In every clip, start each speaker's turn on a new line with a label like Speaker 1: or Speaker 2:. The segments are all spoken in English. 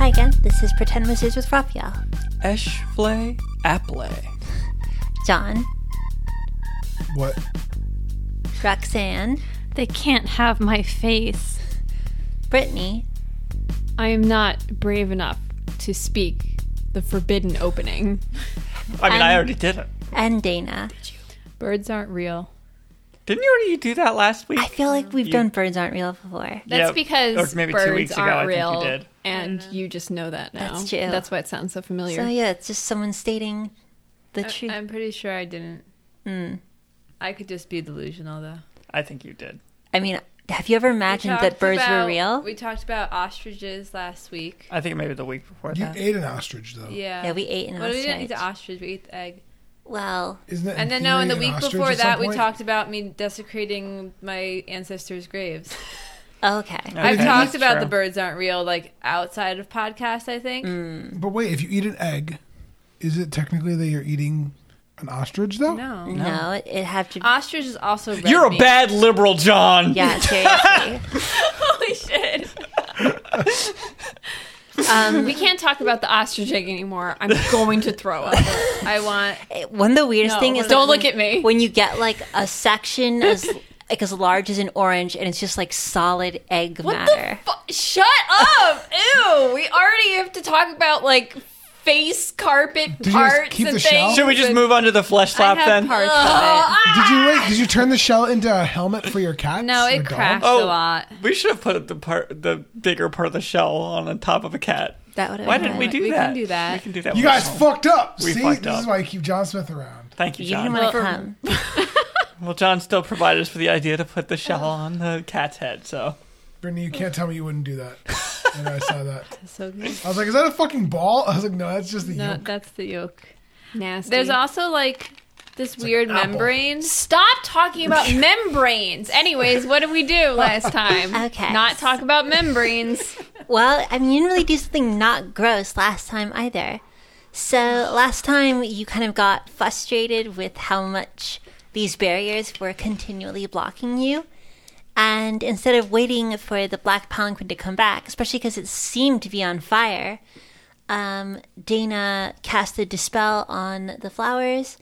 Speaker 1: again. This is Pretend Wizards with Raphael.
Speaker 2: Eshflay Appley.
Speaker 1: John,
Speaker 3: What?
Speaker 1: Roxanne,
Speaker 4: They can't have my face.
Speaker 1: Brittany,
Speaker 4: I am not brave enough to speak the forbidden opening.
Speaker 2: I mean, I
Speaker 1: Um,
Speaker 2: already did it.
Speaker 1: and Dana.
Speaker 4: Birds aren't real.
Speaker 2: Didn't you already do that last week?
Speaker 1: I feel like we've done Birds Aren't Real before.
Speaker 4: That's
Speaker 2: Yeah,
Speaker 4: because
Speaker 2: or maybe two
Speaker 4: birds
Speaker 2: weeks ago,
Speaker 4: aren't
Speaker 2: I think you
Speaker 4: real,
Speaker 2: did.
Speaker 4: and you just know that now.
Speaker 1: That's true.
Speaker 4: That's why it sounds so familiar.
Speaker 1: So yeah, it's just someone stating the
Speaker 5: I-
Speaker 1: truth.
Speaker 5: I'm pretty sure I didn't. I could just be delusional though.
Speaker 2: I think you did.
Speaker 1: I mean, have you ever imagined that
Speaker 5: Talked
Speaker 1: birds
Speaker 5: about-
Speaker 1: were real?
Speaker 5: We talked about ostriches last week.
Speaker 2: I think maybe the week before
Speaker 3: You
Speaker 2: that.
Speaker 3: ate an ostrich though.
Speaker 5: Yeah.
Speaker 1: Yeah, we ate an
Speaker 5: Well, we didn't eat the
Speaker 1: ostrich.
Speaker 5: ostrich. We ate the egg.
Speaker 1: Well,
Speaker 3: Isn't that
Speaker 5: And then no, and the
Speaker 3: theory an
Speaker 5: week
Speaker 3: ostrich
Speaker 5: before
Speaker 3: at some
Speaker 5: that, we
Speaker 3: point?
Speaker 5: talked about me desecrating my ancestors' graves.
Speaker 1: okay.
Speaker 5: I've
Speaker 2: Okay,
Speaker 5: talked
Speaker 2: that's
Speaker 5: about
Speaker 2: true.
Speaker 5: the birds aren't real, like outside of podcasts. I think
Speaker 1: Mm.
Speaker 3: But wait, if you eat an egg, is it technically that you're eating an ostrich though?
Speaker 5: no.
Speaker 1: No, it, it have
Speaker 4: Um,
Speaker 1: to.
Speaker 5: Ostrich is also red
Speaker 2: Mm. You're a
Speaker 5: meat.
Speaker 2: bad liberal, John.
Speaker 1: yeah, seriously.
Speaker 5: Holy shit! Um,
Speaker 4: we can't talk about the ostrich egg anymore. I'm going to throw up.
Speaker 5: I want
Speaker 1: It- One of the weirdest
Speaker 4: No,
Speaker 1: thing is
Speaker 4: don't
Speaker 1: like,
Speaker 4: look
Speaker 1: when-
Speaker 4: at me.
Speaker 1: when you get like a section as like as large as an orange, and it's just like solid egg matter.
Speaker 4: Fu- Shut up! Ew! We already have to talk about like face carpet
Speaker 3: you guys
Speaker 4: parts
Speaker 3: keep
Speaker 4: and
Speaker 3: the
Speaker 4: things.
Speaker 3: shell?
Speaker 2: Should we just move on to the flesh
Speaker 5: I
Speaker 2: slap
Speaker 5: have
Speaker 2: then?
Speaker 5: parts of it.
Speaker 3: Did you wait? Did you turn the shell into a helmet for your cat?
Speaker 5: No, it cracked
Speaker 2: Oh.
Speaker 5: a lot.
Speaker 2: We should have put the part, the bigger part of the shell on the top of a cat.
Speaker 1: that would have.
Speaker 2: Why
Speaker 1: been
Speaker 2: didn't we
Speaker 1: fun.
Speaker 2: do
Speaker 5: We
Speaker 2: that?
Speaker 5: can do that.
Speaker 2: We can do that.
Speaker 3: You
Speaker 2: with
Speaker 3: guys
Speaker 2: the shell.
Speaker 3: fucked up.
Speaker 2: Oh. We
Speaker 3: See,
Speaker 2: fucked
Speaker 3: this
Speaker 2: up.
Speaker 3: is why you keep John Smith around.
Speaker 2: Thank you,
Speaker 1: You
Speaker 2: John.
Speaker 1: didn't want to come.
Speaker 2: Well, John still provided us with the idea to put the shell on the cat's head. So
Speaker 3: Brittany, you can't tell me you wouldn't do that. And I saw that.
Speaker 5: So good.
Speaker 3: I was like, "Is that a fucking ball?" I was like, "No, that's just the
Speaker 5: No,
Speaker 3: yolk."
Speaker 5: that's the yolk.
Speaker 4: Nasty.
Speaker 5: There's also like this weird
Speaker 3: an apple.
Speaker 5: membrane.
Speaker 4: Stop talking about membranes. Anyways, what did we do last time?
Speaker 1: Okay.
Speaker 4: Not talk about membranes.
Speaker 1: Well, I mean, you didn't really do something not gross last time either. So last time you kind of got frustrated with how much these barriers were continually blocking you. And instead of waiting for the black palanquin to come back, especially because it seemed to be on fire, um, Dana cast a dispel on the flowers.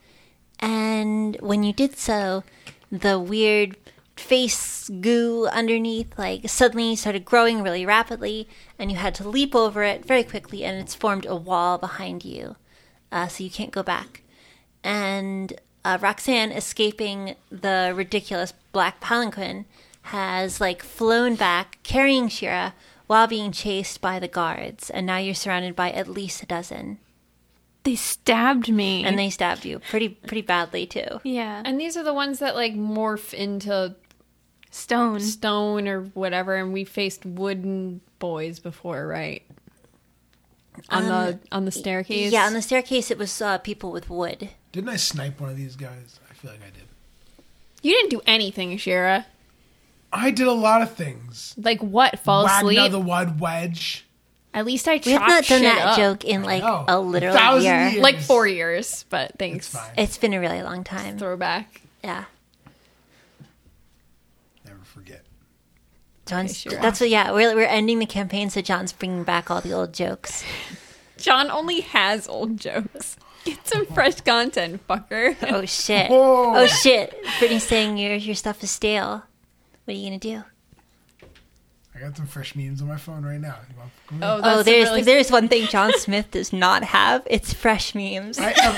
Speaker 1: And when you did so, the weird face goo underneath like suddenly started growing really rapidly, and you had to leap over it very quickly, and it's formed a wall behind you, uh, so you can't go back. And uh, Roxanne, escaping the ridiculous black palanquin, has like flown back carrying Shira while being chased by the guards, and now you're surrounded by at least a dozen,
Speaker 4: They stabbed me.
Speaker 1: and they stabbed you pretty pretty badly too.
Speaker 6: Yeah.
Speaker 4: and these are the ones that like morph into
Speaker 6: Stone.
Speaker 4: stone or whatever. And we faced wooden boys before, right? On the on the staircase.
Speaker 1: Yeah, on the staircase it was uh, people with wood.
Speaker 3: Didn't I snipe one of these guys? I feel like I did.
Speaker 4: you didn't do anything, Shira.
Speaker 3: I did a lot of things.
Speaker 4: Like what? Fall
Speaker 3: Wagner
Speaker 4: asleep.
Speaker 3: the Wide Wedge.
Speaker 4: At least I chopped
Speaker 1: We have not done
Speaker 4: shit
Speaker 1: that
Speaker 4: up.
Speaker 1: joke in like
Speaker 3: know.
Speaker 1: a literal
Speaker 3: Thousand
Speaker 1: year.
Speaker 3: years.
Speaker 4: Like four years, but
Speaker 3: It's
Speaker 4: thanks.
Speaker 3: fine.
Speaker 1: It's been a really long time.
Speaker 4: Throwback.
Speaker 1: Yeah.
Speaker 3: Never forget.
Speaker 1: John's,
Speaker 4: Okay, sure.
Speaker 1: That's what, yeah, we're, we're ending the campaign, so John's bringing back all the old jokes.
Speaker 4: John only has old jokes. Get some fresh content, fucker.
Speaker 1: Oh, shit.
Speaker 3: Whoa.
Speaker 1: Oh, shit. Brittany's saying your, your stuff is stale. What are you going to do?
Speaker 3: I got some fresh memes on my phone right now. You want to fuck with me?
Speaker 1: Oh,
Speaker 4: a
Speaker 1: there's
Speaker 4: really-
Speaker 1: there's one thing John Smith does not have. It's fresh memes.
Speaker 3: I have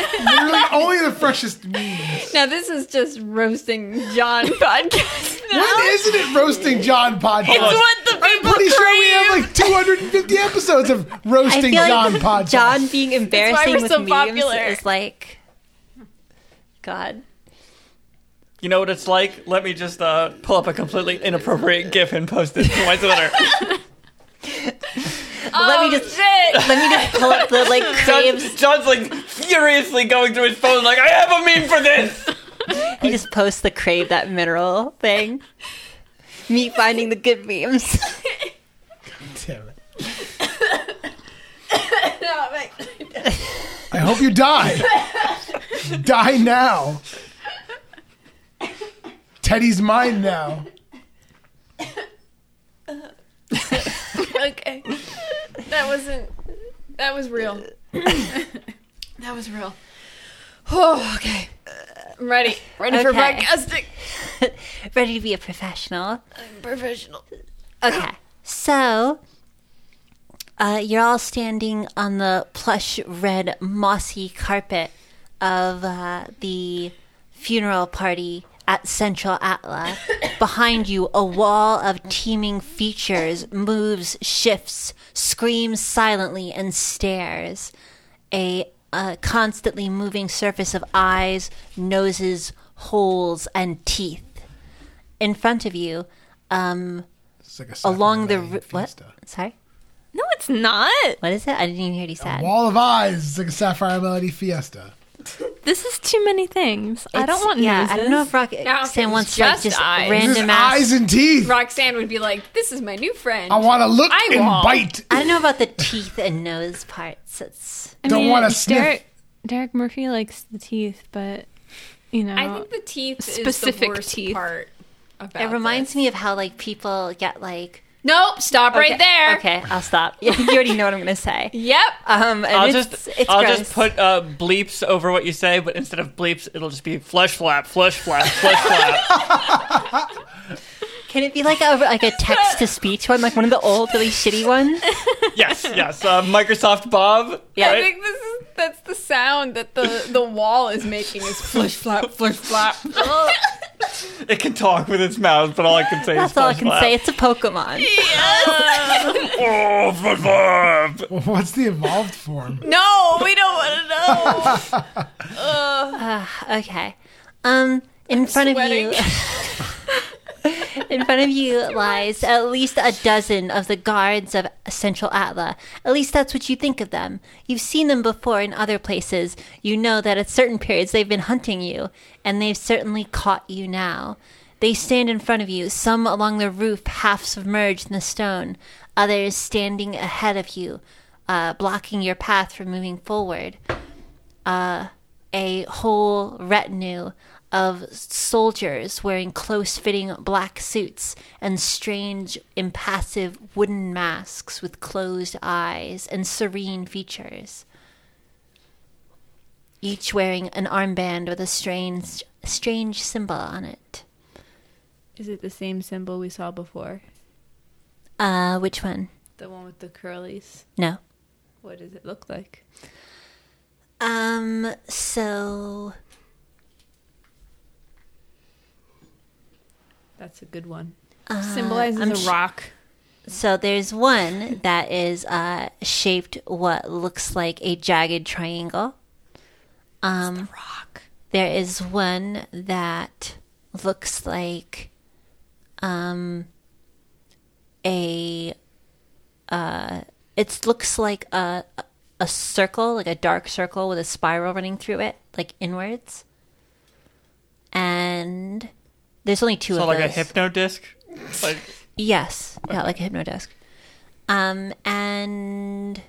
Speaker 3: literally only the freshest memes.
Speaker 4: now this is just roasting John podcast. Now.
Speaker 3: When isn't it roasting John podcast?
Speaker 2: on.
Speaker 4: What the people
Speaker 3: pretty sure we
Speaker 4: crave.
Speaker 3: have like 250 episodes of
Speaker 1: I
Speaker 3: roasting
Speaker 1: feel
Speaker 3: John
Speaker 1: like
Speaker 3: podcast.
Speaker 1: John being embarrassing
Speaker 4: we're
Speaker 1: with
Speaker 4: so
Speaker 1: memes
Speaker 4: popular.
Speaker 1: is like, God.
Speaker 2: you know what it's like. Let me just uh, pull up a completely inappropriate GIF and post it to my Twitter.
Speaker 1: let me just let me just pull up the like craves.
Speaker 2: John's, John's like furiously going through his phone, like I have a meme for this.
Speaker 1: He just posts the crave that mineral thing. Me finding the good memes.
Speaker 3: Damn it. I hope you die. die now. Teddy's mine now.
Speaker 4: okay.
Speaker 7: That wasn't. That was real. that was real. Oh, okay. I'm ready. Ready for
Speaker 1: Okay.
Speaker 7: podcasting.
Speaker 1: Ready to be a professional.
Speaker 7: I'm professional.
Speaker 1: Okay. So uh, you're all standing on the plush red mossy carpet of uh, the funeral party at Central Atla. Behind you, a wall of teeming features moves, shifts, screams silently, and stares. A, uh constantly moving surface of eyes, noses, holes, and teeth. In front of you, um,
Speaker 3: It's like a
Speaker 1: along the
Speaker 3: Saturday
Speaker 1: ri- what?
Speaker 3: fiesta.
Speaker 1: Sorry,
Speaker 5: No, it's not.
Speaker 1: what is it? I didn't even hear what you said.
Speaker 3: Wall of Eyes. It's like a Sapphire Melody Fiesta.
Speaker 5: This is too many things. I
Speaker 1: It's-
Speaker 5: don't want
Speaker 1: Yeah, I don't know if
Speaker 5: noises.
Speaker 1: Rock Sam
Speaker 7: it's
Speaker 1: wants like
Speaker 7: just
Speaker 1: just
Speaker 7: eyes.
Speaker 3: This is
Speaker 1: random ass.
Speaker 3: eyes and teeth.
Speaker 4: Roxanne would be like, "This is my new friend."
Speaker 3: I want to look and
Speaker 4: Eyeball.
Speaker 3: bite.
Speaker 1: I don't know about the teeth and nose parts. It's
Speaker 5: I
Speaker 3: Don't wanna sniff.
Speaker 5: Derek, Derek Murphy likes the teeth, but you know,
Speaker 4: I think the teeth is the
Speaker 5: Specific
Speaker 4: worst
Speaker 5: teeth.
Speaker 4: part. About
Speaker 1: it reminds me of how like people get like
Speaker 4: Nope. Stop right there.
Speaker 1: Okay, I'll stop. you already know what I'm gonna say.
Speaker 4: Yep.
Speaker 1: Um, and
Speaker 2: I'll
Speaker 1: it's,
Speaker 2: just
Speaker 1: it's
Speaker 2: I'll
Speaker 1: gross.
Speaker 2: just put uh, bleeps over what you say, but instead of bleeps, it'll just be flesh flap, flesh flap, flesh flap.
Speaker 1: Can it be like a like a text to speech one, like one of the old really shitty ones?
Speaker 2: yes, yes. Uh, Microsoft Bob.
Speaker 1: Yeah.
Speaker 4: I think this is that's the sound that the the wall is making is flish flap flish flap.
Speaker 2: It can talk with its mouth, but all I can say is
Speaker 1: That's all I
Speaker 2: flesh
Speaker 1: can
Speaker 2: flap.
Speaker 1: say. It's a Pokemon.
Speaker 2: Oh, flesh flap.
Speaker 3: What's the evolved form?
Speaker 4: no, we don't want to know.
Speaker 1: Okay. Um, in front of you, in front of you lies at least a dozen of the guards of Central Atla. At least that's what you think of them. You've seen them before in other places. You know that at certain periods they've been hunting you, and they've certainly caught you now. They stand in front of you, some along the roof, half submerged in the stone, others standing ahead of you, uh, blocking your path from moving forward a whole retinue of soldiers wearing close fitting black suits and strange, impassive wooden masks with closed eyes and serene features. Each wearing an armband with a strange, strange symbol on it.
Speaker 7: Is it the same symbol we saw before?
Speaker 1: Uh, which one?
Speaker 7: The one with the curlies.
Speaker 1: No.
Speaker 7: What does it look like?
Speaker 1: Um, so
Speaker 7: That's a good one.
Speaker 4: Uh, Symbolizes
Speaker 1: I'm
Speaker 4: a
Speaker 1: sh-
Speaker 4: rock.
Speaker 1: So there's one that is uh, shaped what looks like a jagged triangle. Um,
Speaker 4: rock.
Speaker 1: There is one that looks like um, a. Uh, it looks like a a circle, like a dark circle with a spiral running through it, like inwards. And there's only two
Speaker 2: So
Speaker 1: of
Speaker 2: like a
Speaker 1: those.
Speaker 2: hypno disc. Like
Speaker 1: Yes. Yeah, like a hypnodesk. Um, and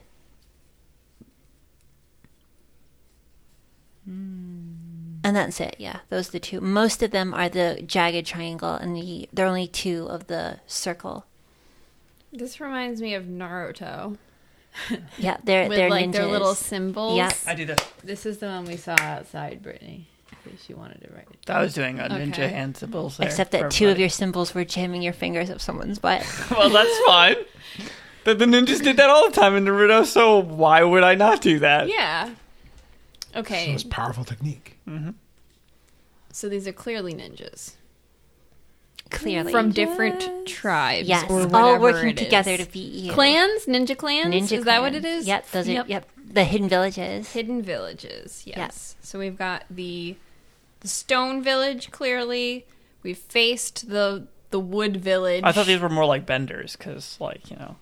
Speaker 1: and that's it. Yeah, those are the two. Most of them are the jagged triangle, and the there are only two of the circle.
Speaker 4: This reminds me of Naruto
Speaker 1: Yeah, they're
Speaker 4: with
Speaker 1: they're
Speaker 4: like
Speaker 1: ninjas.
Speaker 4: their little symbols.
Speaker 1: Yeah.
Speaker 2: I do this.
Speaker 7: This is the one we saw outside, Brittany. If She wanted to write it.
Speaker 2: I was doing a ninja
Speaker 4: Okay.
Speaker 2: hand symbols. there
Speaker 1: Except that
Speaker 2: for
Speaker 1: two of
Speaker 2: everybody.
Speaker 1: your symbols were jamming your fingers up someone's butt.
Speaker 2: well, that's fine. But the ninjas did that all the time in Naruto, so why would I not do that?
Speaker 4: Yeah.
Speaker 3: It's the
Speaker 4: Okay,
Speaker 3: most powerful technique.
Speaker 5: Hmm.
Speaker 4: so these are clearly ninjas
Speaker 1: Clearly,
Speaker 4: from different tribes.
Speaker 1: yes,
Speaker 4: or
Speaker 1: all
Speaker 4: whatever
Speaker 1: working
Speaker 4: it is.
Speaker 1: together to beat you.
Speaker 4: clans, ninja clans.
Speaker 1: ninja.
Speaker 4: is that what it
Speaker 1: clans.
Speaker 4: is?
Speaker 1: Yep, those are yep the hidden villages.
Speaker 4: Hidden villages, yes. So we've got the the stone village clearly. We've faced the the wood village.
Speaker 2: I thought these were more like benders, because, like, you know.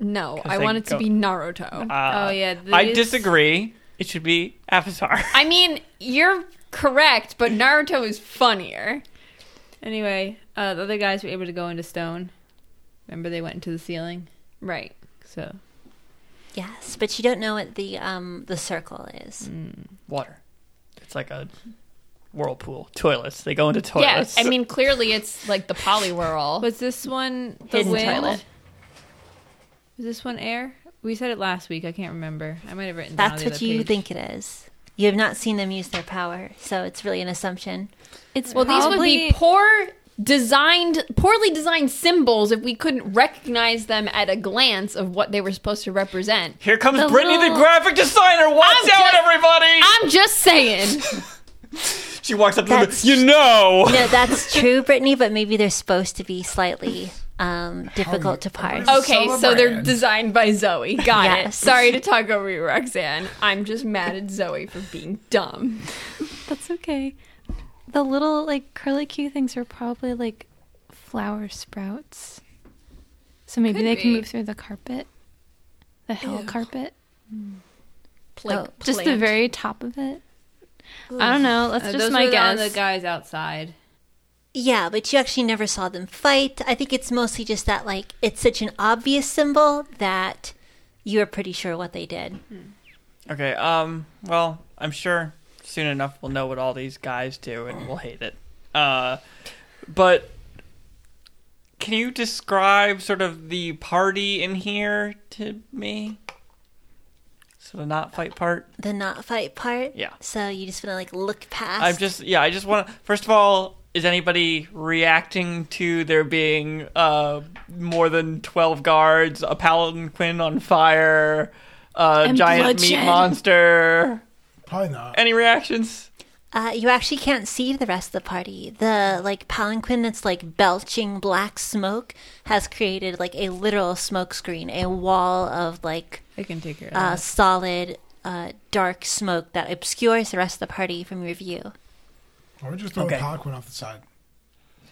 Speaker 4: no,
Speaker 2: 'cause
Speaker 4: I
Speaker 2: they
Speaker 4: want it to
Speaker 2: go-
Speaker 4: be Naruto.
Speaker 2: Uh,
Speaker 7: Oh, yeah,
Speaker 2: I
Speaker 7: these-
Speaker 2: disagree. It should be Avatar.
Speaker 4: I mean, you're correct, but Naruto is funnier.
Speaker 7: Anyway, uh, the other guys were able to go into stone. Remember, they went into the ceiling.
Speaker 4: Right.
Speaker 7: So
Speaker 1: Yes, but you don't know what the um the circle is.
Speaker 2: Water. It's like a whirlpool. Toilets. They go into toilets.
Speaker 4: Yes. I mean, clearly it's like the polyworld.
Speaker 7: was this one the
Speaker 1: Hidden
Speaker 7: wind?
Speaker 1: toilet.
Speaker 7: Was this one air?
Speaker 8: we said it last week. I can't remember. I might have written. down on
Speaker 1: That's
Speaker 8: the
Speaker 1: what
Speaker 8: other
Speaker 1: you
Speaker 8: page.
Speaker 1: think it is. You have not seen them use their power, so it's really an assumption.
Speaker 8: It's
Speaker 5: Well, these would be
Speaker 8: probably-
Speaker 5: poor designed, poorly designed symbols if we couldn't recognize them at a glance of what they were supposed to represent.
Speaker 2: Here comes
Speaker 1: The
Speaker 2: Brittany,
Speaker 1: little-
Speaker 2: the graphic designer. Watch
Speaker 5: I'm
Speaker 2: out,
Speaker 5: just-
Speaker 2: everybody!
Speaker 5: I'm just saying.
Speaker 2: she walks up to the.
Speaker 1: That's-
Speaker 2: You know.
Speaker 1: No, that's true, Brittany, but maybe they're supposed to be slightly um, difficult to parse.
Speaker 5: Okay, so they're
Speaker 3: Celebrant.
Speaker 5: designed by Zoe. Got it.
Speaker 1: Yes.
Speaker 5: Sorry to talk over you, Roxanne. I'm just mad at Zoe for being dumb.
Speaker 8: That's okay. The little like curly Q things are probably like flower sprouts. So maybe
Speaker 5: Could
Speaker 8: they can
Speaker 5: be.
Speaker 8: move through the carpet, the hell
Speaker 5: Ew.
Speaker 8: carpet,
Speaker 5: Like,
Speaker 1: Oh,
Speaker 8: just the
Speaker 5: plant.
Speaker 8: very top of it. I don't know. That's
Speaker 4: Uh,
Speaker 8: That's just my guess. Uh, the guys outside.
Speaker 1: Yeah, but you actually never saw them fight. I think it's mostly just that, like, it's such an obvious symbol that you are pretty sure what they did.
Speaker 2: Okay. Um. Well, I'm sure soon enough we'll know what all these guys do, and we'll hate it. Uh, but can you describe sort of the party in here to me? So the not fight part.
Speaker 1: The not fight part.
Speaker 2: Yeah.
Speaker 1: So you just want to like look past.
Speaker 2: I'm just yeah. I just want to. First of all, is anybody reacting to there being uh more than twelve guards, a palanquin on fire, a giant meat
Speaker 8: bloodshed.
Speaker 2: monster?
Speaker 3: Probably not.
Speaker 2: Any reactions?
Speaker 1: Uh, you actually can't see the rest of the party. The like palanquin that's like belching black smoke has created like a literal smoke screen, a wall of like
Speaker 8: I can take care of
Speaker 1: uh,
Speaker 8: that.
Speaker 1: solid uh, dark smoke that obscures the rest of the party from your view.
Speaker 3: Or just throw
Speaker 2: Okay.
Speaker 3: a palanquin off the side.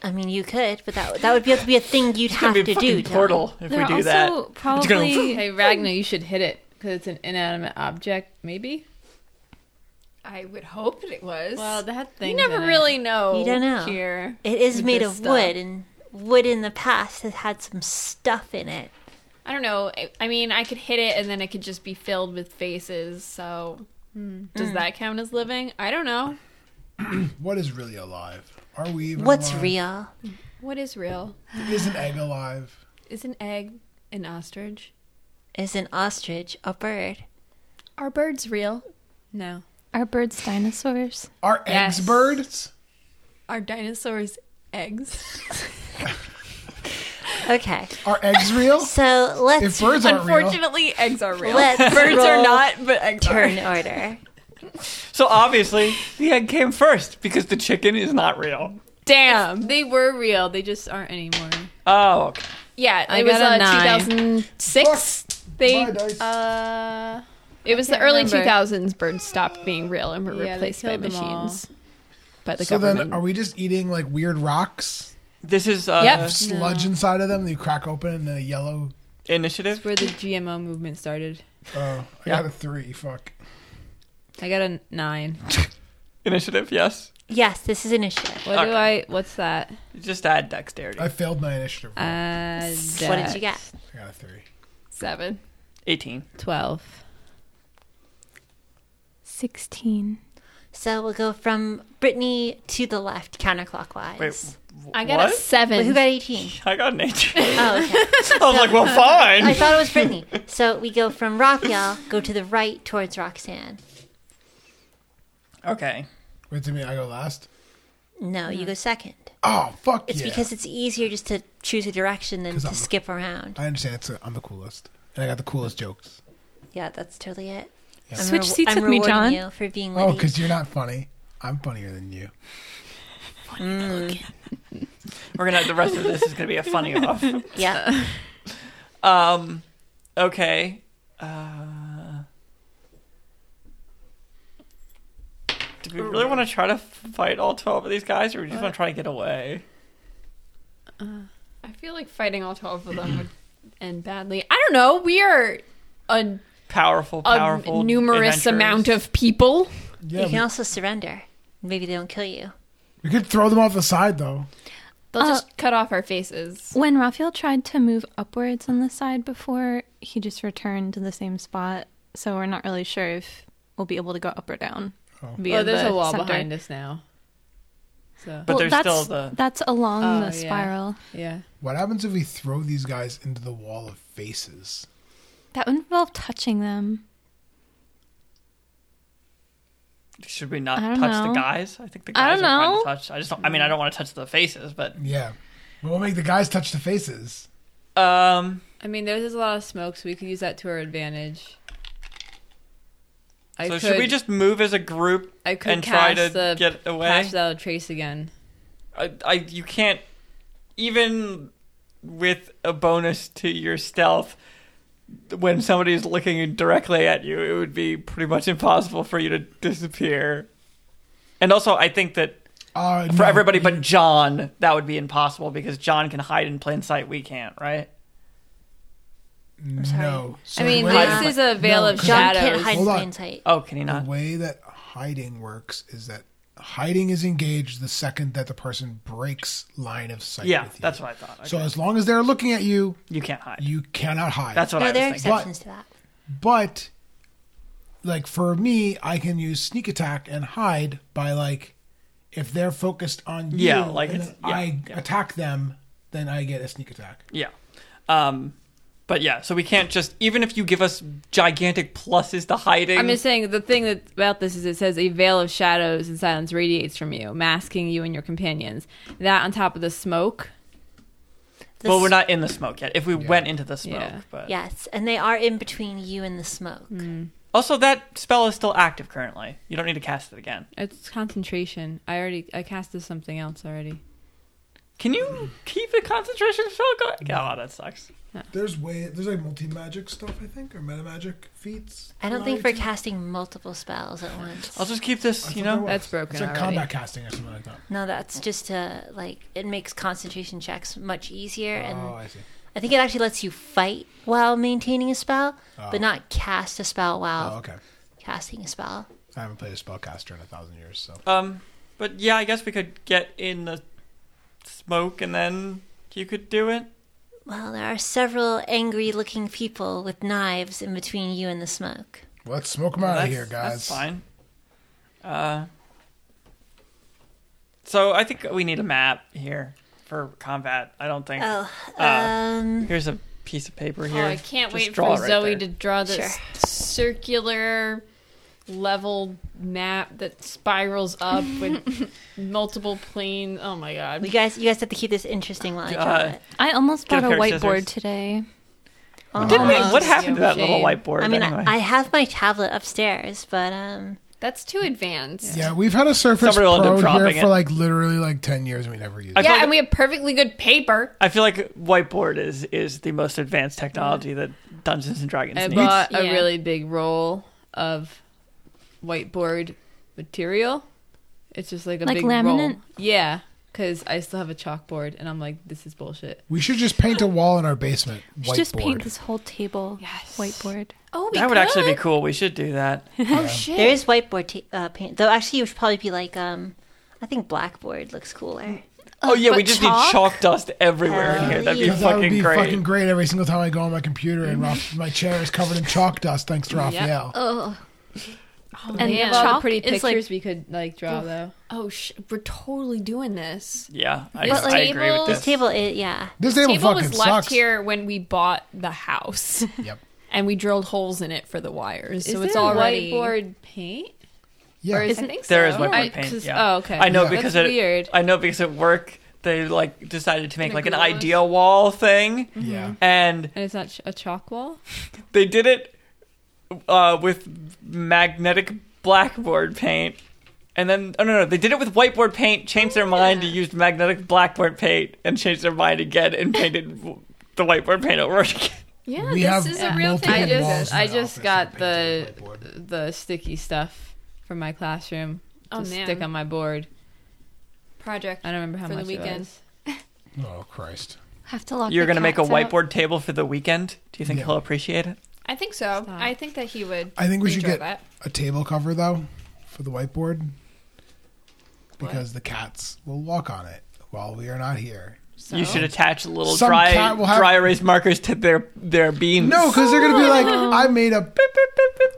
Speaker 1: I mean, you could, but that that would be, have to be a thing you'd
Speaker 2: It's
Speaker 1: have to
Speaker 2: gonna be a
Speaker 1: do.
Speaker 2: fucking
Speaker 1: Dylan.
Speaker 2: portal if
Speaker 8: They're
Speaker 2: we do
Speaker 8: also
Speaker 2: that. It's gonna-
Speaker 8: probably. hey Ragnar, you should hit it because it's an inanimate object. Maybe.
Speaker 5: I would hope it was.
Speaker 8: Well, that thing.
Speaker 5: you never really know.
Speaker 1: You don't know.
Speaker 5: Here.
Speaker 1: It is
Speaker 5: With
Speaker 1: made
Speaker 5: this
Speaker 1: of
Speaker 5: stuff.
Speaker 1: wood, and wood in the past has had some stuff in it.
Speaker 5: I don't know. I- I mean, I could hit it and then it could just be filled with faces. So, does that count as living? I don't know.
Speaker 3: What is really alive? Are we even
Speaker 1: What's
Speaker 3: alive?
Speaker 1: real?
Speaker 5: What is real?
Speaker 3: Is an egg alive?
Speaker 5: Is an egg an ostrich?
Speaker 1: Is an ostrich a bird?
Speaker 5: Are birds real?
Speaker 8: No. Are birds dinosaurs?
Speaker 3: Are
Speaker 5: Yes.
Speaker 3: eggs birds?
Speaker 5: Are dinosaurs eggs?
Speaker 1: Okay,
Speaker 3: Are eggs real?
Speaker 1: so let's
Speaker 3: if birds aren't real,
Speaker 5: Unfortunately, eggs are real.
Speaker 1: Let's
Speaker 5: Birds are
Speaker 1: roll
Speaker 5: not, but eggs are.
Speaker 1: turn order.
Speaker 2: So obviously, the egg came first because the chicken is not real.
Speaker 5: Damn.
Speaker 8: They were real. They just aren't anymore.
Speaker 2: Oh, okay.
Speaker 5: Yeah, it
Speaker 8: I
Speaker 5: was
Speaker 8: got a
Speaker 5: uh,
Speaker 8: nine.
Speaker 5: 2006. They
Speaker 3: my dice.
Speaker 8: Uh.
Speaker 5: it was the
Speaker 8: can't
Speaker 5: early
Speaker 8: remember.
Speaker 5: 2000s. Birds stopped being real and were
Speaker 8: Yeah, they
Speaker 5: replaced by
Speaker 8: killed them all.
Speaker 5: machines. But the
Speaker 3: so
Speaker 5: government.
Speaker 3: then are we just eating like weird rocks?
Speaker 2: This is uh,
Speaker 5: Yep.
Speaker 3: Sludge inside of them that you crack open and the yellow.
Speaker 8: That's
Speaker 2: initiative.
Speaker 8: where the GMO movement started.
Speaker 3: Oh, I got a three. Fuck.
Speaker 8: I got a nine.
Speaker 2: Initiative, yes.
Speaker 1: Yes, this is initiative.
Speaker 8: What do
Speaker 2: Okay.
Speaker 8: I? What's that?
Speaker 2: Just add dexterity.
Speaker 3: I failed my initiative. roll.
Speaker 8: Uh,
Speaker 1: What did you get?
Speaker 8: dex.
Speaker 3: I got a three.
Speaker 5: Seven.
Speaker 2: Eighteen.
Speaker 8: Twelve. Sixteen.
Speaker 1: So we'll go from Brittany to the left counterclockwise.
Speaker 2: Wait, w-
Speaker 5: I got
Speaker 2: what?
Speaker 5: a
Speaker 1: Wait,
Speaker 5: seven.
Speaker 1: who got 18?
Speaker 2: I got an eighteen.
Speaker 1: Oh, okay.
Speaker 2: I was like, well,
Speaker 1: I
Speaker 2: fine.
Speaker 1: thought it was Brittany. So we go from Raphael, go to the right towards Roxanne.
Speaker 2: Okay.
Speaker 3: Wait to me. I go last.
Speaker 1: No, you go second.
Speaker 3: Oh fuck
Speaker 1: It's
Speaker 3: yeah.
Speaker 1: because it's easier just to choose a direction than
Speaker 3: 'Cause
Speaker 1: to
Speaker 3: I'm-
Speaker 1: skip around.
Speaker 3: I understand. It's, uh, I'm the coolest, and I got the coolest jokes.
Speaker 1: Yeah, that's totally it. I'm
Speaker 8: Switch
Speaker 1: rewa-
Speaker 8: seats
Speaker 1: I'm
Speaker 8: with me,
Speaker 1: rewarding
Speaker 8: John.
Speaker 1: You for being
Speaker 3: Oh,
Speaker 1: witty.
Speaker 3: because you're not funny. I'm funnier than you.
Speaker 2: We're gonna. The rest of this is gonna be a funny off.
Speaker 1: yeah.
Speaker 2: Um. Okay. Uh. Do we really want to try to fight all twelve of these guys, or we just want to try to get away?
Speaker 5: I feel like fighting all 12 of them would end badly. I don't know. We are a,
Speaker 2: Powerful,
Speaker 5: a
Speaker 2: powerful,
Speaker 5: numerous
Speaker 2: adventurers.
Speaker 5: amount of people.
Speaker 3: Yeah,
Speaker 1: you
Speaker 3: we,
Speaker 1: can also surrender. Maybe they don't kill you.
Speaker 3: we could throw them off the side though.
Speaker 5: They'll
Speaker 8: Uh,
Speaker 5: just cut off our faces.
Speaker 8: When Raphael tried to move upwards on the side before, he just returned to the same spot. So we're not really sure if we'll be able to go up or down.
Speaker 3: Oh.
Speaker 8: via
Speaker 4: oh, there's
Speaker 8: the
Speaker 4: a wall
Speaker 8: scepter.
Speaker 4: behind us now. So
Speaker 2: But there's
Speaker 8: that's,
Speaker 2: still the
Speaker 8: that's along
Speaker 4: Oh,
Speaker 8: the
Speaker 4: yeah.
Speaker 8: spiral.
Speaker 4: yeah,
Speaker 3: What happens if we throw these guys into the wall of faces?
Speaker 8: That would involve touching them.
Speaker 2: Should we not
Speaker 8: I don't
Speaker 2: touch
Speaker 8: know.
Speaker 2: the guys? I think the
Speaker 8: I
Speaker 2: guys
Speaker 8: don't
Speaker 2: are fine
Speaker 8: know.
Speaker 2: to touch. I just don't, I mean I don't want to touch the faces, but
Speaker 3: Yeah. But we'll make the guys touch the faces.
Speaker 2: um
Speaker 4: I mean, there's a lot of smoke, so we could use that to our advantage. I
Speaker 2: so
Speaker 4: could,
Speaker 2: should we just move as a group
Speaker 4: I could
Speaker 2: and try to
Speaker 4: cast the
Speaker 2: get away?
Speaker 4: pass without a trace again?
Speaker 2: I, I you can't even with a bonus to your stealth when somebody's looking directly at you it would be pretty much impossible for you to disappear and also i think that
Speaker 3: Uh,
Speaker 2: for
Speaker 3: no,
Speaker 2: everybody
Speaker 3: you-
Speaker 2: but john that would be impossible because john can hide in plain sight we can't right
Speaker 3: no. So
Speaker 4: I mean,
Speaker 3: the way-
Speaker 4: this is a veil
Speaker 3: No,
Speaker 4: of
Speaker 3: John
Speaker 1: John
Speaker 4: shadows.
Speaker 1: can't hide in
Speaker 3: Hold on.
Speaker 1: plain sight.
Speaker 2: oh can he
Speaker 3: the
Speaker 2: not
Speaker 3: way that hiding works is that hiding is engaged the second that the person breaks line of sight.
Speaker 2: yeah
Speaker 3: with you.
Speaker 2: that's what i thought okay.
Speaker 3: So as long as they're looking at you,
Speaker 2: you can't hide
Speaker 3: you cannot hide.
Speaker 2: that's what
Speaker 1: No,
Speaker 2: i
Speaker 1: there are
Speaker 2: was thinking
Speaker 1: exceptions to that.
Speaker 3: but like for me, I can use sneak attack and hide by like if they're focused on you,
Speaker 2: Yeah, like,
Speaker 3: and
Speaker 2: it's-
Speaker 3: then
Speaker 2: yeah,
Speaker 3: I
Speaker 2: yeah.
Speaker 3: attack them, then I get a sneak attack.
Speaker 2: yeah um but yeah so we can't just even if you give us gigantic pluses to hiding
Speaker 4: I'm just saying the thing that about this is it says a veil of shadows and silence radiates from you, masking you and your companions. That on top of the smoke,
Speaker 1: The
Speaker 2: well, we're
Speaker 1: s-
Speaker 2: not in the smoke yet. If we went into the smoke,
Speaker 4: Yeah.
Speaker 2: but
Speaker 1: Yes, and they are in between you and the smoke.
Speaker 2: also that spell is still active currently. You don't need to cast it again.
Speaker 4: it's concentration. I already I casted something else already.
Speaker 2: Can
Speaker 3: Hmm.
Speaker 2: you keep the concentration spell going? Oh, that sucks.
Speaker 3: There's way there's like multi magic stuff I think or meta magic feats.
Speaker 1: I don't think we're casting multiple spells at once.
Speaker 2: I'll just keep this. You know,
Speaker 4: That's broken
Speaker 3: It's like
Speaker 4: already.
Speaker 3: combat casting or something like that.
Speaker 1: No, that's just to like it makes concentration checks much easier,
Speaker 3: Oh,
Speaker 1: and
Speaker 3: I see.
Speaker 1: I think it actually lets you fight while maintaining a spell, but not cast a spell while
Speaker 3: Oh, okay.
Speaker 1: casting a spell.
Speaker 3: I haven't played a spellcaster in a thousand years, so
Speaker 2: um, but yeah, I guess we could get in the smoke and then you could do it.
Speaker 1: Well, there are several angry-looking people with knives in between you and the smoke.
Speaker 3: let's smoke them out of
Speaker 2: that's,
Speaker 3: here, guys.
Speaker 2: That's fine. Uh, so I think we need a map here for combat. I don't think.
Speaker 1: Oh,
Speaker 2: Uh,
Speaker 1: um,
Speaker 2: Here's a piece of paper here.
Speaker 5: Oh, I can't
Speaker 2: Just
Speaker 5: wait
Speaker 2: draw it
Speaker 5: for
Speaker 2: right
Speaker 5: Zoe
Speaker 2: there.
Speaker 5: to draw this circular level map that spirals up with multiple plane. Oh my god.
Speaker 1: you guys, you guys have to keep this interesting while I draw
Speaker 2: Uh,
Speaker 1: it.
Speaker 8: I almost
Speaker 2: Get a
Speaker 8: bought a
Speaker 2: pair of
Speaker 8: whiteboard
Speaker 2: scissors.
Speaker 8: today.
Speaker 2: Did we-
Speaker 5: Oh,
Speaker 2: what happened to that
Speaker 5: shame.
Speaker 2: little whiteboard?
Speaker 1: I mean,
Speaker 2: anyway?
Speaker 1: I, I have my tablet upstairs, but um,
Speaker 5: That's too advanced. Yeah,
Speaker 3: Yeah, we've had a Surface
Speaker 2: Somebody will end up
Speaker 3: Pro here
Speaker 2: dropping
Speaker 3: for
Speaker 2: it.
Speaker 3: like literally like ten years, and we never used.
Speaker 2: I
Speaker 3: it.
Speaker 2: feel like-
Speaker 5: and we have perfectly good paper.
Speaker 2: I feel like whiteboard is is the most advanced technology that Dungeons and Dragons
Speaker 4: I
Speaker 2: needs.
Speaker 4: bought a
Speaker 5: Yeah.
Speaker 4: really big roll of whiteboard material. It's just like a
Speaker 8: Like
Speaker 4: big roll.
Speaker 8: laminate?
Speaker 4: Yeah, because I still have a chalkboard, and I'm like, this is bullshit.
Speaker 3: We should just paint a wall in our basement.
Speaker 8: We
Speaker 3: Whiteboard.
Speaker 8: should just paint this whole table
Speaker 4: Yes.
Speaker 8: whiteboard.
Speaker 5: Oh, we
Speaker 2: that would
Speaker 5: could.
Speaker 2: actually be cool. We should do that.
Speaker 5: Oh shit.
Speaker 1: there is whiteboard ta- uh, paint. Though actually, it should probably be like um, I think blackboard looks cooler.
Speaker 2: Oh yeah, we
Speaker 8: but
Speaker 2: just need
Speaker 8: chalk?
Speaker 2: chalk dust everywhere in
Speaker 1: Hell
Speaker 2: here. That'd be
Speaker 1: yeah.
Speaker 3: Because
Speaker 2: fucking
Speaker 3: that would be
Speaker 2: great.
Speaker 3: fucking great every single time I go on my computer and Raf- my chair is covered in chalk dust thanks to Raphael.
Speaker 5: oh.
Speaker 8: and
Speaker 5: man.
Speaker 8: the
Speaker 4: Of all the
Speaker 8: chalk
Speaker 4: pretty
Speaker 8: is
Speaker 4: pictures
Speaker 8: like
Speaker 4: we could like draw though.
Speaker 5: Oh, sh- we're totally doing this.
Speaker 2: Yeah, I,
Speaker 5: This
Speaker 2: I agree with
Speaker 5: table-
Speaker 2: this.
Speaker 1: This table, i yeah,
Speaker 3: This table,
Speaker 5: Table
Speaker 3: fucking
Speaker 5: was left
Speaker 3: sucks.
Speaker 5: here when we bought the house,
Speaker 3: Yep.
Speaker 5: and we drilled holes in it for the wires, so
Speaker 4: Is
Speaker 5: it's
Speaker 4: there
Speaker 5: already
Speaker 4: whiteboard paint.
Speaker 3: Yeah.
Speaker 4: is
Speaker 5: I
Speaker 4: it-
Speaker 5: think so.
Speaker 2: There is whiteboard
Speaker 4: I-
Speaker 2: paint.
Speaker 4: 'cause-
Speaker 2: Yeah.
Speaker 4: oh, okay.
Speaker 2: I know
Speaker 3: Yeah.
Speaker 2: because
Speaker 4: That's
Speaker 2: it,
Speaker 4: weird.
Speaker 2: I know because at work they like decided to make like an
Speaker 5: gouache.
Speaker 2: idea wall thing,
Speaker 3: yeah.
Speaker 2: and
Speaker 4: And it's not ch- a chalk wall.
Speaker 2: they did it uh, with magnetic blackboard paint. And then, oh no, no, they did it with whiteboard paint, changed their mind to use magnetic blackboard paint, and changed their mind again and painted w- the whiteboard paint over again.
Speaker 5: Yeah,
Speaker 3: We
Speaker 5: this
Speaker 3: have
Speaker 5: is a real
Speaker 3: multiple
Speaker 5: thing.
Speaker 4: I just-
Speaker 3: walls in
Speaker 4: I
Speaker 3: my
Speaker 4: just
Speaker 3: office
Speaker 4: got
Speaker 3: that are painted with whiteboard.
Speaker 4: The sticky stuff from my classroom to
Speaker 5: Oh, man.
Speaker 4: stick on my board.
Speaker 5: project.
Speaker 4: I don't remember how
Speaker 5: For the
Speaker 4: much
Speaker 5: weekend.
Speaker 4: it was.
Speaker 3: Oh Christ.
Speaker 8: have to lock.
Speaker 2: You're
Speaker 8: the
Speaker 2: going to make a
Speaker 8: cats out.
Speaker 2: whiteboard table for the weekend? Do you think
Speaker 3: Yeah.
Speaker 2: he'll appreciate it?
Speaker 5: I think so. I think that he would.
Speaker 3: I think we should
Speaker 5: enjoy
Speaker 3: get
Speaker 5: that.
Speaker 3: a table cover though for the whiteboard because the cats will walk on it while we are not here.
Speaker 2: You should attach little
Speaker 3: Some
Speaker 2: dry
Speaker 3: cat will have-
Speaker 2: dry erase markers to their their beams.
Speaker 3: No, because they're gonna be like, I made a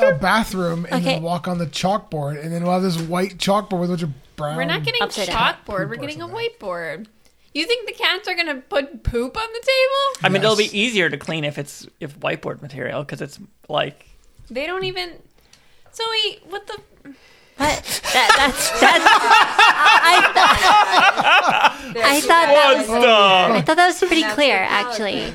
Speaker 3: a bathroom and
Speaker 1: Okay.
Speaker 3: then walk on the chalkboard, and then we'll have this white chalkboard with a bunch of brown.
Speaker 5: We're not getting
Speaker 1: Upside down.
Speaker 5: chalkboard. We're
Speaker 3: Poop or
Speaker 5: getting a
Speaker 3: something.
Speaker 5: whiteboard.
Speaker 9: You think the cats are gonna put poop on the table?
Speaker 2: I mean, it'll
Speaker 3: Yes.
Speaker 2: be easier to clean if it's if whiteboard material because it's like
Speaker 9: They don't even. Zoe, what the?
Speaker 1: What? That, that's that's. I, I thought. I thought that was. I thought that was pretty clear, actually.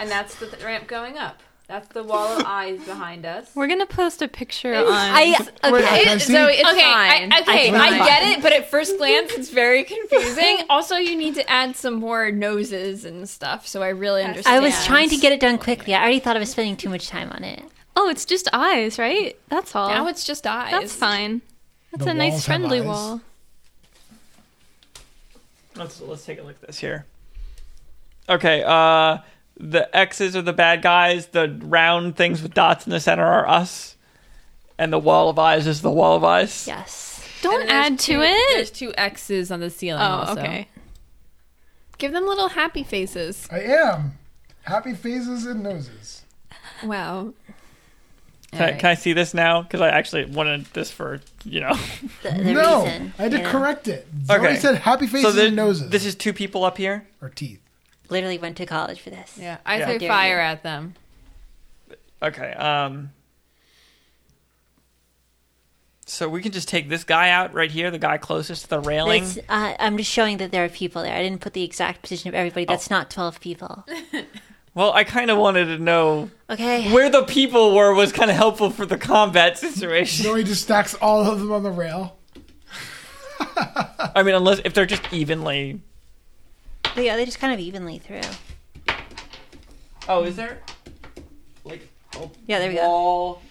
Speaker 4: And that's the th- ramp going up. That's the wall of eyes behind us.
Speaker 8: We're gonna post a picture on.
Speaker 1: I
Speaker 3: Can
Speaker 1: okay.
Speaker 3: I see?
Speaker 4: So it's
Speaker 9: okay,
Speaker 4: fine.
Speaker 9: I, okay,
Speaker 4: think
Speaker 9: I,
Speaker 4: it's
Speaker 9: get
Speaker 4: fine.
Speaker 9: it, but at first glance, it's very confusing. also, you need to add some more noses and stuff, so I really understand.
Speaker 1: I was trying to get it done quickly. I already thought I was spending too much time on it.
Speaker 8: oh, it's just eyes, right? That's all.
Speaker 9: Now it's just eyes.
Speaker 8: That's fine. That's
Speaker 3: The
Speaker 8: a
Speaker 3: walls
Speaker 8: nice
Speaker 3: have
Speaker 8: friendly
Speaker 3: eyes.
Speaker 8: wall.
Speaker 2: Let's let's take a look at this here. Okay, uh the X's are the bad guys, the round things with dots in the center are us. And the wall of eyes is the wall of eyes.
Speaker 1: Yes.
Speaker 8: Don't add to
Speaker 4: There's
Speaker 8: it.
Speaker 4: two X's on the ceiling.
Speaker 8: Oh,
Speaker 4: also.
Speaker 8: okay.
Speaker 9: Give them little happy faces.
Speaker 3: I am. Happy faces and noses.
Speaker 9: Wow.
Speaker 2: Can, I,
Speaker 4: Alright.
Speaker 2: can I see this now? Because I actually wanted this for you know.
Speaker 1: The, the
Speaker 3: no,
Speaker 1: reason.
Speaker 3: I had to
Speaker 1: you know.
Speaker 3: correct it. Zoe
Speaker 2: Okay.
Speaker 3: said happy faces
Speaker 2: there-
Speaker 3: and noses.
Speaker 2: this is two people up here.
Speaker 3: or teeth.
Speaker 1: Literally went to college for this.
Speaker 4: Yeah, I
Speaker 2: Yeah.
Speaker 4: threw
Speaker 1: Dare
Speaker 4: fire
Speaker 1: you.
Speaker 4: at them.
Speaker 2: Okay. Um. So we can just take this guy out right here, the guy closest to the
Speaker 1: But
Speaker 2: railing.
Speaker 1: it's, uh, I'm just showing that there are people there. I didn't put the exact position of everybody. That's
Speaker 3: Oh.
Speaker 1: not 12 people.
Speaker 2: Well, I kind of wanted to know
Speaker 1: Okay.
Speaker 2: where the people were was kind of helpful for the combat situation.
Speaker 3: Zoe just stacks all of them on the rail.
Speaker 2: I mean, unless if they're just evenly.
Speaker 1: But yeah, they just kind of evenly through.
Speaker 2: Oh, is there? Like. A
Speaker 1: Oh, Yeah, there we go.
Speaker 2: wall.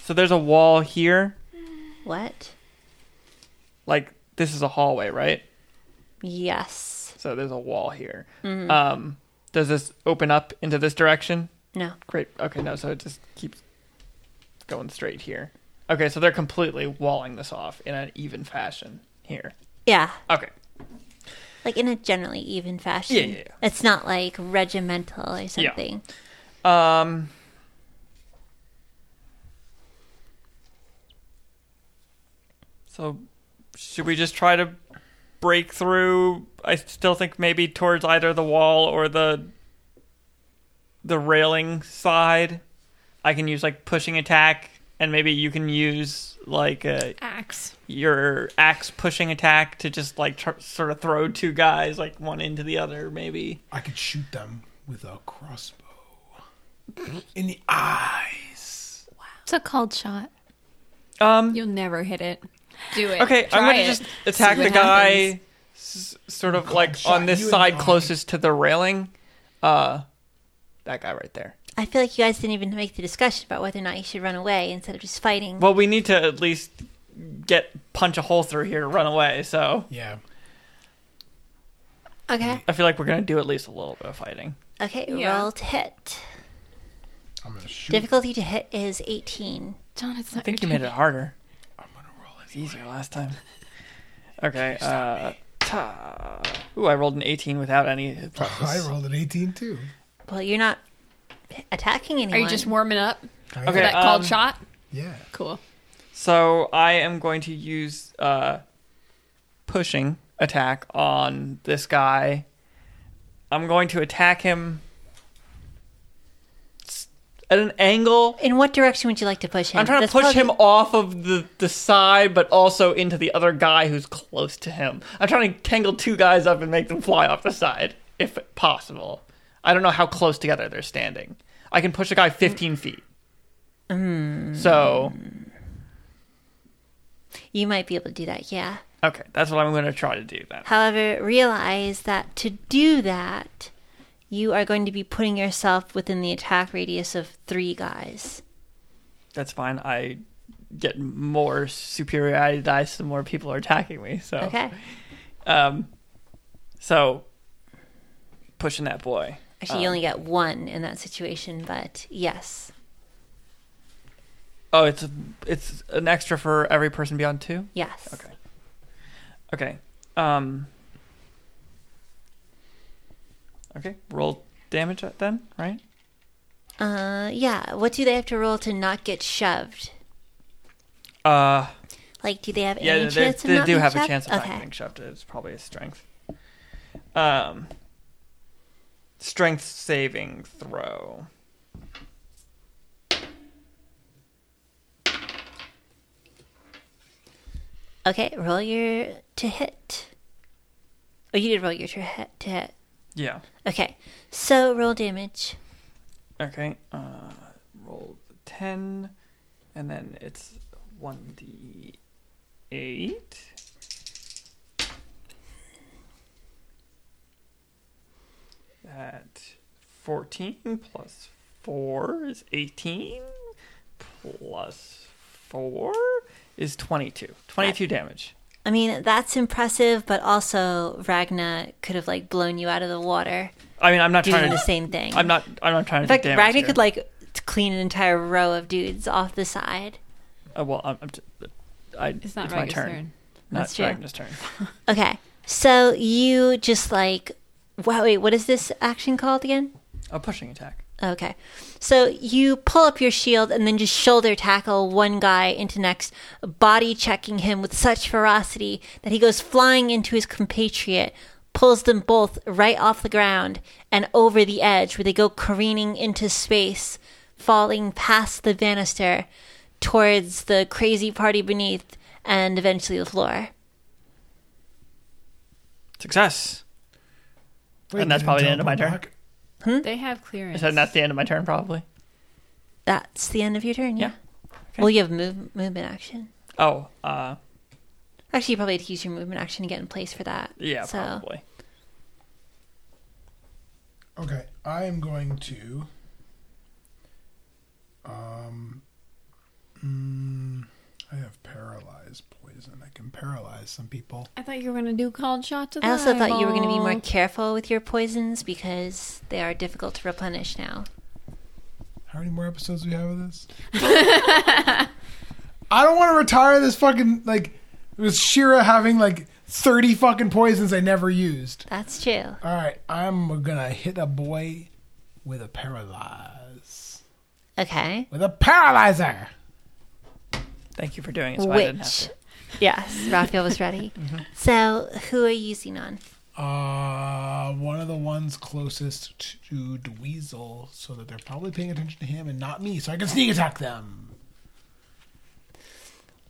Speaker 2: So there's a wall here.
Speaker 1: What?
Speaker 2: Like this is a hallway, right?
Speaker 1: Yes.
Speaker 2: So there's a wall here. Um, does this open up into this direction?
Speaker 1: No.
Speaker 2: Great. Okay, no. So it just keeps going straight here. Okay, so they're completely walling this off in an even fashion here.
Speaker 1: Yeah.
Speaker 2: Okay.
Speaker 1: Like in a generally even fashion.
Speaker 2: Yeah, yeah, yeah.
Speaker 1: It's not like regimental or something.
Speaker 2: Um. So, should we just try to break through? I still think maybe towards either the wall or the the railing side. I can use like pushing attack, and maybe you can use like a,
Speaker 9: Axe.
Speaker 2: your axe pushing attack to just like tr- sort of throw two guys like one into the other, maybe.
Speaker 3: I could shoot them with a crossbow in the eyes.
Speaker 8: It's a cold shot.
Speaker 2: Um.
Speaker 9: You'll never hit it. Do it.
Speaker 2: Okay, I'm
Speaker 9: Try
Speaker 2: gonna
Speaker 9: it.
Speaker 2: just attack
Speaker 9: See
Speaker 2: the
Speaker 9: what
Speaker 2: guy, s- sort of like
Speaker 3: shot
Speaker 2: on this
Speaker 3: you in
Speaker 2: side
Speaker 3: the eye.
Speaker 2: closest to the railing. Uh, that guy right there.
Speaker 1: I feel like you guys didn't even make the discussion about whether or not you should run away instead of just fighting.
Speaker 2: Well, we need to at least get punch a hole through here to run away. So
Speaker 3: Yeah.
Speaker 1: okay.
Speaker 2: I feel like we're gonna do at least a little bit of fighting.
Speaker 1: Okay,
Speaker 9: Yeah.
Speaker 1: roll to hit.
Speaker 3: I'm going to shoot.
Speaker 1: Difficulty to hit is 18.
Speaker 8: John, it's
Speaker 2: I
Speaker 8: not.
Speaker 2: think you made it harder.
Speaker 3: I'm going to roll
Speaker 2: It's easier last time. Okay. Uh, ta- ooh, I rolled an 18 without any. hit
Speaker 3: it. I
Speaker 2: points.
Speaker 3: rolled an 18 too.
Speaker 1: Well, you're not attacking anyone.
Speaker 9: Are you just warming up
Speaker 3: Kinda.
Speaker 9: for
Speaker 2: Okay.
Speaker 9: that cold
Speaker 2: um,
Speaker 9: shot?
Speaker 3: Yeah.
Speaker 9: Cool.
Speaker 2: So I am going to use uh, pushing attack on this guy. I'm going to attack him s- at an angle.
Speaker 1: In what direction would you like to push him?
Speaker 2: I'm trying to
Speaker 1: That's
Speaker 2: push
Speaker 1: probably-
Speaker 2: him off of the, the side, but also into the other guy who's close to him. I'm trying to tangle two guys up and make them fly off the side, if possible. I don't know how close together they're standing. I can push a guy 15 feet. So
Speaker 1: You might be able to do that, yeah.
Speaker 2: Okay, that's what I'm going to try to do then.
Speaker 1: However, realize that to do that, you are going to be putting yourself within the attack radius of three guys.
Speaker 2: That's fine. I get more superiority dice the more people are attacking me. So,
Speaker 1: Okay.
Speaker 2: um, so pushing that boy.
Speaker 1: Actually,
Speaker 2: Um,
Speaker 1: you only get one in that situation, but yes.
Speaker 2: Oh, it's it's an extra for every person beyond two.
Speaker 1: Yes.
Speaker 2: Okay. Okay. Um. Okay. Roll damage then, right?
Speaker 1: Uh, yeah. What do they have to roll to not get shoved?
Speaker 2: Uh,
Speaker 1: Like, do they have
Speaker 2: Yeah,
Speaker 1: any
Speaker 2: they,
Speaker 1: chance of
Speaker 2: they
Speaker 1: not
Speaker 2: do
Speaker 1: being
Speaker 2: have
Speaker 1: shoved?
Speaker 2: a chance of
Speaker 1: okay.
Speaker 2: not getting shoved. It's probably a strength. Um, strength saving throw.
Speaker 1: Okay, roll your to hit. Oh, you did roll your to hit. To hit.
Speaker 2: Yeah.
Speaker 1: Okay, so roll damage.
Speaker 2: Okay. Uh, roll the ten, and then it's one d eight. That fourteen plus four is eighteen. Plus four is twenty-two. Twenty-two damage.
Speaker 1: I mean, that's impressive, but also Ragna could have like blown you out of the water
Speaker 2: I mean, I'm not
Speaker 1: doing
Speaker 2: trying
Speaker 1: the
Speaker 2: to.
Speaker 1: same thing.
Speaker 2: I'm not. I'm not trying
Speaker 1: In
Speaker 2: to. do
Speaker 1: fact,
Speaker 2: damage
Speaker 1: Ragna
Speaker 2: here.
Speaker 1: could like t- clean an entire row of dudes off the side.
Speaker 2: Uh, well, I'm. I'm t- I, it's
Speaker 4: It's not
Speaker 2: my
Speaker 4: Ragna's
Speaker 2: turn.
Speaker 4: turn.
Speaker 2: Not
Speaker 1: That's true.
Speaker 2: Ragna's turn.
Speaker 1: Okay, so you just like, wow, wait, what is this action called again?
Speaker 2: A pushing attack.
Speaker 1: Okay. So you pull up your shield and then just shoulder tackle one guy into next, body checking him with such ferocity that he goes flying into his compatriot, pulls them both right off the ground and over the edge where they go careening into space, falling past the banister towards the crazy party beneath and eventually the floor.
Speaker 2: Success.
Speaker 3: Wait,
Speaker 2: And that's
Speaker 3: they didn't
Speaker 2: probably the end of my turn.
Speaker 3: teleport back?
Speaker 4: They have clearance.
Speaker 2: Hmm? So that's the end of my turn, probably.
Speaker 1: That's the end of your turn, yeah? Well, you have move, movement action.
Speaker 2: Oh, uh,
Speaker 1: Actually, you probably had to use your movement action to get in place for that.
Speaker 2: yeah,
Speaker 1: So-
Speaker 2: probably.
Speaker 3: Okay, I am going to. Um, mm, I have paralyzed poison. I can paralyze some people.
Speaker 4: I thought you were gonna do cold shot to the
Speaker 1: I also thought you were going to be more
Speaker 4: eyeball.
Speaker 1: careful with your poisons because they are difficult to replenish now.
Speaker 3: How many more episodes do we have of this? I don't want to retire this fucking like with Shira having like thirty fucking poisons I never used.
Speaker 1: That's true.
Speaker 3: All right, I'm gonna hit a boy with a paralyze
Speaker 1: Okay.
Speaker 3: with a paralyzer.
Speaker 2: Thank you for doing it. So I didn't have
Speaker 1: Which,
Speaker 2: to. Mm-hmm.
Speaker 1: yes, Raphael was ready. So, who are you using on?
Speaker 3: Uh, one of the ones closest to Dweezil, so that they're probably paying attention to him and not me, so I can sneak attack them.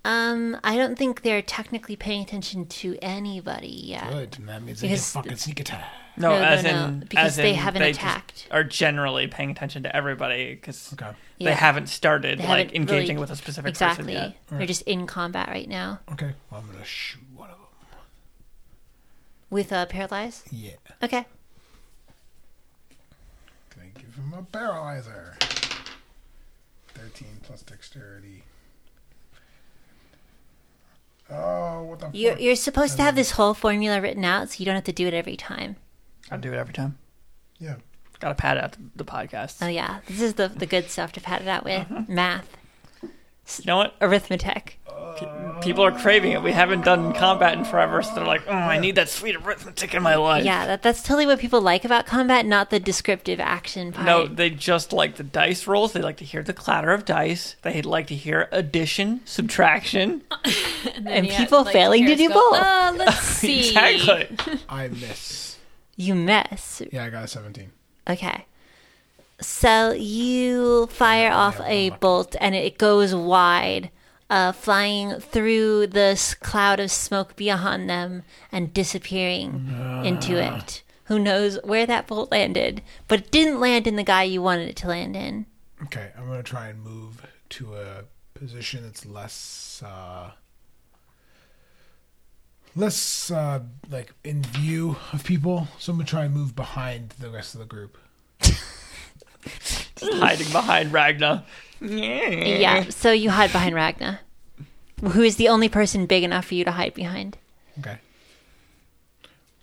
Speaker 1: Um, I don't think they're technically paying attention to anybody yet.
Speaker 3: Good, and that means I can
Speaker 1: Because-
Speaker 3: fucking sneak attack.
Speaker 2: No,
Speaker 1: No, no,
Speaker 2: as
Speaker 1: no,
Speaker 2: in
Speaker 1: because
Speaker 2: as
Speaker 1: they
Speaker 2: in
Speaker 1: haven't
Speaker 2: just
Speaker 1: attacked.
Speaker 2: Are generally paying attention to everybody because
Speaker 3: Okay,
Speaker 2: they
Speaker 1: Yeah.
Speaker 2: haven't started
Speaker 1: They
Speaker 2: like
Speaker 1: haven't
Speaker 2: engaging
Speaker 1: really-
Speaker 2: with a specific
Speaker 1: Exactly.
Speaker 2: person yet.
Speaker 1: They're just in combat right now
Speaker 3: okay. Well, I'm gonna shoot one of them.
Speaker 1: with uh, paralyzed.
Speaker 3: Yeah,
Speaker 1: Okay.
Speaker 3: can I give him a paralyzer? Thirteen plus dexterity. Oh, what the
Speaker 1: You're,
Speaker 3: fuck?
Speaker 1: you're supposed to have this whole formula written out so you don't have to do it every time.
Speaker 2: I do it every time.
Speaker 3: Yeah,
Speaker 2: Got to pad out the podcast.
Speaker 1: Oh, yeah. This is the, the good stuff to pat it out with math,
Speaker 2: you know what?
Speaker 1: arithmetic.
Speaker 2: People are craving it. We haven't done combat in forever, so they're like, "Oh, I need that sweet arithmetic in my life."
Speaker 1: Yeah, that, that's totally what people like about combat, not the descriptive action part.
Speaker 2: No, they just like the dice rolls. They like to hear the clatter of dice. They like to hear addition, subtraction.
Speaker 1: and people failing to do both.
Speaker 9: Uh, let's see.
Speaker 2: Exactly.
Speaker 3: I miss.
Speaker 1: you miss.
Speaker 3: Yeah, I got a seventeen.
Speaker 1: Okay. So you fire off a bolt and it goes wide, uh, flying through this cloud of smoke beyond them and disappearing into it. Who knows where that bolt landed, but it didn't land in the guy you wanted it to land in.
Speaker 3: Okay, I'm gonna try and move to a position that's less uh less uh like in view of people. So I'm gonna try and move behind the rest of the group.
Speaker 2: Hiding behind Ragna. Yeah.
Speaker 1: Yeah, so you hide behind Ragna, who is the only person big enough for you to hide behind.
Speaker 3: Okay.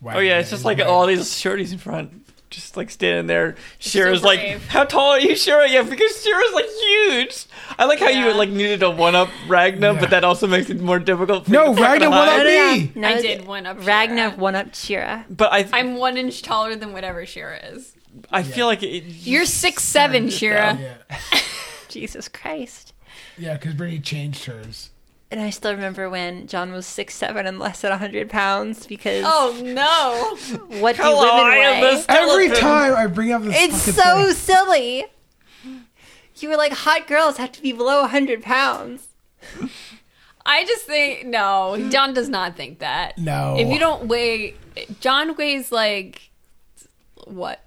Speaker 2: Oh yeah, it's just like all these shorties in front, just like standing there. Shira's
Speaker 9: so
Speaker 2: like,
Speaker 9: brave.
Speaker 2: "How tall are you, Shira?" Yeah, because Shira's like huge. I like how you
Speaker 9: Yeah.
Speaker 2: like needed to one up Ragna,
Speaker 3: Yeah.
Speaker 2: but that also makes it more difficult. For
Speaker 3: No,
Speaker 2: you to fucking
Speaker 3: Ragna one
Speaker 2: hide.
Speaker 3: up me.
Speaker 1: No,
Speaker 9: I did one up.
Speaker 1: Ragna
Speaker 9: Shira.
Speaker 1: one up Shira.
Speaker 2: But I,
Speaker 9: I'm one inch taller than whatever Shira is.
Speaker 2: I feel like it,
Speaker 9: You're six seven, Shira.
Speaker 3: Yeah.
Speaker 1: Jesus Christ.
Speaker 3: Yeah, because Brittany changed hers.
Speaker 1: And I still remember when John was six seven and less than hundred pounds because
Speaker 3: Oh,
Speaker 9: Oh, no.
Speaker 1: what do
Speaker 2: Hello, I am
Speaker 1: women weigh?
Speaker 2: this
Speaker 3: Every
Speaker 2: skeleton.
Speaker 3: time I bring up this,
Speaker 1: It's
Speaker 3: fucking
Speaker 1: so
Speaker 3: thing.
Speaker 1: silly. You were like, hot girls have to be below hundred pounds.
Speaker 9: I just think no. John does not think that.
Speaker 3: No.
Speaker 9: If you don't weigh, John weighs like what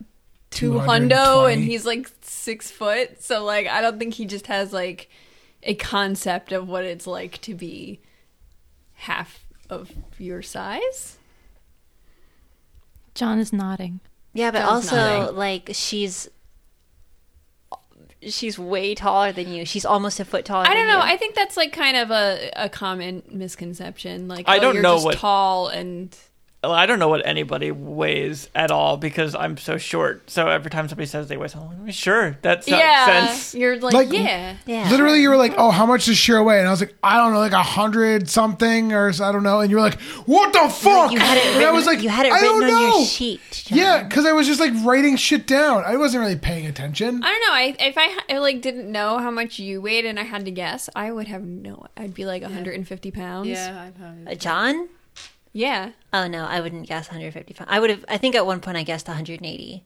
Speaker 9: two hundo,
Speaker 3: 220.
Speaker 9: and he's like six foot. So like, I don't think he just has like a concept of what it's like to be half of your size.
Speaker 8: John is nodding.
Speaker 1: Yeah, but
Speaker 9: Sounds
Speaker 1: also like she's she's way taller than you. She's almost a foot taller.
Speaker 9: I don't
Speaker 1: than
Speaker 9: know.
Speaker 1: you.
Speaker 9: I think that's like kind of a, a common misconception. Like
Speaker 2: I
Speaker 9: oh,
Speaker 2: don't
Speaker 9: you're
Speaker 2: know
Speaker 9: just
Speaker 2: what-
Speaker 9: tall and
Speaker 2: Well, I don't know what anybody weighs at all because I'm so short. So every time somebody says they weigh something, I'm like, sure, that
Speaker 9: yeah,
Speaker 2: sense.
Speaker 9: you're like,
Speaker 3: Like-
Speaker 9: yeah.
Speaker 1: yeah.
Speaker 3: Literally, you were like, "Oh, how much does Shira weigh?" And I was like, "I don't know, like a hundred something, or s- I don't know." And you were like, "What the fuck?"
Speaker 1: you had it
Speaker 3: and
Speaker 1: written,
Speaker 3: I was like,
Speaker 1: you had it
Speaker 3: "I
Speaker 1: written
Speaker 3: don't
Speaker 1: on
Speaker 3: know."
Speaker 1: your sheet. John.
Speaker 3: Yeah, because I was just like writing shit down. I wasn't really paying attention.
Speaker 9: I don't know. I if I, ha- I like didn't know how much you weighed and I had to guess, I would have no. I'd be like 150 pounds.
Speaker 1: Uh, John?
Speaker 9: Yeah.
Speaker 1: Oh no, I wouldn't guess 150 pounds. I would have. I think at one point I guessed 180.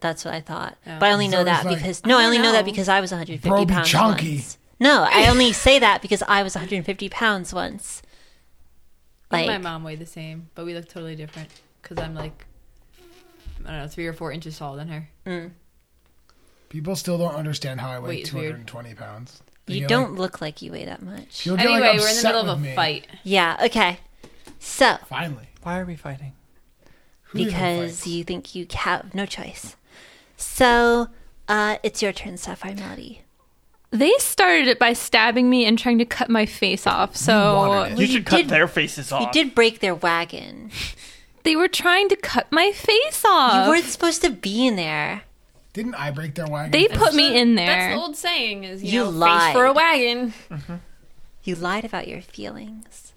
Speaker 1: That's what I thought, but I only know
Speaker 3: So
Speaker 1: that
Speaker 3: it's like-
Speaker 1: because no, I, only know. that
Speaker 9: know.
Speaker 1: because I was 150
Speaker 3: Bro be
Speaker 1: pounds
Speaker 3: chunky.
Speaker 1: once. No, I only say that because I was 150 pounds once. Like
Speaker 4: my mom weighed the same, but we look totally different because I'm like, I don't know, three or four inches taller than her.
Speaker 3: People still don't understand how I weigh
Speaker 4: Wait, it's
Speaker 3: two
Speaker 4: weird.
Speaker 3: hundred and twenty pounds. They
Speaker 1: you
Speaker 3: get,
Speaker 1: don't look like you weigh that much.
Speaker 3: people get, like,
Speaker 4: Anyway, we're in the
Speaker 3: upset
Speaker 4: middle of a
Speaker 3: with me.
Speaker 4: fight.
Speaker 1: Yeah. Okay. So
Speaker 3: Finally,
Speaker 2: Why are we fighting?
Speaker 3: Who even
Speaker 1: because
Speaker 3: fights?
Speaker 1: you think you have no choice. So uh, it's your turn, Sapphire Melody.
Speaker 8: They started it by stabbing me and trying to cut my face off. So
Speaker 3: wanted it.
Speaker 2: You
Speaker 1: you
Speaker 2: should cut
Speaker 1: did-
Speaker 2: their faces off.
Speaker 1: You did break their wagon.
Speaker 8: they were trying to cut my face off.
Speaker 1: you weren't supposed to be in there.
Speaker 3: didn't I break their wagon?
Speaker 8: they put me in there.
Speaker 9: That's the old saying is you,
Speaker 1: You
Speaker 9: know,
Speaker 1: lied.
Speaker 9: face for a wagon.
Speaker 1: You lied about your feelings.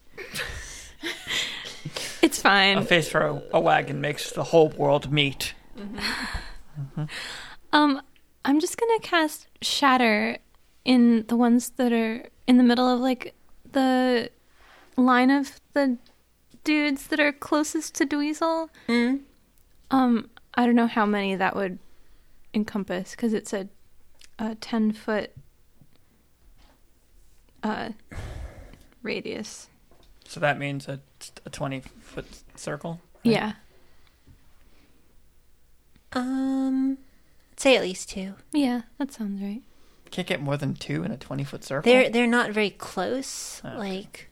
Speaker 8: It's
Speaker 2: A
Speaker 8: fine.
Speaker 2: face for a, a wagon makes the whole world meet.
Speaker 8: Um, I'm just gonna cast Shatter in the ones that are in the middle of like the line of the dudes that are closest to Dweezil.
Speaker 1: Mm-hmm.
Speaker 8: Um, I don't know how many that would encompass because it's a, a ten foot uh radius.
Speaker 2: So that means a, a 20 foot circle?
Speaker 8: Yeah,
Speaker 1: Um, say at least two.
Speaker 8: yeah, that sounds right.
Speaker 2: Can't get more than two in a 20 foot circle.
Speaker 1: They're they're not very close.
Speaker 2: Oh.
Speaker 1: Like,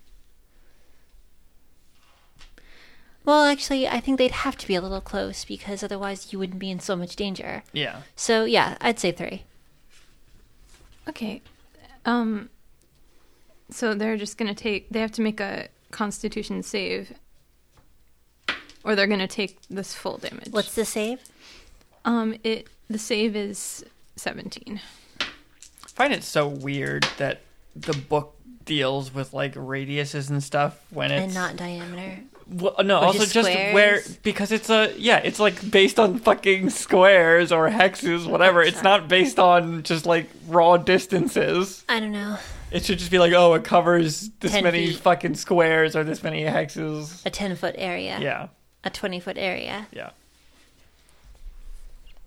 Speaker 1: well, actually, I think they'd have to be a little close because otherwise you wouldn't be in so much danger.
Speaker 2: yeah.
Speaker 1: So yeah, I'd say three.
Speaker 8: Okay. Um so they're just going to take they have to make a constitution save or they're going to take this full damage.
Speaker 1: What's the save?
Speaker 8: um it the save is 17.
Speaker 2: I find it so weird that the book deals with like radiuses and stuff when it's
Speaker 1: and not diameter.
Speaker 2: Well, no,
Speaker 1: Or
Speaker 2: also
Speaker 1: just
Speaker 2: just, where
Speaker 1: squares?
Speaker 2: because it's a yeah, it's like based on fucking squares or hexes, whatever. It's not based on just like raw distances.
Speaker 1: I don't know.
Speaker 2: It should just be like, oh, it covers this
Speaker 1: 10
Speaker 2: many
Speaker 1: feet.
Speaker 2: fucking squares or this many hexes.
Speaker 1: A ten foot area.
Speaker 2: Yeah,
Speaker 1: A twenty foot area.
Speaker 2: yeah.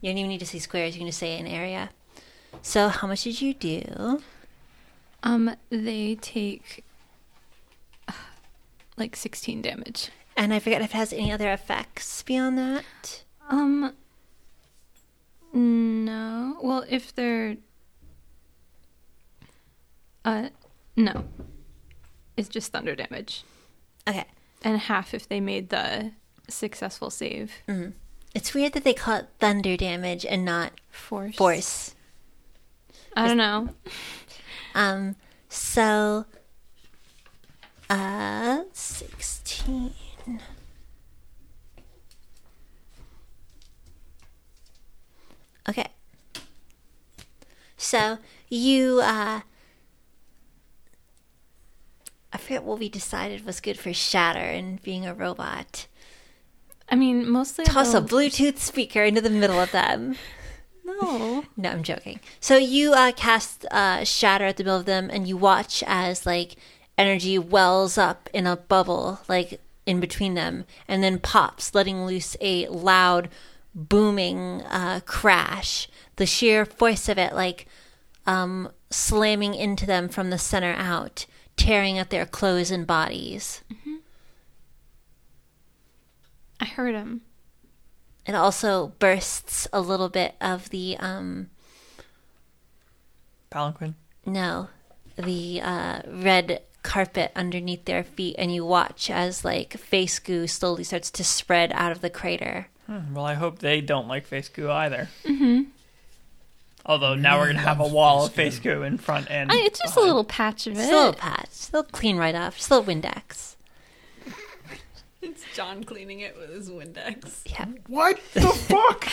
Speaker 1: You don't even need to say squares. You can just say an area. So how much did you do?
Speaker 8: Um they take uh, like 16 damage.
Speaker 1: And I forget if it has any other effects beyond that.
Speaker 8: Um no. Well, if they're uh no. It's just thunder damage.
Speaker 1: Okay.
Speaker 8: and half if they made the successful save.
Speaker 1: It's weird that they call it thunder damage and not
Speaker 8: Force.
Speaker 1: force.
Speaker 8: I don't know.
Speaker 1: Um, so, uh, 16. Okay. So, you, uh, I forget what we decided was good for Shatter and being a robot.
Speaker 8: I mean, mostly
Speaker 1: Toss a
Speaker 8: they'll-
Speaker 1: Bluetooth speaker into the middle of them.
Speaker 8: No.
Speaker 1: No, I'm joking. So you uh, cast uh, Shatter at the middle of them, and you watch as like energy wells up in a bubble, like in between them, and then pops, letting loose a loud, booming uh, crash. The sheer force of it, like um, slamming into them from the center out, tearing at their clothes and bodies.
Speaker 8: I heard him.
Speaker 1: It also bursts a little bit of the um,
Speaker 2: Palanquin.
Speaker 1: No, the uh, red carpet underneath their feet, and you watch as like face goo slowly starts to spread out of the crater.
Speaker 2: Hmm, Well, I hope they don't like face goo either. Mm-hmm. Although now we're gonna have a wall of face goo in front and
Speaker 8: I, it's just a little patch of it.
Speaker 1: Still a patch. They'll clean right off. Still Windex.
Speaker 9: It's John cleaning it with his Windex.
Speaker 1: Yeah.
Speaker 3: What the fuck?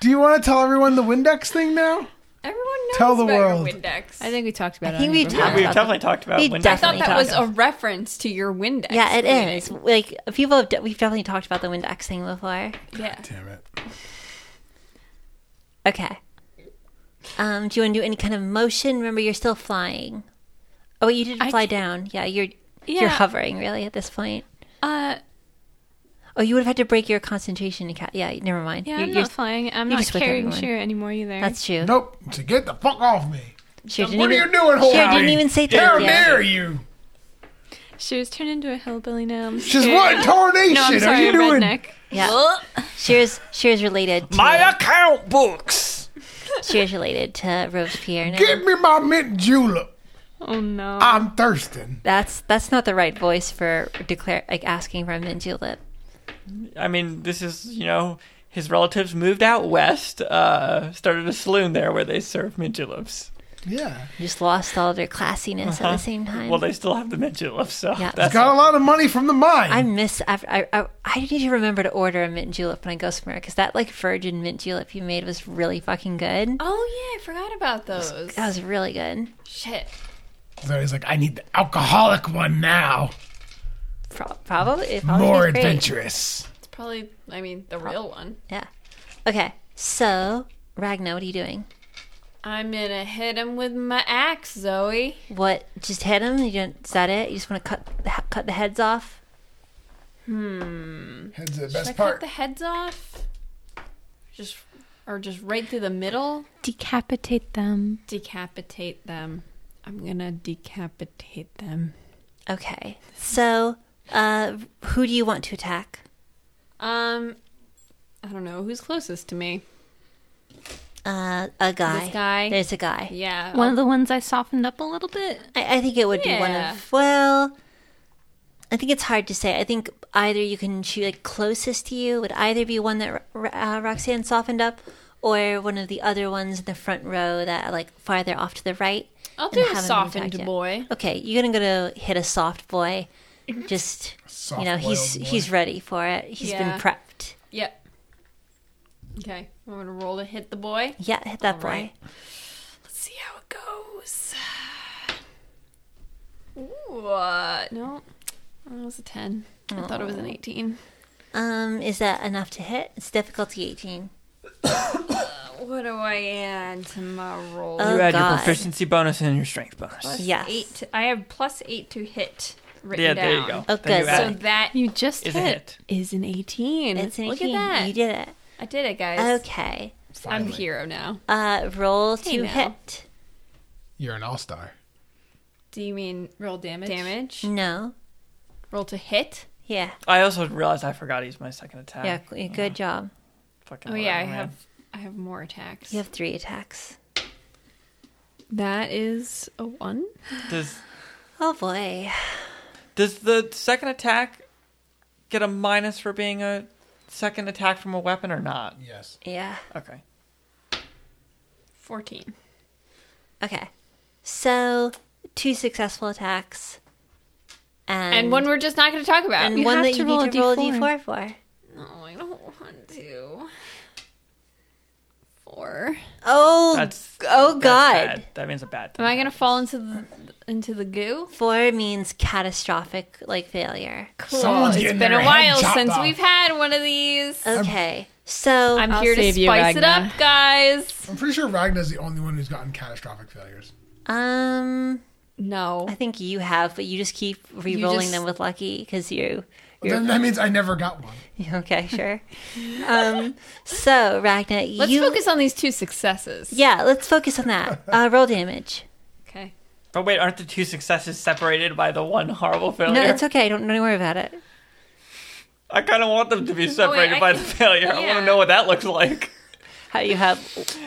Speaker 3: Do you want to tell everyone the Windex thing now?
Speaker 9: Everyone knows
Speaker 3: Tell the
Speaker 9: about your
Speaker 3: world.
Speaker 9: Windex.
Speaker 4: I think we talked about
Speaker 1: I
Speaker 4: it.
Speaker 1: think
Speaker 4: on
Speaker 1: we've
Speaker 4: April.
Speaker 1: talked
Speaker 2: We've
Speaker 1: about
Speaker 2: definitely talked about.
Speaker 1: We
Speaker 2: Windex.
Speaker 9: I thought
Speaker 1: definitely
Speaker 9: that was
Speaker 1: talked
Speaker 9: a reference to your Windex.
Speaker 1: Yeah, it
Speaker 9: cleaning.
Speaker 1: is. Like people have, de- we've definitely talked about the Windex thing before.
Speaker 9: Yeah.
Speaker 3: Damn it.
Speaker 1: Okay. Um, do you want to do any kind of motion? Remember, you're still flying. Oh, wait, you didn't
Speaker 8: I
Speaker 1: fly
Speaker 8: can't-
Speaker 1: down. Yeah, you're
Speaker 8: Yeah.
Speaker 1: you're hovering really at this point.
Speaker 8: Uh,
Speaker 1: Oh, you would have had to break your concentration. To ca- yeah, never mind.
Speaker 8: yeah,
Speaker 1: You're-
Speaker 8: I'm
Speaker 1: you're-
Speaker 8: not flying. I'm
Speaker 1: you're
Speaker 8: not
Speaker 1: just with
Speaker 8: carrying
Speaker 1: everyone.
Speaker 8: Shira anymore either.
Speaker 1: That's true.
Speaker 3: Nope. So get the fuck off me.
Speaker 1: Sure didn't
Speaker 3: What are
Speaker 1: even-
Speaker 3: you doing, whole
Speaker 1: Sure didn't even say
Speaker 3: How
Speaker 1: thank you.
Speaker 3: dare you?
Speaker 8: Shira's turned into a hillbilly now. I'm
Speaker 3: She's
Speaker 8: scared.
Speaker 3: what tarnation
Speaker 8: No, I'm
Speaker 3: are
Speaker 8: sorry,
Speaker 3: you
Speaker 8: I'm
Speaker 3: doing?
Speaker 8: redneck.
Speaker 1: Yeah. Shears Shears related to
Speaker 2: My account books.
Speaker 1: Shears related to Robespierre now.
Speaker 3: Give me my mint julep.
Speaker 8: Oh no.
Speaker 3: I'm thirsting.
Speaker 1: That's that's not the right voice for declare like asking for a mint julep.
Speaker 2: I mean, this is you know his relatives moved out west, uh, started a saloon there where they serve mint juleps.
Speaker 3: Yeah.
Speaker 1: Just lost all their classiness
Speaker 3: Uh-huh.
Speaker 1: at the same time.
Speaker 2: Well, they still have the mint juleps, so
Speaker 1: Yeah.
Speaker 2: that's
Speaker 3: Got a lot of money from the mine.
Speaker 1: I miss. I, I I I need to remember to order a mint julep when I go somewhere because that like virgin mint julep you made was really fucking good.
Speaker 9: Oh yeah, I forgot about those.
Speaker 1: That was really good.
Speaker 9: Shit.
Speaker 3: so he's like, I need the alcoholic one now.
Speaker 1: Pro- probably it probably
Speaker 3: More
Speaker 1: tastes Oh, great.
Speaker 3: adventurous.
Speaker 9: It's probably I mean the real one.
Speaker 1: Yeah. Okay. So Ragna, what are you doing?
Speaker 9: I'm gonna hit him with my axe, Zoe.
Speaker 1: What? Just hit them? You don't, is that it? You just want to cut the, cut the heads off?
Speaker 3: Head's the
Speaker 9: Should I
Speaker 3: best
Speaker 9: cut
Speaker 3: part.
Speaker 9: the heads off? Just or just right through the middle?
Speaker 8: Decapitate them.
Speaker 9: Decapitate them. I'm gonna decapitate them.
Speaker 1: Okay. So, uh, who do you want to attack?
Speaker 9: Um I don't know who's closest to me.
Speaker 1: Uh, a guy.
Speaker 9: This guy?
Speaker 1: There's a guy.
Speaker 9: Yeah.
Speaker 8: One of the ones I softened up a little bit.
Speaker 1: I, I think it would be one
Speaker 9: Yeah.
Speaker 1: of. Well, I think it's hard to say. I think either you can choose like closest to you would either be one that Ro- uh, Roxanne softened up, or one of the other ones in the front row that are, like farther off to the right.
Speaker 9: I'll
Speaker 1: and
Speaker 9: do a
Speaker 1: haven't been
Speaker 9: softened
Speaker 1: attacked yet.
Speaker 9: boy.
Speaker 1: Okay, you're gonna go to hit a soft boy. Just you know, he's
Speaker 3: Soft-boiled
Speaker 1: he's ready for it. He's
Speaker 9: Yeah.
Speaker 1: been prepped.
Speaker 9: Yep. Okay. I'm gonna roll to hit the boy.
Speaker 1: Yeah, hit that boy.
Speaker 9: right. Let's see how it goes. Ooh, uh, no. That was a 10. I thought it
Speaker 8: Oh.
Speaker 9: was an 18.
Speaker 1: Um, is that enough to hit? It's difficulty eighteen.
Speaker 9: What do I add to my roll?
Speaker 8: Uh,
Speaker 1: Oh,
Speaker 2: you add your
Speaker 1: God.
Speaker 2: proficiency bonus and your strength bonus.
Speaker 1: yes.
Speaker 9: Eight. I have plus eight to hit written
Speaker 2: Yeah,
Speaker 9: down.
Speaker 2: there you go.
Speaker 1: Oh,
Speaker 2: Then you
Speaker 1: good.
Speaker 2: add
Speaker 9: So
Speaker 2: it.
Speaker 9: that
Speaker 8: You just
Speaker 2: is a
Speaker 8: hit.
Speaker 2: hit.
Speaker 9: is an 18.
Speaker 1: It's an
Speaker 9: Look
Speaker 1: 18.
Speaker 9: at that.
Speaker 1: You did Uh, it.
Speaker 9: I did it, guys.
Speaker 1: Okay.
Speaker 9: I'm
Speaker 3: Finally.
Speaker 9: hero now.
Speaker 1: Uh, roll to
Speaker 9: now.
Speaker 1: hit.
Speaker 3: You're an all star.
Speaker 9: Do you mean
Speaker 4: Roll damage.
Speaker 9: damage?
Speaker 1: No.
Speaker 9: Roll to hit?
Speaker 1: Yeah.
Speaker 2: I also realized I forgot to use my second attack.
Speaker 1: Yeah. g- Good job.
Speaker 2: Fucking
Speaker 9: Oh, yeah, I
Speaker 2: whatever, man.
Speaker 9: have. I have more attacks.
Speaker 1: You have three attacks.
Speaker 9: That is a one.
Speaker 2: Does
Speaker 1: Oh boy.
Speaker 2: does the second attack get a minus for being a second attack from a weapon or not?
Speaker 3: Yes.
Speaker 1: Yeah.
Speaker 2: Okay.
Speaker 9: 14.
Speaker 1: Okay. So two successful attacks. And,
Speaker 9: And one we're just not going to talk about.
Speaker 1: and
Speaker 8: Uh, You
Speaker 1: one
Speaker 8: have
Speaker 1: that
Speaker 8: to
Speaker 1: you
Speaker 8: roll
Speaker 1: need
Speaker 8: a
Speaker 1: to roll a d4
Speaker 8: D4.
Speaker 1: for.
Speaker 9: No, I don't want to. Four.
Speaker 1: Oh.
Speaker 2: That's
Speaker 1: oh God.
Speaker 2: that's bad. That means a bad. Thing
Speaker 9: Am I gonna fall into the into the goo?
Speaker 1: Four means catastrophic, like failure.
Speaker 9: Cool.
Speaker 3: Someone's
Speaker 9: it's
Speaker 3: getting
Speaker 9: been
Speaker 3: their
Speaker 9: a
Speaker 3: head
Speaker 9: while
Speaker 3: chopped
Speaker 9: since
Speaker 3: off.
Speaker 8: Um,
Speaker 9: we've had one of these.
Speaker 1: Okay. So
Speaker 5: I'm
Speaker 4: I'll
Speaker 5: here to
Speaker 4: save you,
Speaker 5: spice it
Speaker 4: Ragna.
Speaker 5: up, guys.
Speaker 3: I'm pretty sure Ragna's the only one who's gotten catastrophic failures.
Speaker 1: um,
Speaker 5: No.
Speaker 1: I think you have, but you just keep re-rolling
Speaker 5: just-
Speaker 1: them with lucky because you. You're,
Speaker 3: Then that means I never got one.
Speaker 1: okay, sure. um, so Ragna,
Speaker 5: Let's
Speaker 1: you
Speaker 5: focus on these two successes.
Speaker 1: Yeah, let's focus on that. Uh, roll damage.
Speaker 5: Okay.
Speaker 2: But wait, aren't the two successes separated by the one horrible
Speaker 8: Oh,
Speaker 2: failure?
Speaker 1: No, it's okay. Don't, don't worry about it.
Speaker 2: I kind of want them to be separated
Speaker 5: I
Speaker 2: by
Speaker 5: can-
Speaker 2: the failure. I want to
Speaker 5: yeah.
Speaker 2: know what that looks like.
Speaker 1: How you have?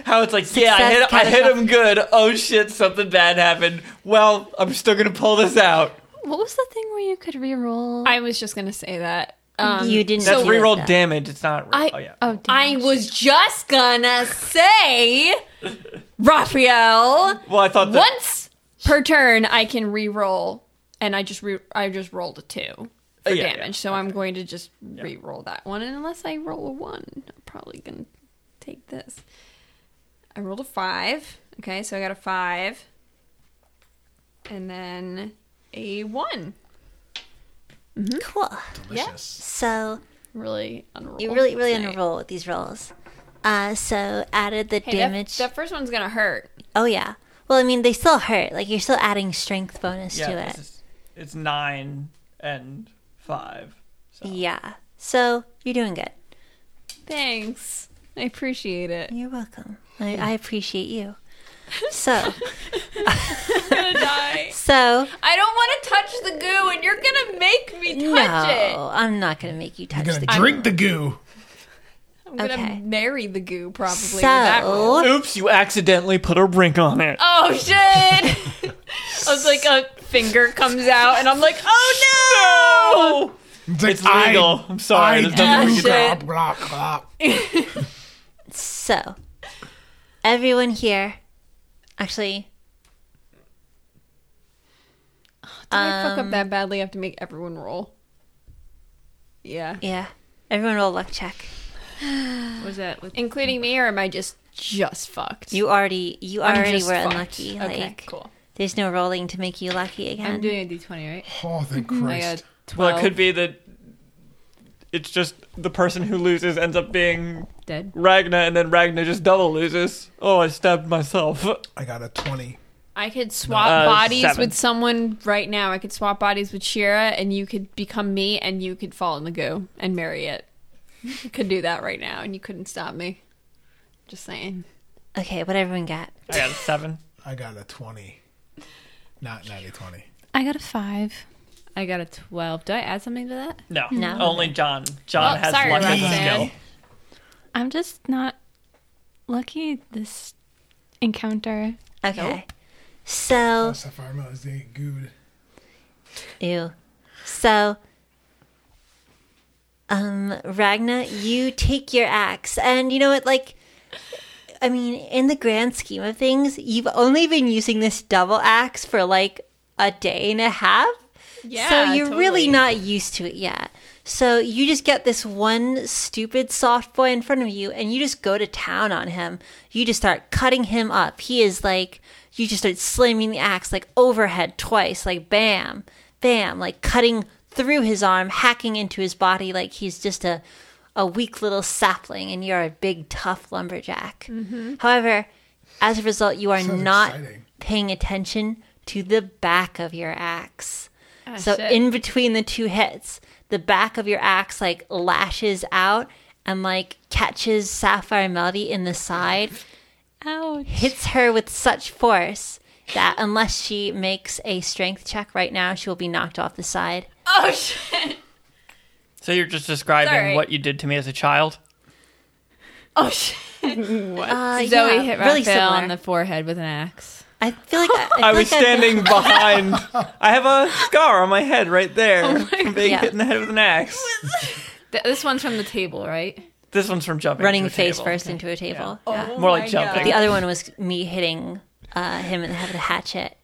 Speaker 2: How it's like, yeah, I hit,
Speaker 1: Success,
Speaker 2: I hit him good. Oh shit, something bad happened. Well, I'm still gonna pull this out.
Speaker 8: What was the thing where you could re-roll?
Speaker 5: I was just gonna say that. Um,
Speaker 1: you didn't.
Speaker 2: That's
Speaker 1: do
Speaker 2: reroll
Speaker 1: that.
Speaker 2: damage. It's not. Re-
Speaker 5: I-
Speaker 2: oh yeah.
Speaker 8: oh, damn.
Speaker 5: I was just gonna say, Raphael.
Speaker 2: well, I thought that.
Speaker 5: Once per turn, I can re-roll, and I just re- I just rolled a two for
Speaker 2: Uh, Yeah, yeah,
Speaker 5: damage. So I'm going to just re-roll that one, and unless I roll a one, I'm probably gonna take this. I rolled a five. Okay, so I got a five, and then a one.
Speaker 1: Cool.
Speaker 3: Delicious.
Speaker 1: So
Speaker 5: Really unrolled.
Speaker 1: you really, really on a roll with these rolls. Uh, so added the
Speaker 5: Hey, that-
Speaker 1: damage.
Speaker 5: That, first one's gonna hurt.
Speaker 1: oh yeah. Well, I mean, they still hurt. Like you're still adding strength bonus
Speaker 2: yeah,
Speaker 1: to
Speaker 2: this
Speaker 1: it.
Speaker 2: is- it's nine and five. So.
Speaker 1: Yeah. So you're doing good.
Speaker 5: Thanks. I appreciate it.
Speaker 1: You're welcome. I, I appreciate you. So,
Speaker 5: I'm gonna die.
Speaker 1: so
Speaker 5: I don't want to touch the goo, and you're gonna make me
Speaker 1: no,
Speaker 5: touch it.
Speaker 1: I'm not gonna make you touch
Speaker 3: You're gonna
Speaker 1: the.
Speaker 3: drink the goo.
Speaker 5: I'm gonna
Speaker 1: Okay.
Speaker 5: marry the goo probably. with that rule.
Speaker 1: So,
Speaker 2: Oops, you accidentally put a ring on it.
Speaker 5: Oh shit! I was like a finger comes out, and I'm like, oh no!
Speaker 3: It's, like,
Speaker 2: It's legal. I,
Speaker 3: I,
Speaker 2: am sorry.
Speaker 3: I
Speaker 2: There's nothing we
Speaker 3: do.
Speaker 2: can do.
Speaker 3: Blah,
Speaker 5: Shit.
Speaker 3: blah, blah.
Speaker 1: so, everyone here, actually,
Speaker 5: Did I fuck
Speaker 1: Um,
Speaker 5: up that badly? I have to make everyone roll. Yeah,
Speaker 1: yeah, everyone roll a luck check.
Speaker 4: Was that with
Speaker 5: including me, or am I just just fucked?
Speaker 1: You already, you
Speaker 5: I'm
Speaker 1: already
Speaker 5: just
Speaker 1: were
Speaker 5: fucked.
Speaker 1: unlucky.
Speaker 5: Okay,
Speaker 1: like,
Speaker 5: cool.
Speaker 1: there's no rolling to make you lucky again.
Speaker 4: I'm doing a D twenty, right?
Speaker 3: Oh, thank
Speaker 4: I
Speaker 3: Christ.
Speaker 4: got twelve.
Speaker 2: Well, it could be that it's just the person who loses ends up being
Speaker 4: dead.
Speaker 2: Ragna, and then Ragna just double loses. Oh, I stabbed myself.
Speaker 3: I got a 20.
Speaker 5: I could swap
Speaker 2: Uh,
Speaker 5: bodies
Speaker 2: seven.
Speaker 5: with someone right now. I could swap bodies with Shira, and you could become me, and you could fall in the goo and marry it. I could do that right now, and you couldn't stop me. Just saying.
Speaker 1: Okay, what everyone got?
Speaker 2: I got a seven.
Speaker 3: I got a 20. Not not a 20.
Speaker 8: I got a five.
Speaker 4: I got a twelve. Do I add something to that?
Speaker 2: No,
Speaker 1: No.
Speaker 2: only John. John
Speaker 5: Well,
Speaker 2: has
Speaker 5: sorry,
Speaker 2: luck as a
Speaker 5: Ragna.
Speaker 2: skill.
Speaker 8: I'm just not lucky this encounter.
Speaker 1: Okay, so
Speaker 3: Plus, if I remember, it's the good.
Speaker 1: Ew. So, um, Ragna, you take your axe, and you know what? Like, I mean, in the grand scheme of things, you've only been using this double axe for like a day and a half. So
Speaker 5: Yeah,
Speaker 1: you're
Speaker 5: totally.
Speaker 1: really not used to it yet. So you just get this one stupid soft boy in front of you, and you just go to town on him. You just start cutting him up. He is like, you just start slamming the axe like overhead twice, like bam, bam, like cutting through his arm, hacking into his body like he's just a a weak little sapling, and you're a big tough lumberjack.
Speaker 5: Mm-hmm.
Speaker 1: However, as a result, you are
Speaker 3: Sounds
Speaker 1: not
Speaker 3: exciting.
Speaker 1: paying attention to the back of your axe. so
Speaker 4: shit.
Speaker 1: in between the two hits, the back of your axe like lashes out and like catches Sapphire Melody in the side,
Speaker 8: Ouch.
Speaker 1: hits her with such force that unless she makes a strength check right now, she will be knocked off the side.
Speaker 5: Oh shit!
Speaker 2: So you're just describing
Speaker 5: Sorry.
Speaker 2: what you did to me as a child.
Speaker 5: Oh shit!
Speaker 1: Uh,
Speaker 4: Zoe
Speaker 1: yeah,
Speaker 4: hit Raphael
Speaker 1: really similar.
Speaker 4: on the forehead with an axe.
Speaker 1: I feel like I, I, feel
Speaker 2: I was
Speaker 1: like I've-
Speaker 2: standing behind. I have a scar on my head right there from being
Speaker 1: God.
Speaker 2: hit in the head with an axe.
Speaker 4: Th- this one's from the table, right?
Speaker 2: This one's from jumping.
Speaker 1: running
Speaker 2: to the
Speaker 1: face
Speaker 2: table.
Speaker 1: first into a table. Yeah.
Speaker 2: More like jumping.
Speaker 1: The other one was me hitting uh, him in the head with a hatchet.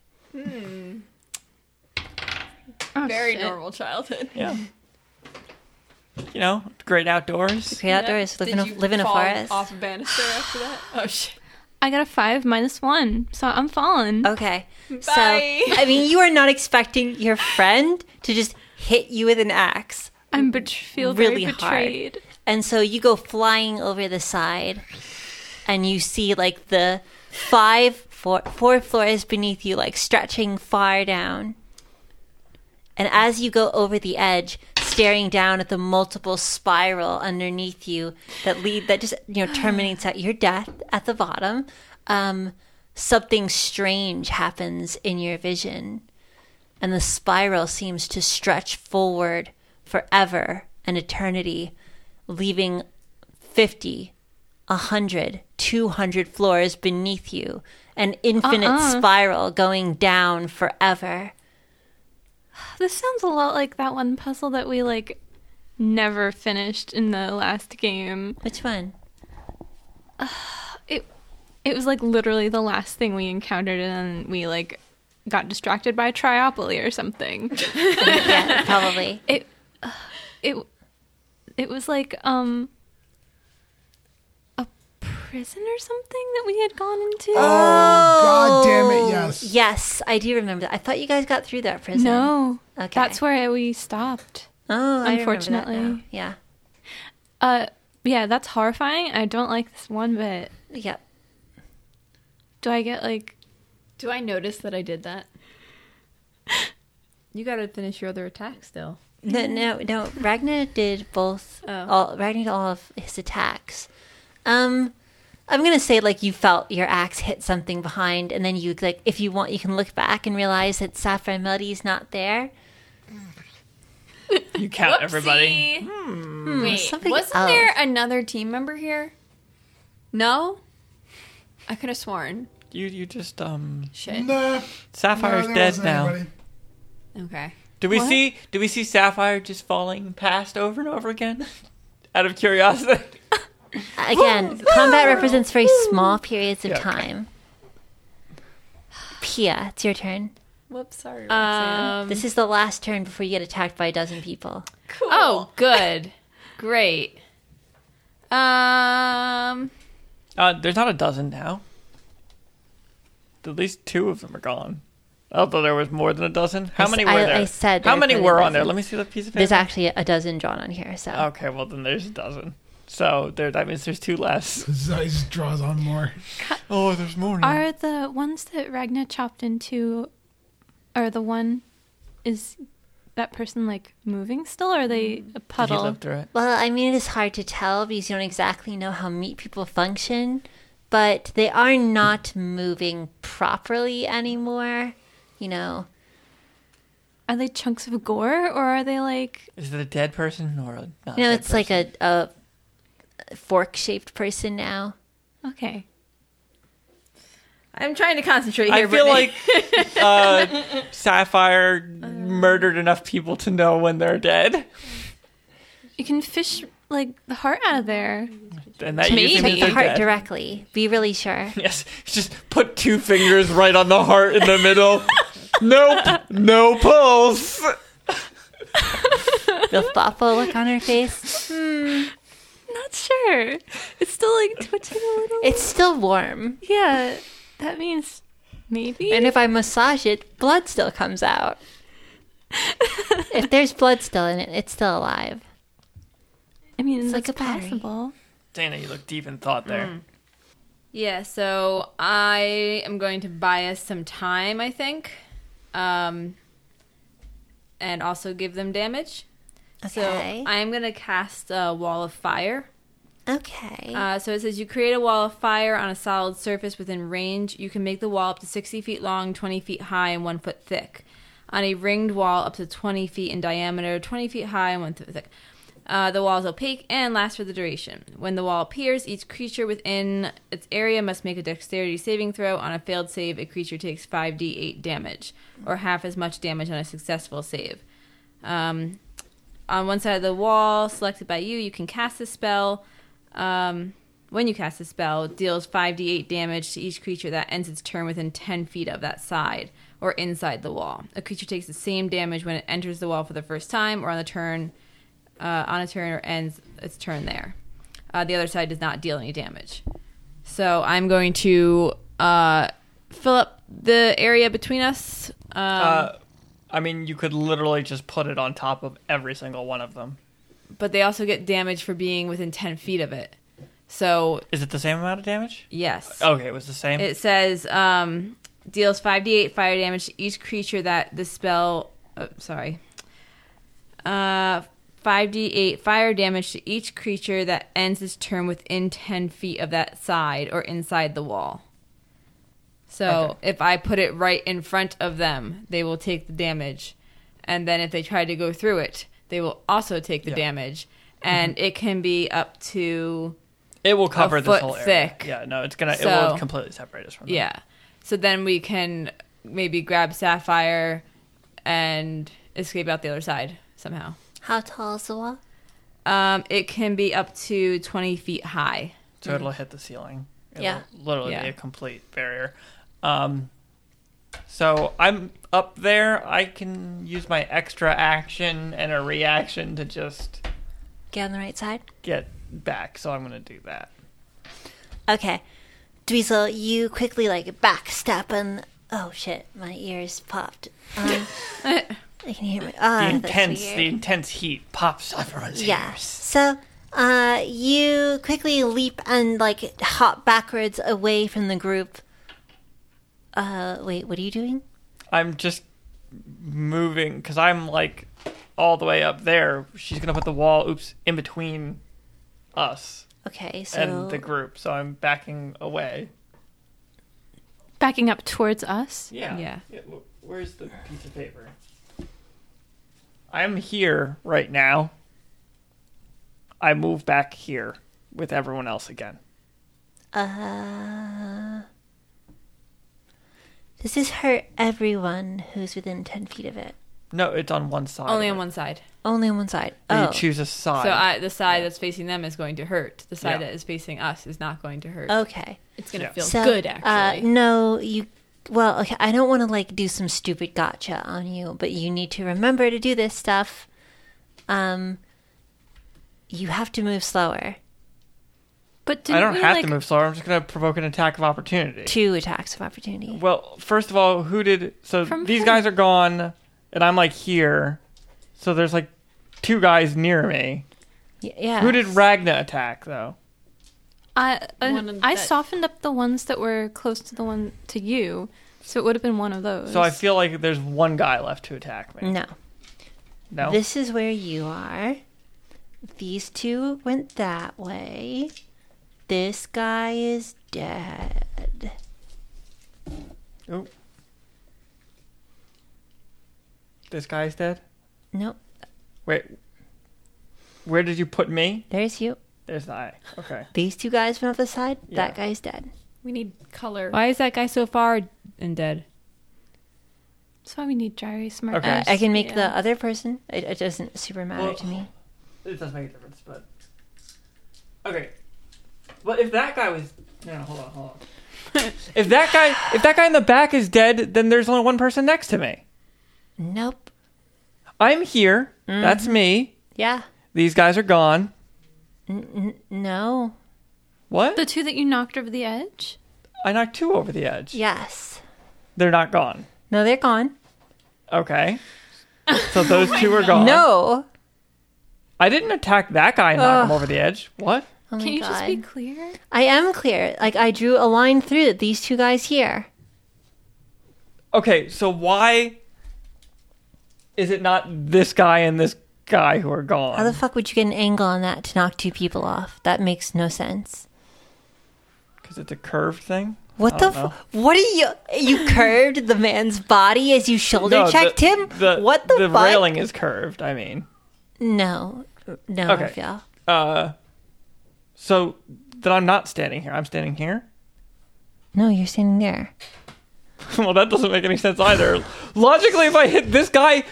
Speaker 8: Oh,
Speaker 5: Very normal childhood.
Speaker 2: Yeah. You know, great outdoors.
Speaker 1: Great outdoors, live in a,
Speaker 5: Did you
Speaker 1: live in a
Speaker 5: fall
Speaker 1: forest.
Speaker 5: Off a banister after that. Oh shit!
Speaker 8: I got a five minus one, so I'm falling.
Speaker 1: Okay. So,
Speaker 5: Bye.
Speaker 1: I mean, you are not expecting your friend to just hit you with an axe.
Speaker 8: I'm bet- feel
Speaker 1: Really
Speaker 8: very
Speaker 1: hard.
Speaker 8: betrayed.
Speaker 1: And so you go flying over the side and you see like the five, four, four floors beneath you, like stretching far down. And as you go over the edge, staring down at the multiple spiral underneath you that lead that just you know terminates at your death at the bottom, um, something strange happens in your vision, and the spiral seems to stretch forward forever and eternity, leaving fifty, a hundred, two hundred floors beneath you, an infinite
Speaker 8: Uh-uh.
Speaker 1: spiral going down forever.
Speaker 8: This sounds a lot like that one puzzle that we like never finished in the last game.
Speaker 1: Which one?
Speaker 8: It it was like literally the last thing we encountered and we like got distracted by Triopoly or something.
Speaker 1: yeah, probably.
Speaker 8: it uh, it it was like um a prison or something that we had gone into.
Speaker 1: Oh,
Speaker 3: God damn it, yes.
Speaker 1: Yes, I do remember that. I thought you guys got through that prison.
Speaker 8: no.
Speaker 1: Okay.
Speaker 8: That's where we stopped.
Speaker 1: Oh, I remember that
Speaker 8: Unfortunately.
Speaker 1: now. Yeah.
Speaker 8: Uh yeah, that's horrifying. I don't like this one bit.
Speaker 1: Yep.
Speaker 8: Do I get like
Speaker 9: Do I notice that I did that?
Speaker 4: You gotta finish your other attack still.
Speaker 1: No, no,
Speaker 9: Mm-hmm.
Speaker 1: no. Ragnar did both.
Speaker 9: Oh.
Speaker 1: All Ragnar did all of his attacks. Um, I'm gonna say like you felt your axe hit something behind, and then you like if you want, you can look back and realize that Saffron Melody's not there.
Speaker 2: You count everybody.
Speaker 9: Wait,
Speaker 1: something
Speaker 9: wasn't
Speaker 1: else.
Speaker 9: there another team member here? No? I could have sworn.
Speaker 2: You you just um
Speaker 9: Shit.
Speaker 3: Nah,
Speaker 2: Sapphire's
Speaker 3: no, there
Speaker 2: dead
Speaker 3: wasn't
Speaker 2: now.
Speaker 3: anybody.
Speaker 9: Okay.
Speaker 2: Do we see do we see Sapphire just falling past over and over again? Out of curiosity.
Speaker 1: Again, combat represents very small periods of
Speaker 2: Yeah, okay.
Speaker 1: time. Pia, it's your turn.
Speaker 9: Whoops, sorry.
Speaker 4: Um,
Speaker 1: This is the last turn before you get attacked by a dozen people.
Speaker 9: cool.
Speaker 4: oh, good, great. Um,
Speaker 2: Uh, there's not a dozen now. At least two of them are gone. I thought there was more than a dozen. How
Speaker 1: I s-
Speaker 2: many were
Speaker 1: I-
Speaker 2: there?
Speaker 1: I said
Speaker 2: How
Speaker 1: there's
Speaker 2: many
Speaker 1: more than
Speaker 2: were
Speaker 1: a
Speaker 2: on there?
Speaker 1: dozen.
Speaker 2: Let me see the piece of
Speaker 1: There's
Speaker 2: paper.
Speaker 1: actually a dozen drawn on here, so
Speaker 2: Okay, well then there's a dozen. So there that means there's two less.
Speaker 3: So he just draws on more.
Speaker 2: Oh, there's more
Speaker 8: Are the ones that Ragna chopped into, or the one, is that person like moving still? Or are they a
Speaker 2: Did you
Speaker 8: puddle?
Speaker 2: live through it?
Speaker 1: Well, I mean, it is hard to tell because you don't exactly know how meat people function, but they are not moving properly anymore. You know,
Speaker 8: Are they chunks of gore, or are they like?
Speaker 2: Is it a dead person or a not
Speaker 1: you know,
Speaker 2: dead
Speaker 1: it's like a, a fork-shaped person now.
Speaker 8: Okay,
Speaker 4: I'm trying to concentrate here.
Speaker 2: I feel
Speaker 4: Brittany.
Speaker 2: like uh, Sapphire
Speaker 1: Uh,
Speaker 2: murdered enough people to know when they're dead,
Speaker 8: you can fish like the heart out of there.
Speaker 2: and that
Speaker 4: Maybe.
Speaker 2: usually
Speaker 1: Check
Speaker 2: means
Speaker 1: the
Speaker 2: they're
Speaker 1: heart
Speaker 2: dead.
Speaker 1: directly. Be really sure.
Speaker 2: Yes, just put two fingers right on the heart in the middle. nope, no pulse.
Speaker 1: The thoughtful look on her face.
Speaker 8: Not sure. It's still like twitching a little.
Speaker 1: It's still warm,
Speaker 8: yeah, that means maybe.
Speaker 1: and if I massage it, blood still comes out. if there's blood still in it, it's still alive.
Speaker 8: I mean, it's
Speaker 1: like
Speaker 8: like
Speaker 1: a battery.
Speaker 8: possible.
Speaker 2: Dana, you look deep in thought there.
Speaker 1: Mm.
Speaker 4: Yeah, so I am going to buy us some time, I think. Um, and also give them damage.
Speaker 1: Okay.
Speaker 4: So I'm going to cast a wall of fire.
Speaker 1: Okay.
Speaker 4: Uh, so it says you create a wall of fire on a solid surface within range. You can make the wall up to 60 feet long, 20 feet high, and 1 foot thick. On a ringed wall up to 20 feet in diameter, 20 feet high, and 1 foot thick. Uh, the wall is opaque and lasts for the duration. When the wall appears, each creature within its area must make a dexterity saving throw. On a failed save, a creature takes 5d8 damage, or half as much damage on a successful save. Um, on one side of the wall selected by you, you can cast a spell. Um, when you cast a spell, it deals 5d8 damage to each creature that ends its turn within 10 feet of that side or inside the wall. A creature takes the same damage when it enters the wall for the first time or on the turn uh, on a turn or ends its turn there. Uh, the other side does not deal any damage. So I'm going to uh, fill up the area between us. Um,
Speaker 2: Uh, I mean, you could literally just put it on top of every single one of them.
Speaker 4: but they also get damage for being within 10 feet of it. So,
Speaker 2: Is it the same amount of damage?
Speaker 4: yes.
Speaker 2: Okay, it was the same.
Speaker 4: It says um, deals 5d8 fire damage to each creature that the spell. Oh, sorry. Uh, 5d8 fire damage to each creature that ends its turn within 10 feet of that side or inside the wall. So if I put it right in front of them, they will take the damage. And then if they try to go through it, they will also take the
Speaker 2: Yeah. Mm-hmm.
Speaker 4: damage. And it can be up to
Speaker 2: It will cover
Speaker 4: a
Speaker 2: this
Speaker 4: foot
Speaker 2: whole area.
Speaker 4: thick.
Speaker 2: Yeah, no, it's gonna. it
Speaker 4: So-
Speaker 2: will completely separate us from. them.
Speaker 4: Yeah. So then we can maybe grab Sapphire and escape out the other side somehow.
Speaker 1: How tall is the wall?
Speaker 4: Um, it can be up to 20 feet high.
Speaker 2: So it'll hit the ceiling. It'll
Speaker 1: Yeah.
Speaker 2: Literally
Speaker 4: Yeah.
Speaker 2: be a complete barrier. Um, so I'm up there. I can use my extra action and a reaction to just
Speaker 1: Get on the right side.
Speaker 2: get back. So I'm gonna do that.
Speaker 1: Okay. Dweezil, you quickly like backstep and oh shit, my ears popped. Um, I can hear my
Speaker 2: The
Speaker 1: ah, that's
Speaker 2: intense,
Speaker 1: weird.
Speaker 2: the intense heat pops off everyone's
Speaker 1: Yeah.
Speaker 2: ears.
Speaker 1: So uh, you quickly leap and like hop backwards away from the group. Uh, wait, what are you doing?
Speaker 2: I'm just moving because I'm like all the way up there. She's gonna put the wall, oops, in between us
Speaker 1: Okay, so
Speaker 2: and the group. So I'm backing away.
Speaker 8: Backing up towards us.
Speaker 2: Yeah.
Speaker 4: Yeah.
Speaker 2: w- where's the piece of paper? I'm here right now. I move back here with everyone else again.
Speaker 1: uh, does this hurt everyone who's within ten feet of it?
Speaker 2: No, it's on one side.
Speaker 4: Only
Speaker 2: of
Speaker 4: on
Speaker 2: it.
Speaker 4: one side.
Speaker 1: Only on one side.
Speaker 2: You
Speaker 1: oh,
Speaker 2: choose a side.
Speaker 4: So I, the side that's facing them is going to hurt. The side
Speaker 2: Yeah.
Speaker 4: that is facing us is not going to hurt.
Speaker 1: okay.
Speaker 9: It's gonna
Speaker 2: Yeah.
Speaker 9: feel
Speaker 1: So,
Speaker 9: good
Speaker 1: Uh,
Speaker 9: actually.
Speaker 1: no, you. Well, okay. I don't want to like do some stupid gotcha on you, but you need to remember to do this stuff. Um, you have to move slower.
Speaker 8: But didn't
Speaker 2: I don't
Speaker 8: we
Speaker 2: have
Speaker 8: like
Speaker 2: to move slower. I'm just going to provoke an attack of opportunity.
Speaker 1: Two attacks of opportunity.
Speaker 2: Well, first of all, who did so
Speaker 8: From
Speaker 2: these
Speaker 8: who?
Speaker 2: guys are gone and I'm like here. So there's like two guys near me.
Speaker 1: Y- yeah.
Speaker 2: Who did Ragna attack though?
Speaker 8: I uh,
Speaker 9: One of
Speaker 8: I
Speaker 9: that-
Speaker 8: softened up the ones that were close to the one to you, so it would have been one of those.
Speaker 2: So I feel like there's one guy left to attack me.
Speaker 1: No.
Speaker 2: No.
Speaker 1: Mm. This is where you are. These two went that way. This guy is dead.
Speaker 2: Oh. This guy's dead?
Speaker 1: Nope.
Speaker 2: Wait. Where did you put me?
Speaker 1: There's you.
Speaker 2: There's the eye. Okay.
Speaker 1: These two guys went off the side. That
Speaker 2: Yeah.
Speaker 1: guy's dead.
Speaker 9: we need color.
Speaker 4: Why is that guy so far and dead?
Speaker 8: That's why we need Gyri smart.
Speaker 2: Okay.
Speaker 1: Uh, I can make the
Speaker 8: Yeah.
Speaker 1: other person. It, it doesn't super matter
Speaker 2: Well-
Speaker 1: to me.
Speaker 2: It does make a difference, but Okay. But if that guy was no, hold on, hold on. if that guy if that guy in the back is dead, then there's only one person next to me.
Speaker 1: Nope.
Speaker 2: I'm here.
Speaker 1: Mm.
Speaker 2: That's me.
Speaker 1: Yeah.
Speaker 2: These guys are gone.
Speaker 1: No.
Speaker 2: What?
Speaker 8: The two that you knocked over the
Speaker 1: Oh
Speaker 8: edge.
Speaker 2: I knocked two over the edge.
Speaker 1: Yes.
Speaker 2: They're not gone.
Speaker 1: No, they're gone.
Speaker 2: Okay. So those two are gone.
Speaker 1: Oh No.
Speaker 2: I didn't attack that guy and knock him over the edge. What?
Speaker 1: Oh my
Speaker 8: Can you
Speaker 1: God.
Speaker 8: just be clear?
Speaker 1: I am clear. Like I drew a line through it. these two guys here.
Speaker 2: Okay, so why is it not this guy and this guy who are gone?
Speaker 1: How the fuck would you get an angle on that to knock two people off? That makes no sense.
Speaker 2: Because it's a curved thing?
Speaker 1: What
Speaker 2: I
Speaker 1: the?
Speaker 2: don't
Speaker 1: Fu- what are you? You curved the man's body as you shoulder
Speaker 2: No, the-
Speaker 1: checked him.
Speaker 2: The,
Speaker 1: what the,
Speaker 2: The
Speaker 1: fuck?
Speaker 2: railing is curved, I mean.
Speaker 1: No, no,
Speaker 2: Okay.
Speaker 1: Raphael.
Speaker 2: Uh, so then I'm not standing here. I'm standing here?
Speaker 1: No, you're standing there.
Speaker 2: well, that doesn't make any sense either. Logically, if I hit this guy,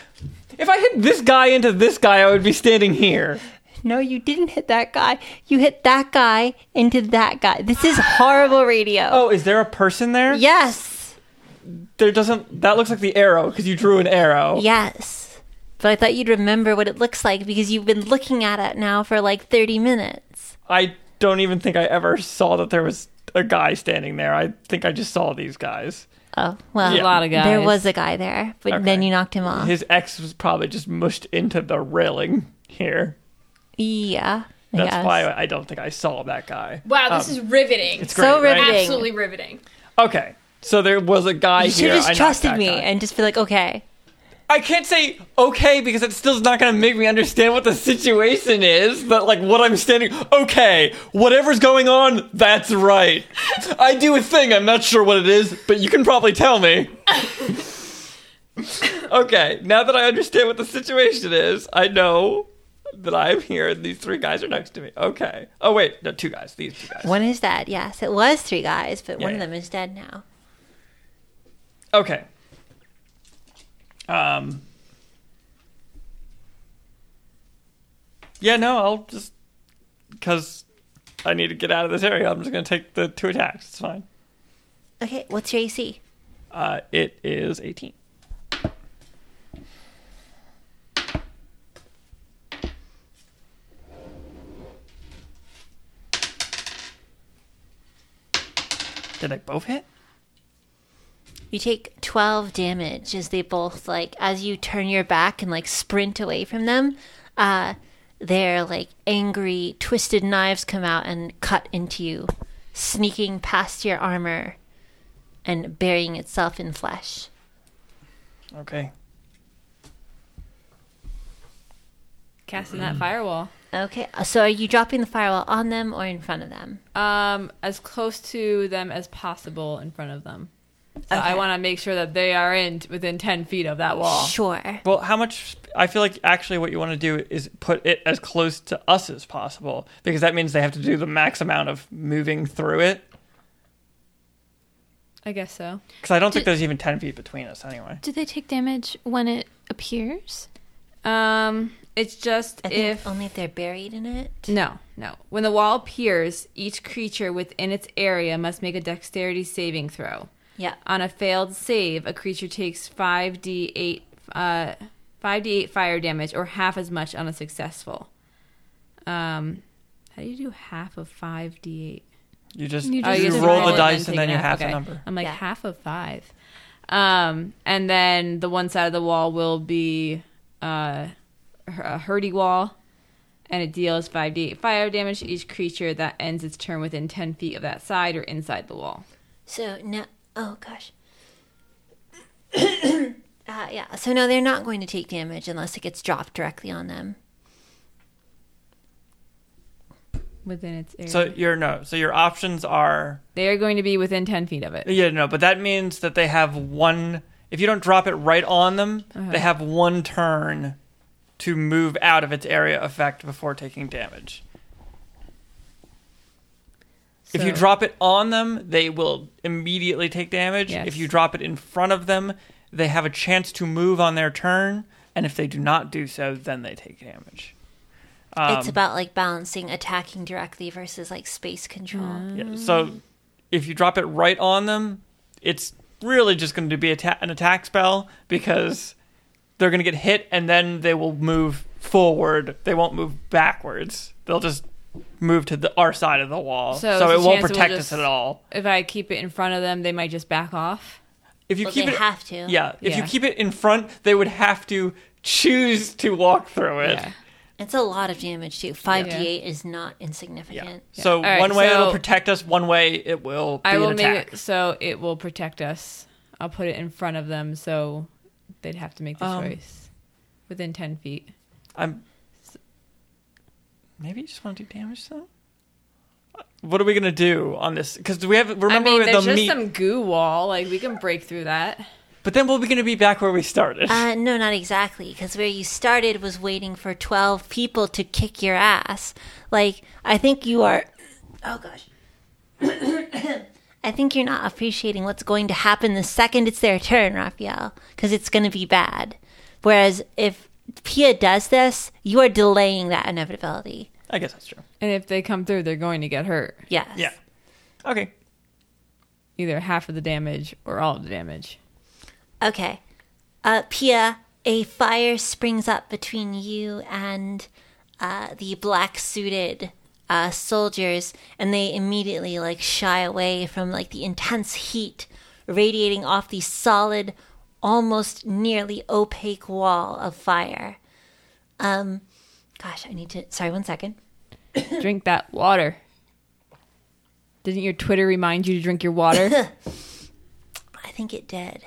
Speaker 2: if I hit this guy into this guy, I would be standing here.
Speaker 1: No, you didn't hit that guy. You hit that guy into that guy. This is horrible radio.
Speaker 2: Oh, is there a person there?
Speaker 1: Yes,
Speaker 2: There doesn't. That looks like the arrow because you drew an arrow.
Speaker 1: yes. But I thought you'd remember what it looks like because you've been looking at it now for like 30 minutes.
Speaker 2: I don't even think I ever saw that there was a guy standing there. I think I just saw these guys.
Speaker 1: Oh, well.
Speaker 2: Yeah. A lot
Speaker 4: of
Speaker 1: There
Speaker 4: guys.
Speaker 1: was a guy there, but then
Speaker 2: Okay.
Speaker 1: you knocked him off.
Speaker 2: His ex was probably just mushed into the railing here.
Speaker 1: Yeah. I
Speaker 2: That's
Speaker 1: guess.
Speaker 2: why I don't think I saw that guy.
Speaker 5: Wow, this is riveting.
Speaker 2: It's great,
Speaker 1: So
Speaker 2: right?
Speaker 1: riveting.
Speaker 5: absolutely riveting.
Speaker 2: Okay, so there was a guy
Speaker 1: You should
Speaker 2: here.
Speaker 1: have
Speaker 2: I
Speaker 1: just
Speaker 2: knocked
Speaker 1: trusted
Speaker 2: that
Speaker 1: me
Speaker 2: guy.
Speaker 1: and just be like, okay.
Speaker 2: I can't say okay because it still's not going to make me understand what the situation is. But like what I'm standing, okay, whatever's going on, that's right. I do a thing. I'm not sure what it is, but you can probably tell me. okay, now that I understand what the situation is, I know that I'm here and these three guys are next to me. Okay. Oh wait, no, two guys. These two guys.
Speaker 1: One is dead. Yes, it was three guys, but one
Speaker 2: Yeah,
Speaker 1: of
Speaker 2: yeah.
Speaker 1: them is dead now.
Speaker 2: Okay. Um. Yeah, no, I'll just because I need to get out of this area. I'm just gonna take the two attacks. It's fine.
Speaker 1: Okay, what's your AC?
Speaker 2: Uh, it is 18. Did I both hit?
Speaker 1: You take 12 damage as they both, like, as you turn your back and, like, sprint away from them. Uh, their, like, angry, twisted knives come out and cut into you, sneaking past your armor and burying itself in flesh.
Speaker 2: Okay.
Speaker 4: Casting that firewall.
Speaker 1: Okay, Uh, so are you dropping the firewall on them or in front of them?
Speaker 4: Um, as close to them as possible in front of them. So I
Speaker 1: Okay.
Speaker 4: want to make sure that they are in within ten feet of that wall.
Speaker 1: Sure.
Speaker 2: Well, how much? I feel like actually what you want to do is put it as close to us as possible because that means they have to do the max amount of moving through it.
Speaker 4: I guess so.
Speaker 2: Because I don't think there's even ten feet between us anyway.
Speaker 8: Do they take damage when it appears?
Speaker 4: Um, it's just
Speaker 1: I think
Speaker 4: if
Speaker 1: only if they're buried in it.
Speaker 4: No, no. When the wall appears, each creature within its area must make a dexterity saving throw.
Speaker 1: Yeah.
Speaker 4: On a failed save, a creature takes 5d8 uh 5d8 fire damage or half as much on a successful. Um how do you do half of 5d8?
Speaker 2: You just
Speaker 8: You
Speaker 2: you,
Speaker 8: just-
Speaker 4: Oh, you just
Speaker 2: roll
Speaker 4: roll it
Speaker 2: the
Speaker 4: and
Speaker 2: dice
Speaker 4: then
Speaker 2: and then
Speaker 4: take
Speaker 2: you
Speaker 4: it out.
Speaker 2: have
Speaker 4: Okay.
Speaker 2: the number.
Speaker 4: I'm like
Speaker 1: Yeah.
Speaker 4: half of 5. Um and then the one side of the wall will be uh a hurdy wall and it deals 5d8 fire damage to each creature that ends its turn within 10 feet of that side or inside the wall.
Speaker 1: So no. Oh gosh. uh, yeah. So no, they're not going to take damage unless it gets dropped directly on them.
Speaker 4: Within its area.
Speaker 2: So your no. So your options are
Speaker 4: they are going to be within 10 feet of it.
Speaker 2: yeah no, but that means that they have one. If you don't drop it right on them, they have one turn to move out of its area effect before taking damage. If you
Speaker 4: So-
Speaker 2: drop it on them, they will immediately take damage.
Speaker 4: Yes.
Speaker 2: If you drop it in front of them, they have a chance to move on their turn, and if they do not do so, then they take damage.
Speaker 1: it's about like balancing attacking directly versus like space control.
Speaker 2: Yeah, so
Speaker 4: Mm.
Speaker 2: if you drop it right on them, it's really just going to be atta- an attack spell because they're going to get hit and then they will move forward. They won't move backwards. They'll just move to the our side of the wall.
Speaker 4: So
Speaker 2: So,
Speaker 4: it's
Speaker 2: it
Speaker 4: a
Speaker 2: won't
Speaker 4: chance it will
Speaker 2: protect
Speaker 4: just-
Speaker 2: us at all.
Speaker 4: If I keep it in front of them, they might just back off.
Speaker 2: If you
Speaker 1: Well,
Speaker 2: keep
Speaker 1: they
Speaker 2: it
Speaker 1: have to.
Speaker 2: Yeah, if
Speaker 4: Yeah.
Speaker 2: you keep it in front, they would have to choose to walk through it.
Speaker 4: Yeah.
Speaker 1: It's a lot of damage too. Five d eight is not insignificant.
Speaker 2: So
Speaker 4: All right,
Speaker 2: one way
Speaker 4: so-
Speaker 2: it'll protect us, one way it will be
Speaker 4: I will
Speaker 2: an
Speaker 4: make
Speaker 2: attack.
Speaker 4: it so it will protect us. I'll put it in front of them so they'd have to make the
Speaker 2: Um,
Speaker 4: choice within 10 feet.
Speaker 2: I'm. Maybe you just want to do damage to them. What are we gonna do on this? Because we have remember
Speaker 4: I mean,
Speaker 2: with
Speaker 4: there's
Speaker 2: the
Speaker 4: just
Speaker 2: meat,
Speaker 4: some goo wall. Like, we can break through that.
Speaker 2: but then we're gonna be back where we started.
Speaker 1: Uh, no, not exactly, because where you started was waiting for 12 people to kick your ass. Like, I think you are. Oh, gosh. I think you're not appreciating what's going to happen the second it's their turn, Raphael, because it's going to be bad. Whereas if Pia does this, you are delaying that inevitability.
Speaker 2: I guess that's true.
Speaker 4: And if they come through, they're going to get hurt.
Speaker 1: Yes.
Speaker 2: Yeah. Okay.
Speaker 4: Either half of the damage or all of the damage.
Speaker 1: Okay. Uh, Pia, a fire springs up between you and uh, the black suited uh, soldiers, and they immediately like shy away from like the intense heat radiating off the solid, almost nearly opaque wall of fire. Um, Gosh, I need to. Sorry, one second.
Speaker 4: drink that water. Didn't your Twitter remind you to drink your water?
Speaker 1: I think it did.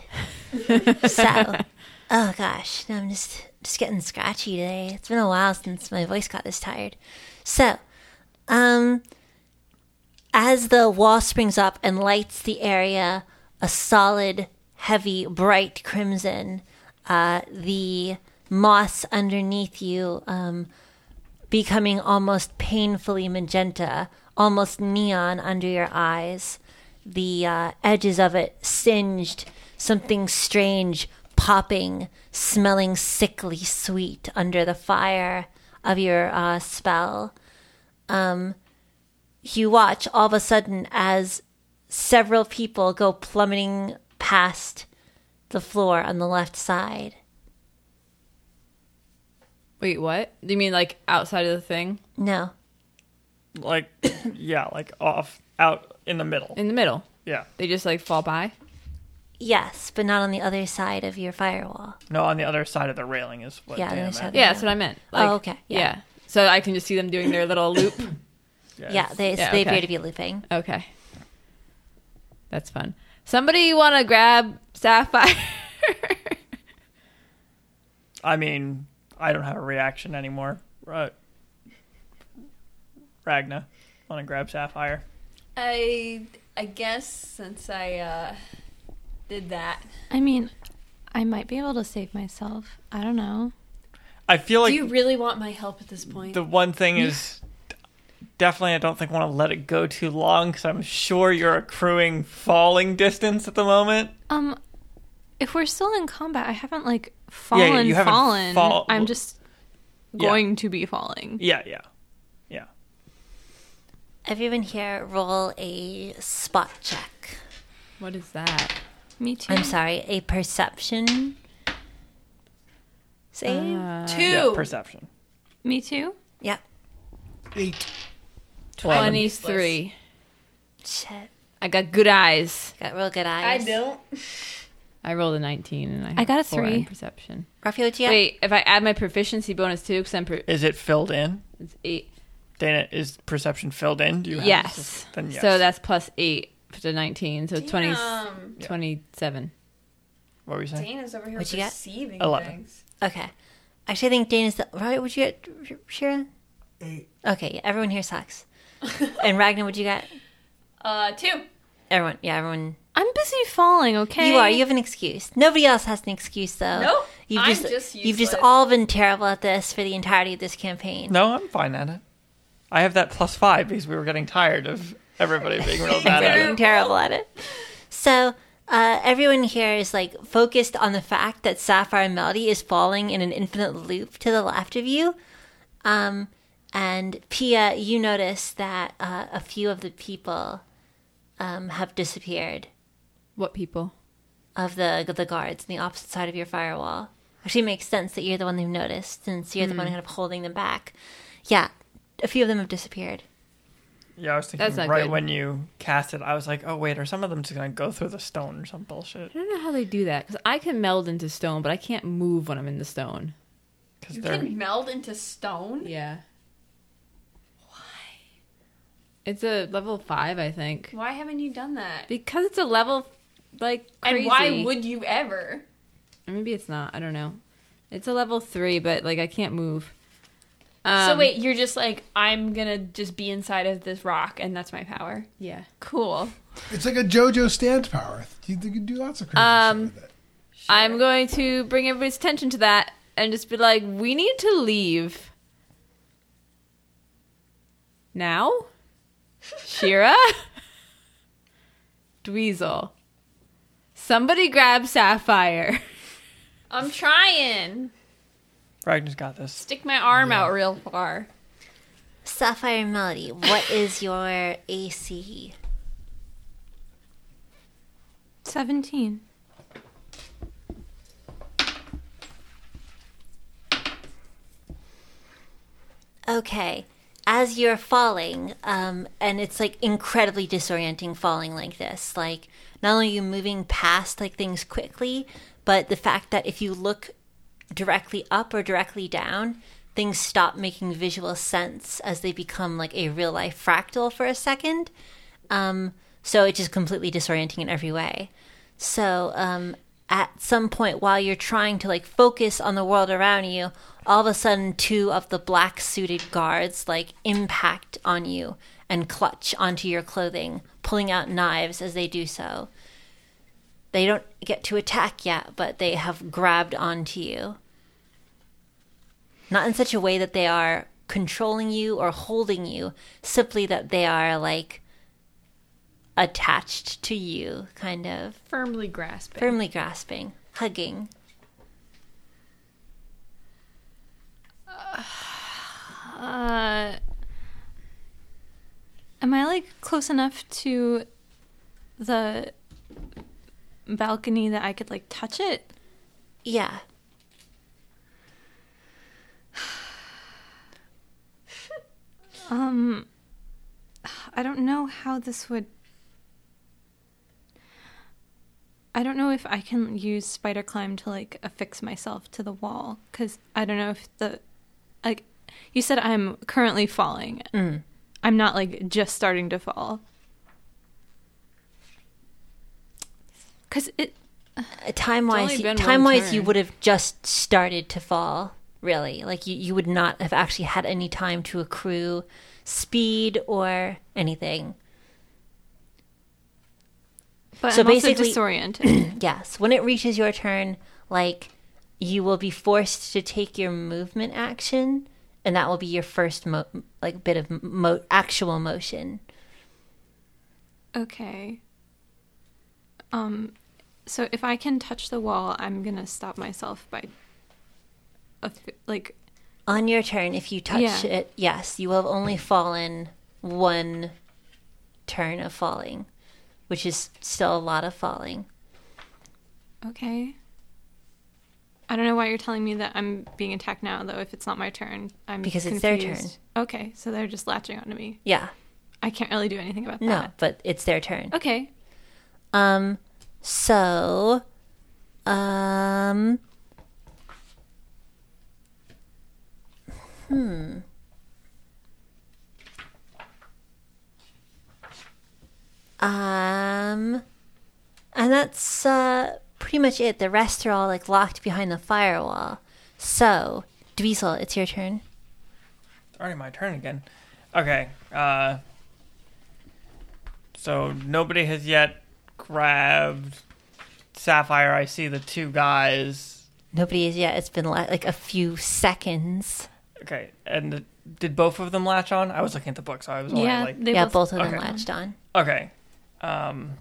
Speaker 1: so, oh gosh, now I'm just just getting scratchy today. It's been a while since my voice got this tired. So, um, as the wall springs up and lights the area a solid, heavy, bright crimson, uh, the moss underneath you um, becoming almost painfully magenta, almost neon under your eyes the uh, edges of it singed, something strange popping, smelling sickly sweet under the fire of your uh, spell. Um, you watch all of a sudden as several people go plummeting past the floor on the left side.
Speaker 4: Wait, what? Do you mean like outside of the thing?
Speaker 1: No,
Speaker 2: Like, yeah, like off, out in the middle.
Speaker 4: In the middle.
Speaker 2: Yeah.
Speaker 4: They just like fall by?
Speaker 1: yes, but not on the other side of your firewall.
Speaker 2: No, on the other side of the railing is what
Speaker 1: Yeah, on the
Speaker 2: Dan
Speaker 1: other side
Speaker 2: meant.
Speaker 1: of the-
Speaker 4: Yeah, that's what I meant. Like,
Speaker 1: oh, okay. Yeah, yeah,
Speaker 4: So I can just see them doing their little loop.
Speaker 1: they
Speaker 4: Yeah,
Speaker 1: they
Speaker 4: okay.
Speaker 1: appear to be looping.
Speaker 4: Okay. That's fun. Somebody want to grab Sapphire?
Speaker 2: I mean, I don't have a reaction anymore. Right. Ragna, want to grab Sapphire?
Speaker 9: I I guess since I uh, did that,
Speaker 8: I mean, I might be able to save myself. I don't know.
Speaker 2: I feel like
Speaker 9: do you really want my help at this point?
Speaker 2: the one thing is definitely I don't think want to let it go too long because I'm sure you're accruing falling distance at the moment.
Speaker 8: Um, if we're still in combat, I haven't like fallen.
Speaker 2: you haven't
Speaker 8: fallen.
Speaker 2: fall-
Speaker 8: I'm just
Speaker 2: Yeah.
Speaker 8: going to be falling.
Speaker 2: Yeah, yeah, yeah.
Speaker 1: Everyone here, roll a spot check.
Speaker 4: what is that?
Speaker 8: Me too.
Speaker 1: I'm sorry, a perception save?
Speaker 4: Uh.
Speaker 9: Two.
Speaker 2: yeah perception.
Speaker 8: Me too.
Speaker 1: yeah.
Speaker 3: Eight.
Speaker 4: 23.
Speaker 1: Shit.
Speaker 4: I got good eyes.
Speaker 1: Got real good
Speaker 9: I
Speaker 1: eyes.
Speaker 9: don't.
Speaker 4: I rolled a 19 and I, have
Speaker 8: got a
Speaker 4: four
Speaker 8: three.
Speaker 4: in perception.
Speaker 1: Rafael, what you got?
Speaker 4: Wait, if I add my proficiency bonus too, because I'm per-
Speaker 2: Is it filled in?
Speaker 4: it's eight.
Speaker 2: Dana, is perception filled in? Do you have
Speaker 4: Yes.
Speaker 2: Then yes.
Speaker 4: So that's plus eight to 19. So 20,
Speaker 9: Damn.
Speaker 4: 27.
Speaker 2: what were you saying?
Speaker 9: Dana's over here
Speaker 1: What you got?
Speaker 9: perceiving
Speaker 2: Eleven.
Speaker 9: things.
Speaker 1: Okay. Actually, I think Dana's the. Right, what you get, Shira?
Speaker 3: Eight.
Speaker 1: Okay, yeah, everyone here sucks. and Ragnar, what you got?
Speaker 9: Uh, two.
Speaker 1: Everyone. Yeah, everyone.
Speaker 8: I'm busy falling. Okay.
Speaker 1: You are. You have an excuse. Nobody else has an excuse, though.
Speaker 9: Nope,
Speaker 1: You've
Speaker 9: I'm
Speaker 1: just,
Speaker 9: just
Speaker 1: You've just
Speaker 9: useless.
Speaker 1: all been terrible at this for the entirety of this campaign.
Speaker 2: No, I'm fine at it. I have that plus five because we were getting tired of everybody being real bad at
Speaker 1: being
Speaker 2: it.
Speaker 1: terrible at it. So uh, everyone here is like focused on the fact that Sapphire Melody is falling in an infinite loop to the left of you. Um, and Pia, you notice that uh, a few of the people um, have disappeared
Speaker 4: What people?
Speaker 1: of the the guards on the opposite side of your firewall. Actually, it makes sense that you're the one who noticed since you're the one kind of holding them back. Yeah, a few of them have disappeared.
Speaker 2: Yeah, I was thinking
Speaker 4: That's not
Speaker 2: right
Speaker 4: good.
Speaker 2: when you cast it, I was like, oh wait, are some of them just gonna go through the stone or some bullshit?
Speaker 4: I don't know how they do that because I can meld into stone, but I can't move when I'm in the stone.
Speaker 2: Because
Speaker 9: You
Speaker 2: they're
Speaker 9: can meld into stone.
Speaker 4: Yeah. Why? It's a level five, I think.
Speaker 9: Why haven't you done that?
Speaker 4: Because it's a level like crazy.
Speaker 9: And why would you ever?
Speaker 4: Or maybe it's not? I don't know. It's a level three, but like I can't move. Um,
Speaker 9: so wait, you're just like I'm gonna just be inside of this rock, and that's my power.
Speaker 4: Yeah.
Speaker 9: Cool.
Speaker 3: It's like a JoJo stand power. You think you can do lots of crazy
Speaker 4: Um,
Speaker 3: shit with it.
Speaker 4: I'm going to bring everybody's attention to that and just be like, we need to leave. Now? Shira? Dweezil. Somebody grab Sapphire.
Speaker 9: I'm trying.
Speaker 2: Ragnar's got this.
Speaker 9: Stick my arm out real far.
Speaker 1: Sapphire Melody, what is your E? AC?
Speaker 8: Seventeen.
Speaker 1: Okay. As you're falling, um, and it's like incredibly disorienting falling like this. Like, not only are you moving past like things quickly, but the fact that if you look directly up or directly down, things stop making visual sense as they become like a real life fractal for a second. Um, so it's just completely disorienting in every way. So um, at some point while you're trying to like focus on the world around you, all of a sudden two of the black suited guards like impact on you and clutch onto your clothing, pulling out knives as they do so. They don't get to attack yet, but they have grabbed onto you not in such a way that they are controlling you or holding you, simply that they are like attached to you, kind of
Speaker 5: Firmly grasping.
Speaker 1: firmly grasping, hugging.
Speaker 8: Uh, am I like close enough to the balcony that I could like touch it?
Speaker 1: Yeah.
Speaker 8: Um, I don't know how this would. I don't know if I can use spider climb to like affix myself to the wall because I don't know if the like you said I'm currently falling. I'm not like just starting to fall. Cause it
Speaker 1: Time
Speaker 5: only
Speaker 1: wise,
Speaker 5: been one
Speaker 1: time wise, Uh, you
Speaker 5: turn.
Speaker 1: would have just started to fall. Really, like you, you would not have actually had any time to accrue speed or anything.
Speaker 8: but
Speaker 1: So
Speaker 8: I'm also
Speaker 1: basically-
Speaker 8: disoriented.
Speaker 1: Yes, when it reaches your turn, like you will be forced to take your movement action, and that will be your first mo- like bit of mo- actual motion.
Speaker 8: okay. Um so if I can touch the wall, I'm going to stop myself by affi- like
Speaker 1: On your turn, if you touch
Speaker 8: Yeah.
Speaker 1: it, yes, you will have only fallen one turn of falling, which is still a lot of falling.
Speaker 8: Okay. I don't know why you're telling me that I'm being attacked now, though. If it's not my turn, I'm
Speaker 1: Because it's their
Speaker 8: confused. Okay, so they're just latching onto me.
Speaker 1: Yeah,
Speaker 8: I can't really do anything about
Speaker 1: no,
Speaker 8: that.
Speaker 1: but it's their turn.
Speaker 8: Okay.
Speaker 1: Um, so, um, hmm. Um, and that's uh, pretty much it. The rest are all like locked behind the firewall. So, Dweezil, it's your turn.
Speaker 2: It's already my turn again. Okay. Uh, so nobody has yet grabbed Sapphire. I see the two guys.
Speaker 1: Nobody is yet. It's been li- like a few seconds.
Speaker 2: Okay. And did both of them latch on? I was looking at the book, so Oh, I was only
Speaker 8: yeah,
Speaker 2: like.
Speaker 8: they
Speaker 1: yeah,
Speaker 8: both.
Speaker 1: both, of them
Speaker 2: okay.
Speaker 1: latched on.
Speaker 2: Okay. Um.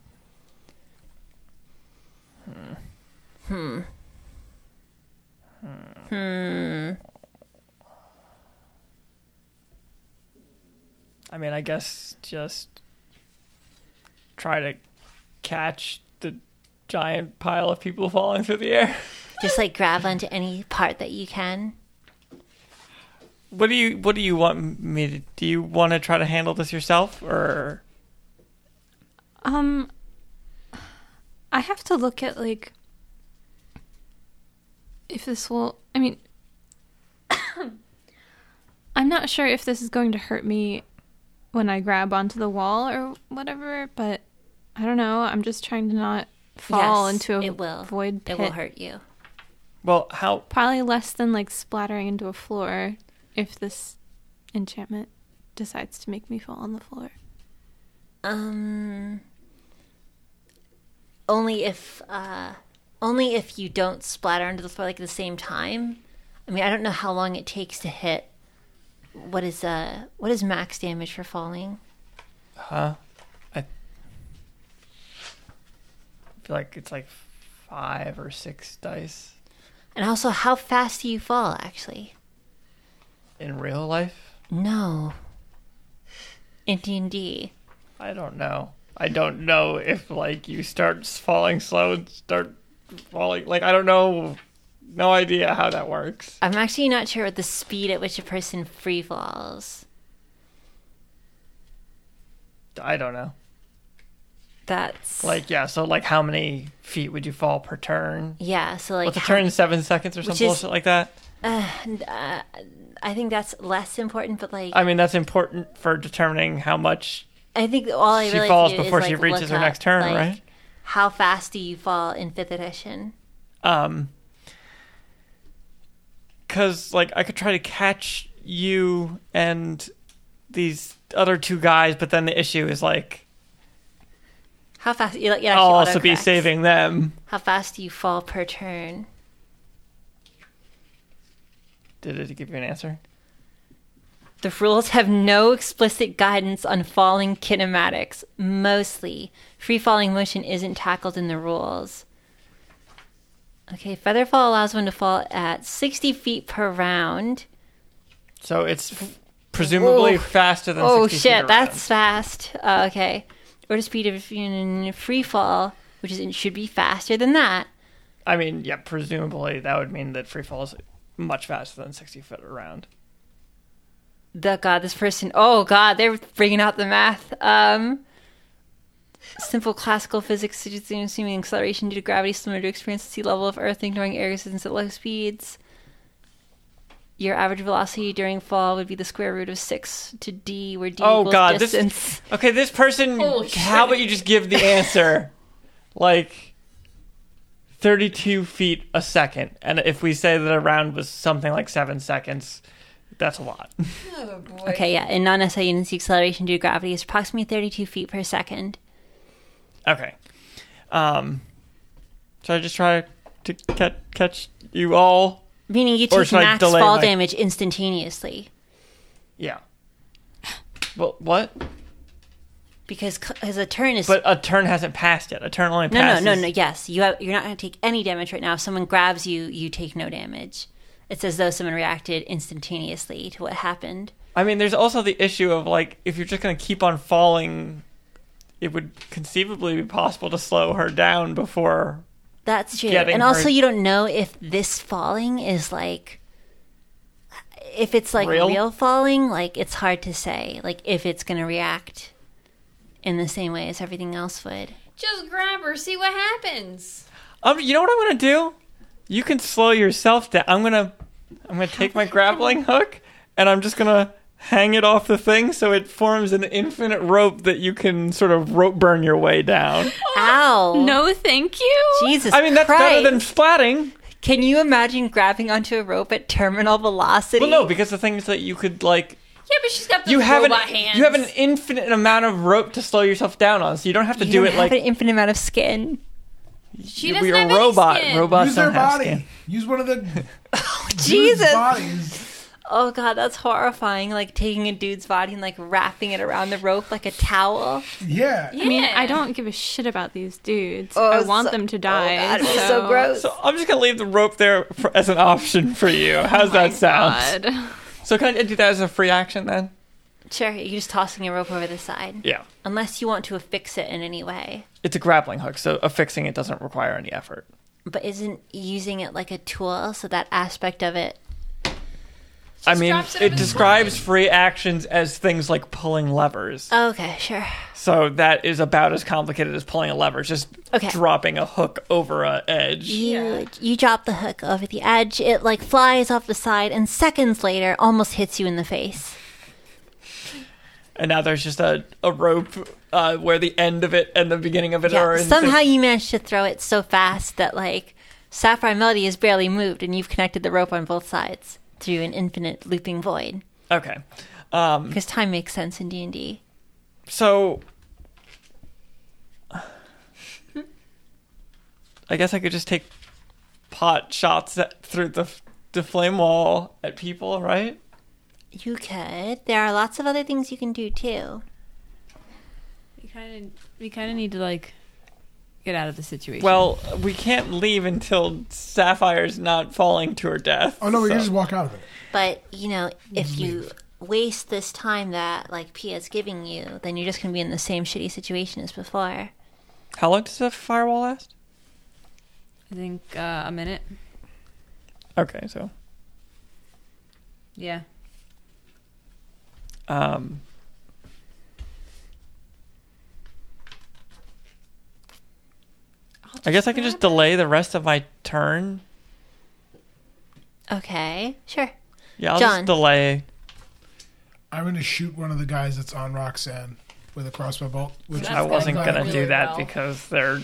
Speaker 2: Hmm. Hmm. Hmm. I mean, I guess just try to catch the giant pile of people falling through the air.
Speaker 1: Just like grab onto any part that you can.
Speaker 2: What do you What do you want me to? Do you want to try to handle this yourself, or
Speaker 8: Um, I have to look at like if this will. I mean, I'm not sure if this is going to hurt me when I grab onto the wall or whatever, but I don't know. I'm just trying to not fall
Speaker 1: Yes,
Speaker 8: into a
Speaker 1: it will.
Speaker 8: void pit.
Speaker 1: It will hurt you.
Speaker 2: well, how
Speaker 8: Probably less than like splattering into a floor if this enchantment decides to make me fall on the floor.
Speaker 1: Um, only if uh, only if you don't splatter onto the floor like at the same time. I mean, I don't know how long it takes to hit. What is uh what is max damage for falling?
Speaker 2: Huh? I feel like it's like five or six dice
Speaker 1: And also, how fast do you fall? Actually,
Speaker 2: in real life.
Speaker 1: no. In D and D,
Speaker 2: I don't know. I don't know if like you start s- falling slow and start falling. Like I don't know. No idea how that works.
Speaker 1: I'm actually not sure what the speed at which a person free falls.
Speaker 2: I don't know.
Speaker 1: That's
Speaker 2: Like yeah. So like how many feet would you fall per turn?
Speaker 1: yeah. So like
Speaker 2: What's a
Speaker 1: how-
Speaker 2: turn? Seven seconds or some
Speaker 1: is-
Speaker 2: bullshit like that.
Speaker 1: And, uh, I think that's less important, but like
Speaker 2: I mean, that's important for determining how much.
Speaker 1: I think all I
Speaker 2: She
Speaker 1: really
Speaker 2: falls
Speaker 1: have to do
Speaker 2: before
Speaker 1: is,
Speaker 2: she
Speaker 1: like,
Speaker 2: reaches
Speaker 1: look
Speaker 2: her
Speaker 1: up,
Speaker 2: next turn,
Speaker 1: like,
Speaker 2: right?
Speaker 1: How fast do you fall in fifth edition?
Speaker 2: Um, because like I could try to catch you and these other two guys, but then the issue is like
Speaker 1: How fast? You, like, you
Speaker 2: I'll
Speaker 1: actually
Speaker 2: also Oh, be
Speaker 1: autocorrects.
Speaker 2: saving them.
Speaker 1: How fast do you fall per turn?
Speaker 2: Did it give you an answer?
Speaker 1: The rules have no explicit guidance on falling kinematics. Mostly, free falling motion isn't tackled in the rules. Okay, feather fall allows one to fall at 60 feet per round.
Speaker 2: So it's f- presumably
Speaker 1: Oh.
Speaker 2: faster than.
Speaker 1: Oh
Speaker 2: 60 feet
Speaker 1: shit,
Speaker 2: around.
Speaker 1: that's fast. Uh, okay, or the speed of mm, free fall, which is should be faster than that.
Speaker 2: I mean, yeah, presumably that would mean that free fall is much faster than sixty foot around.
Speaker 1: the god this person oh god they're bringing out the math um simple classical physics suggesting assuming acceleration due to gravity similar to experience at sea level of earth ignoring air resistance at low speeds your average velocity during fall would be the square root of six to d where d
Speaker 2: Oh
Speaker 1: equals
Speaker 2: god,
Speaker 1: distance
Speaker 2: this okay. This person. how about you just give the answer, like thirty-two feet a second, and if we say that a round was something like seven seconds, that's a lot.
Speaker 1: okay yeah in non-SI units the acceleration due to gravity is approximately 32 feet per second
Speaker 2: okay. Um. Should I just try to catch catch you all?
Speaker 1: meaning you
Speaker 2: Or
Speaker 1: take
Speaker 2: should I
Speaker 1: max
Speaker 2: delay
Speaker 1: fall
Speaker 2: my-
Speaker 1: damage instantaneously
Speaker 2: Yeah. Well, what?
Speaker 1: because c- as a turn is
Speaker 2: But a turn hasn't passed yet. A turn only
Speaker 1: No, no,
Speaker 2: passes.
Speaker 1: no, no. Yes, you have, you're not going to take any damage right now. If someone grabs you, you take no damage. It's as though someone reacted instantaneously to what happened.
Speaker 2: I mean, there's also the issue of like if you're just gonna keep on falling, it would conceivably be possible to slow her down before.
Speaker 1: That's true.
Speaker 2: Getting
Speaker 1: and also,
Speaker 2: hurt.
Speaker 1: you don't know if this falling is like, if it's like
Speaker 2: Real?
Speaker 1: real, falling. Like it's hard to say. Like if it's going to react in the same way as everything else would.
Speaker 5: Just grab her, see what happens.
Speaker 2: Um, you know what I'm gonna do? You can slow yourself down. I'm gonna, I'm gonna take my grappling hook and I'm just gonna hang it off the thing so it forms an infinite rope that you can sort of rope burn your way down.
Speaker 1: Ow!
Speaker 8: No, thank you.
Speaker 1: Jesus.
Speaker 2: I mean, that's better than
Speaker 1: Christ.
Speaker 2: splatting.
Speaker 1: Can you imagine grabbing onto a rope at terminal velocity?
Speaker 2: Well, no, because the thing is that you could like
Speaker 5: Yeah, but she's got the
Speaker 2: you have an
Speaker 5: robot hands.
Speaker 2: you have an infinite amount of rope to slow yourself down on, so you don't have to
Speaker 1: You
Speaker 2: do
Speaker 1: don't
Speaker 2: it
Speaker 1: have
Speaker 2: like
Speaker 1: an infinite amount of skin.
Speaker 5: She
Speaker 2: we
Speaker 5: doesn't
Speaker 2: are
Speaker 5: have any
Speaker 2: robot.
Speaker 5: skin.
Speaker 2: Robots
Speaker 3: Use
Speaker 2: don't
Speaker 3: their
Speaker 2: have
Speaker 3: body.
Speaker 2: skin.
Speaker 3: Use one of the
Speaker 1: Jesus.
Speaker 3: dude's bodies.
Speaker 1: Oh god, that's horrifying! Like taking a dude's body and like wrapping it around the rope like a towel.
Speaker 3: Yeah.
Speaker 8: I mean,
Speaker 5: Yeah.
Speaker 8: I don't give a shit about these dudes.
Speaker 1: Oh,
Speaker 8: I want
Speaker 1: so-
Speaker 8: them to die.
Speaker 1: God, it was so gross.
Speaker 2: So I'm just gonna leave the rope there for, as an option for
Speaker 5: Oh
Speaker 2: you. How's that sound?
Speaker 8: God.
Speaker 2: So can I do that as a free action then?
Speaker 1: Sure, you're just tossing a rope over the side,
Speaker 2: Yeah,
Speaker 1: unless you want to affix it in any way.
Speaker 2: it's a grappling hook, so affixing it doesn't require any effort.
Speaker 1: But isn't using it like a tool? So that aspect of it.
Speaker 2: I mean,
Speaker 5: drops it
Speaker 2: it
Speaker 5: over the
Speaker 2: describes free actions as things like pulling levers.
Speaker 1: Okay, sure.
Speaker 2: So that is about as complicated as pulling a lever, it's just
Speaker 1: Okay.
Speaker 2: dropping a hook over a edge.
Speaker 1: You you drop the hook over the edge. It like flies off the side, and seconds later, almost hits you in the face.
Speaker 2: And now there's just a, a rope uh, where the end of it and the beginning of it are
Speaker 1: Yeah.
Speaker 2: in
Speaker 1: Somehow you managed to throw it so fast that like Sapphire Melody is barely moved, and you've connected the rope on both sides through an infinite looping void.
Speaker 2: Okay. Mm-hmm.
Speaker 1: Because time makes sense in D and D.
Speaker 2: So I guess I could just take pot shots at, through the the flame wall at people, right?
Speaker 1: You could. There are lots of other things you can do too.
Speaker 4: We kind of we kind of need to like get out of the situation.
Speaker 2: Well, we can't leave until Sapphire's not falling to her death.
Speaker 3: Oh no, we
Speaker 2: so-
Speaker 3: can just walk out of it.
Speaker 1: But you know, if
Speaker 2: Mm-hmm.
Speaker 1: you waste this time that like Pia's giving you, then you're just gonna be in the same shitty situation as before.
Speaker 2: How long does the firewall last?
Speaker 4: I think uh, a minute.
Speaker 2: Okay, so
Speaker 4: Yeah.
Speaker 2: um I guess I can just delay the rest of my turn
Speaker 1: Okay, sure.
Speaker 2: Yeah, I'll
Speaker 1: John.
Speaker 2: just delay.
Speaker 3: I'm going to shoot one of the guys that's on Roxanne with a crossbow bolt. Which
Speaker 2: I wasn't
Speaker 3: gonna
Speaker 2: gonna
Speaker 3: really
Speaker 2: do that
Speaker 9: well.
Speaker 2: because they're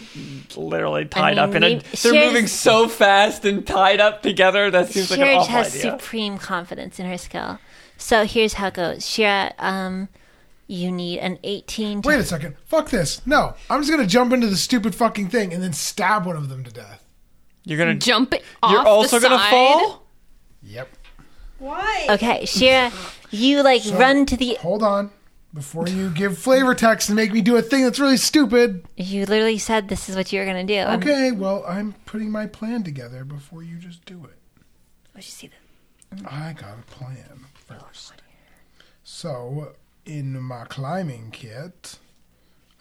Speaker 2: literally tied
Speaker 1: mean,
Speaker 2: up in a.
Speaker 1: maybe-
Speaker 2: They're
Speaker 1: Sherry's-
Speaker 2: moving so fast and tied up together. That seems like an
Speaker 1: Shira
Speaker 2: awful
Speaker 1: has
Speaker 2: idea.
Speaker 1: supreme confidence in her skill. So here's how it goes. Shira, um, you need an 18 to
Speaker 3: Wait a second. Fuck this. No, I'm just going to jump into the stupid fucking thing and then stab one of them to death.
Speaker 2: You're gonna.
Speaker 5: Jump it off.
Speaker 2: You're also
Speaker 5: the
Speaker 2: gonna
Speaker 5: side.
Speaker 2: fall.
Speaker 3: Yep.
Speaker 1: Okay, Shira, you like run to the.
Speaker 3: Hold on. Before you give flavor text and make me do a thing that's really stupid.
Speaker 1: You literally said this is what you were gonna do. Um, I'm-
Speaker 3: Okay, well, I'm putting my plan together before you just do it.
Speaker 1: What'd you see? that?
Speaker 3: I got a plan first. So, in my climbing kit,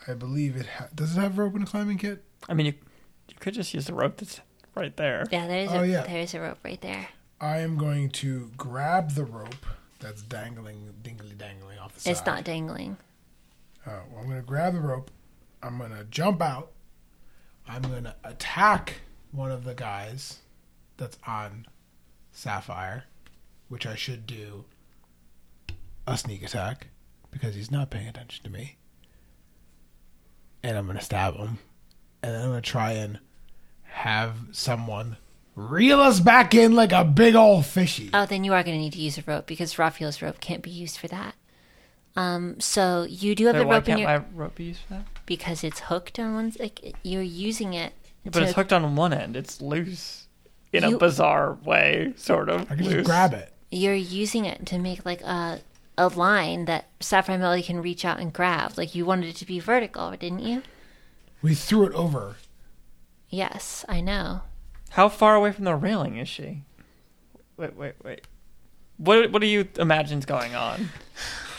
Speaker 3: I believe it ha- does it have rope in a climbing kit?
Speaker 2: I mean, you, you could just use the rope that's right there.
Speaker 1: Yeah, there's
Speaker 3: Oh,
Speaker 1: a
Speaker 3: yeah.
Speaker 1: there's a rope right there.
Speaker 3: I am going to grab the rope that's dangling, dingly dangling off the side.
Speaker 1: It's not dangling.
Speaker 3: Oh, well, I'm going to grab the rope. I'm going to jump out. I'm going to attack one of the guys that's on Sapphire, which I should do a sneak attack because he's not paying attention to me. And I'm going to stab him. And then I'm going to try and have someone reel us back in like a big old fishy.
Speaker 1: Oh, then you are gonna need to use a rope because Raphael's rope can't be used for that. Um, so you do have
Speaker 2: Wait,
Speaker 1: the
Speaker 2: why
Speaker 1: rope in
Speaker 2: can't
Speaker 1: your
Speaker 2: my rope be used for that?
Speaker 1: because it's hooked on one. Like you're using it.
Speaker 2: But it's
Speaker 1: to-
Speaker 2: hooked on one end. It's loose in
Speaker 1: You-
Speaker 2: a bizarre way, sort of.
Speaker 3: I can
Speaker 2: loose.
Speaker 3: just grab it.
Speaker 1: You're using it to make like a a line that Sapphire Melody can reach out and grab. Like you wanted it to be vertical, didn't you?
Speaker 3: We threw it over.
Speaker 1: Yes, I know.
Speaker 2: How far away from the railing is she? Wait, wait, wait. What what do you imagine's going on?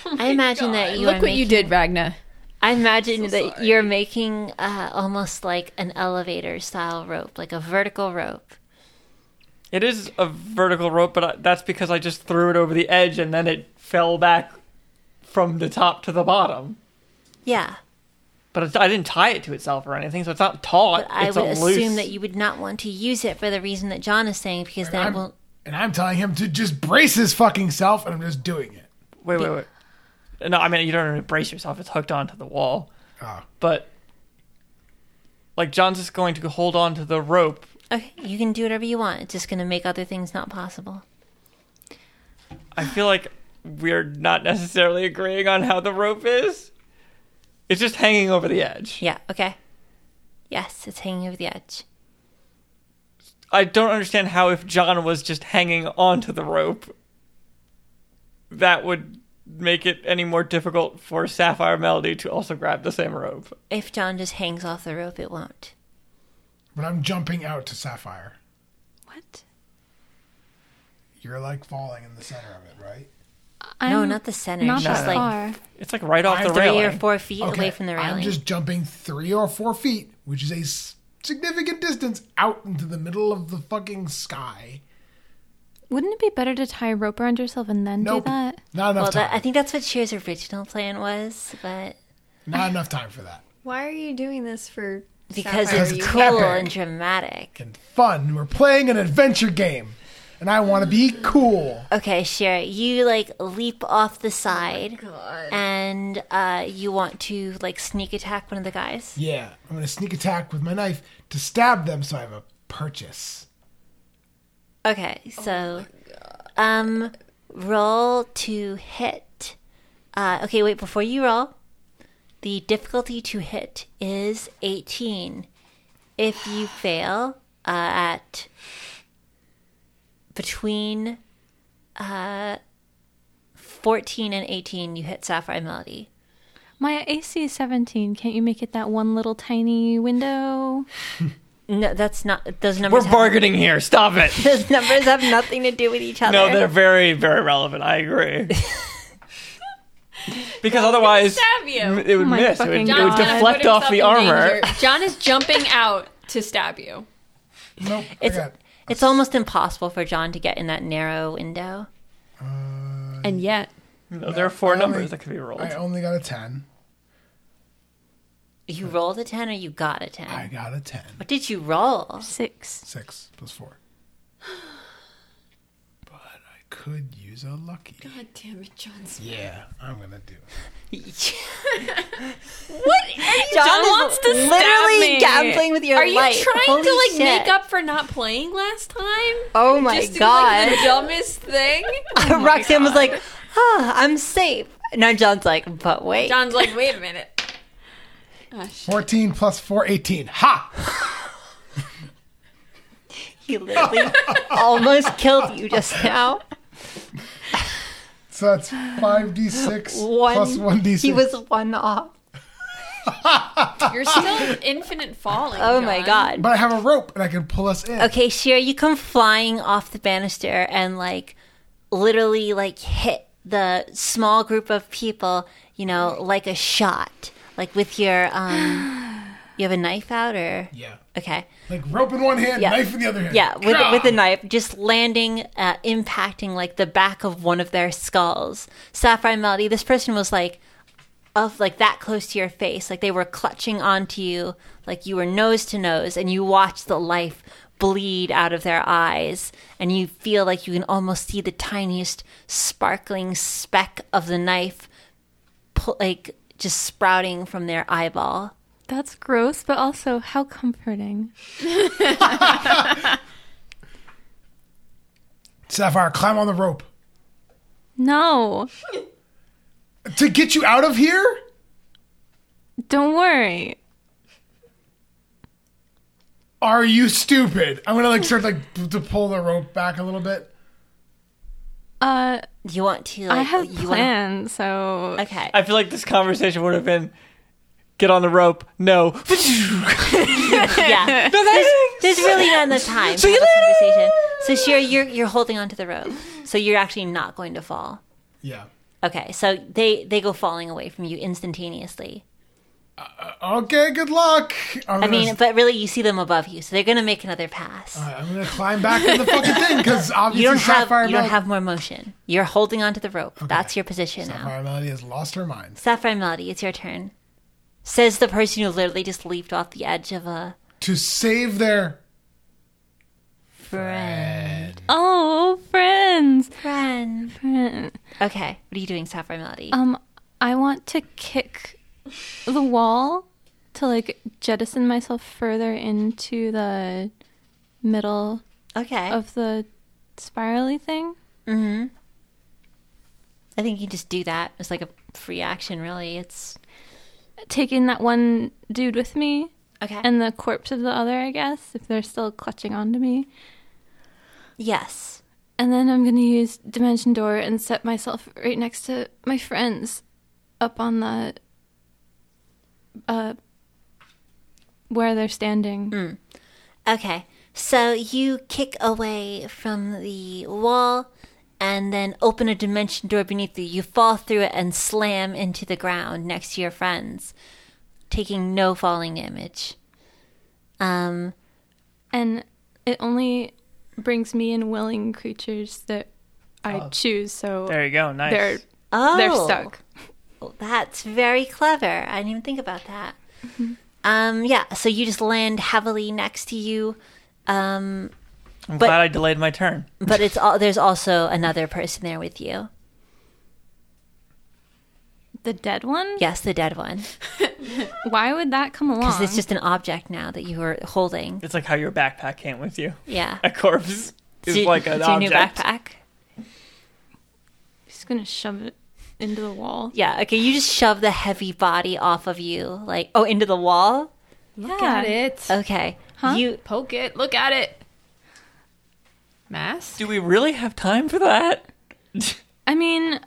Speaker 2: Oh
Speaker 1: I imagine that you
Speaker 9: Look
Speaker 1: are
Speaker 9: what you
Speaker 1: making-
Speaker 9: did, Ragna.
Speaker 1: I imagine that you're making uh, almost like an elevator style rope, like a vertical rope.
Speaker 2: It is a vertical rope, but I, that's because I just threw it over the edge and then it fell back from the top to the bottom.
Speaker 1: Yeah,
Speaker 2: But it's, I didn't tie it to itself or anything, so it's not taut.
Speaker 1: but I
Speaker 2: it's
Speaker 1: would
Speaker 2: a
Speaker 1: assume
Speaker 2: loose.
Speaker 1: that you would not want to use it for the reason that John is saying, because then
Speaker 3: I'm-
Speaker 1: it will.
Speaker 3: And I'm telling him to just brace his fucking self, and I'm just doing it.
Speaker 2: Wait, wait, wait. No, I mean you don't really brace yourself. It's hooked onto the wall.
Speaker 3: Ah.
Speaker 2: But like John's just going to hold on to the rope.
Speaker 1: Okay, you can do whatever you want. It's just going to make other things not possible.
Speaker 2: I feel like we're not necessarily agreeing on how the rope is. It's just hanging over the edge.
Speaker 1: Yeah. Okay. Yes, it's hanging over the edge.
Speaker 2: I don't understand how if John was just hanging onto the rope, that would make it any more difficult for Sapphire Melody to also grab the same rope.
Speaker 1: If John just hangs off the rope, it won't.
Speaker 3: But I'm jumping out to Sapphire.
Speaker 8: What?
Speaker 3: You're like falling in the center of it, right?
Speaker 8: I'm
Speaker 1: no, not the center.
Speaker 8: not
Speaker 1: She's
Speaker 8: that
Speaker 1: like
Speaker 8: far.
Speaker 2: It's like right off
Speaker 3: I
Speaker 2: the
Speaker 3: thought
Speaker 1: three
Speaker 2: railing.
Speaker 1: or four feet away from the
Speaker 3: I'm
Speaker 1: railing.
Speaker 3: just jumping three or four feet, which is a s- significant distance out into the middle of the fucking sky.
Speaker 8: Wouldn't it be better to tie a rope around yourself and then
Speaker 3: Nope.
Speaker 8: do that?
Speaker 3: Not enough
Speaker 1: Well,
Speaker 3: time.
Speaker 1: that, I think that's what Shear's original plan was, but
Speaker 3: Not enough time for that.
Speaker 9: Why are you doing this for?
Speaker 1: because
Speaker 9: Sapphire,
Speaker 1: it's
Speaker 9: you-
Speaker 1: cool
Speaker 3: epic.
Speaker 1: and dramatic.
Speaker 3: And fun. We're playing an adventure game, and I want to be cool.
Speaker 1: Okay, Shira, you like leap off the side, and uh, you want to like sneak attack one of the guys.
Speaker 3: Yeah, I'm gonna sneak attack with my knife to stab them, so I have a purchase.
Speaker 1: Okay, so um, roll to hit. Uh, okay, wait. Before you roll, the difficulty to hit is eighteen. If you fail uh, at between uh, fourteen and eighteen, you hit Sapphire Melody.
Speaker 8: My AC is 17. Can't you make it that one little tiny window?
Speaker 1: No, that's not. Those numbers.
Speaker 2: We're
Speaker 1: Have,
Speaker 2: bargaining here. Stop it.
Speaker 1: those numbers have nothing to do with each other.
Speaker 2: No, they're very, very relevant. I agree. because otherwise,
Speaker 5: Stab you.
Speaker 2: m- it would
Speaker 8: my
Speaker 2: miss. It would,
Speaker 8: fucking
Speaker 2: it
Speaker 8: God.
Speaker 2: would
Speaker 8: John's gonna
Speaker 2: deflect off the armor.
Speaker 5: John is jumping out to stab you.
Speaker 3: Nope.
Speaker 1: It's
Speaker 3: I got
Speaker 1: it's almost impossible for John to get in that narrow window.
Speaker 9: And yet,
Speaker 2: No, there are four
Speaker 3: I only-
Speaker 2: numbers that could be rolled.
Speaker 3: I only got a ten.
Speaker 1: You rolled a ten, or you got a ten.
Speaker 3: I got a ten.
Speaker 1: What did you roll?
Speaker 8: Six.
Speaker 3: Six plus four. could use a lucky.
Speaker 9: God damn it, Johnson.
Speaker 3: Yeah, I'm gonna do. it.
Speaker 1: John wants to literally gambling with your
Speaker 9: Are you
Speaker 1: life.
Speaker 9: trying to
Speaker 1: Holy
Speaker 9: like
Speaker 1: shit.
Speaker 9: make up for not playing last time?
Speaker 1: Oh my
Speaker 9: Just do,
Speaker 1: god!
Speaker 9: like, the dumbest thing.
Speaker 1: Roxanne was like, "Ah, I'm safe." Now John's like, "But wait,
Speaker 9: John's like, wait a minute.
Speaker 3: 14 plus 4, 18. Ha!
Speaker 1: he literally almost killed you just now."
Speaker 3: So that's 5d6
Speaker 1: One,
Speaker 3: plus 1d6.
Speaker 1: He was one off.
Speaker 9: You're still infinite falling.
Speaker 1: Oh my god!
Speaker 3: But I have a rope and I can pull us in.
Speaker 1: Okay, Shira, you come flying off the banister and like literally like hit the small group of people, you know, like a shot, like with your um. You have a knife out, or
Speaker 3: Yeah.
Speaker 1: okay,
Speaker 3: Like rope in one hand,
Speaker 1: Yeah.
Speaker 3: knife in the other hand.
Speaker 1: yeah, with
Speaker 3: Gah!
Speaker 1: with a knife, just landing, uh, impacting like the back of one of their skulls. Sapphire and Melody, this person was like, of like that close to your face, like they were clutching onto you, like you were nose to nose, and you watch the life bleed out of their eyes, and you feel like you can almost see the tiniest sparkling speck of the knife, pu- like just sprouting from their eyeball.
Speaker 8: That's gross, but also how comforting.
Speaker 3: Sapphire, climb on the rope.
Speaker 8: No,
Speaker 3: To get you out of here?
Speaker 8: don't worry.
Speaker 3: Are you stupid? I'm gonna like start like p- to pull the rope back a little bit.
Speaker 8: Uh,
Speaker 1: You want to? Like,
Speaker 8: I have
Speaker 1: you want
Speaker 8: plans, so
Speaker 1: Okay.
Speaker 2: I feel like this conversation would have been get on the rope. No.
Speaker 1: yeah. There's really not enough time to have a conversation. So Shira, you're you're holding onto the rope, so you're actually not going to fall.
Speaker 3: Yeah.
Speaker 1: Okay, so they they go falling away from you instantaneously.
Speaker 3: Okay, good luck. I'm
Speaker 1: I
Speaker 3: gonna,
Speaker 1: mean, but really, you see them above you, so they're gonna make another pass.
Speaker 3: I'm gonna climb back in the fucking thing because obviously
Speaker 1: you don't have
Speaker 3: Uh, Sapphire,
Speaker 1: you don't
Speaker 3: Mel-
Speaker 1: have more motion. You're holding onto the rope. That's your position now.
Speaker 3: Sapphire Melody has lost her mind.
Speaker 1: Sapphire Melody, it's your turn. Says the person who literally just leaped off the edge of a
Speaker 3: To save their
Speaker 1: friend.
Speaker 8: oh, friends.
Speaker 1: Friend.
Speaker 8: Friend.
Speaker 1: Okay, what are you doing, Sapphire Melody?
Speaker 8: Um, I want to kick the wall to like jettison myself further into the middle
Speaker 1: okay,
Speaker 8: of the spirally thing.
Speaker 1: I think you can just do that. It's like a free action, really. It's
Speaker 8: Taking that one dude with me
Speaker 1: okay.
Speaker 8: and the corpse of the other, I guess, if they're still clutching onto me.
Speaker 1: Yes.
Speaker 8: And then I'm gonna use Dimension Door and set myself right next to my friends up on the uh where they're standing.
Speaker 1: Okay. So you kick away from the wall and then open a dimension door beneath you. You fall through it and slam into the ground next to your friends, taking no falling damage. Um,
Speaker 8: And it only brings me in willing creatures that I choose, so
Speaker 2: there you go. Nice.
Speaker 8: they're
Speaker 1: oh,
Speaker 8: they're stuck.
Speaker 1: That's very clever. I didn't even think about that.
Speaker 8: Mm-hmm.
Speaker 1: Um, yeah, so you just land heavily next to you. Um,
Speaker 2: I'm
Speaker 1: but-
Speaker 2: glad I delayed my turn.
Speaker 1: but it's all there's also another person there with you.
Speaker 8: The dead one?
Speaker 1: Yes, the dead one.
Speaker 8: Why would that come along?
Speaker 1: Because it's just an object now that you are holding.
Speaker 2: It's like how your backpack came with you.
Speaker 1: Yeah.
Speaker 2: A corpse is
Speaker 1: Do-
Speaker 2: like an
Speaker 1: do you
Speaker 2: object.
Speaker 1: new backpack.
Speaker 8: just gonna shove it into the wall.
Speaker 1: Yeah. Okay. You just shove the heavy body off of you, like oh, into the wall.
Speaker 9: Look at it.
Speaker 1: Okay. You
Speaker 9: Poke it. Look at it. Mass.
Speaker 2: Do we really have time for that?
Speaker 8: I mean,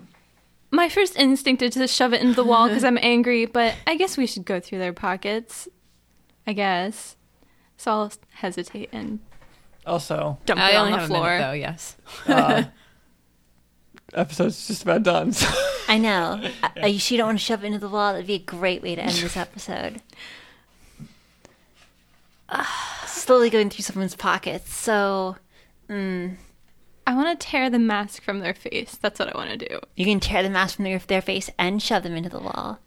Speaker 8: my first instinct is to shove it into the wall because I'm angry, but I guess we should go through their pockets. I guess. So I'll hesitate and
Speaker 2: Also,
Speaker 8: dump it on the floor.
Speaker 9: though. Yes.
Speaker 2: uh, episode's just about done. so-
Speaker 1: I know. I, you sure you don't want to shove it into the wall? That'd be a great way to end this episode. Slowly going through someone's pockets. So
Speaker 8: I want to tear the mask from their face. That's what I want to do.
Speaker 1: you can tear the mask from their, their face and shove them into the wall.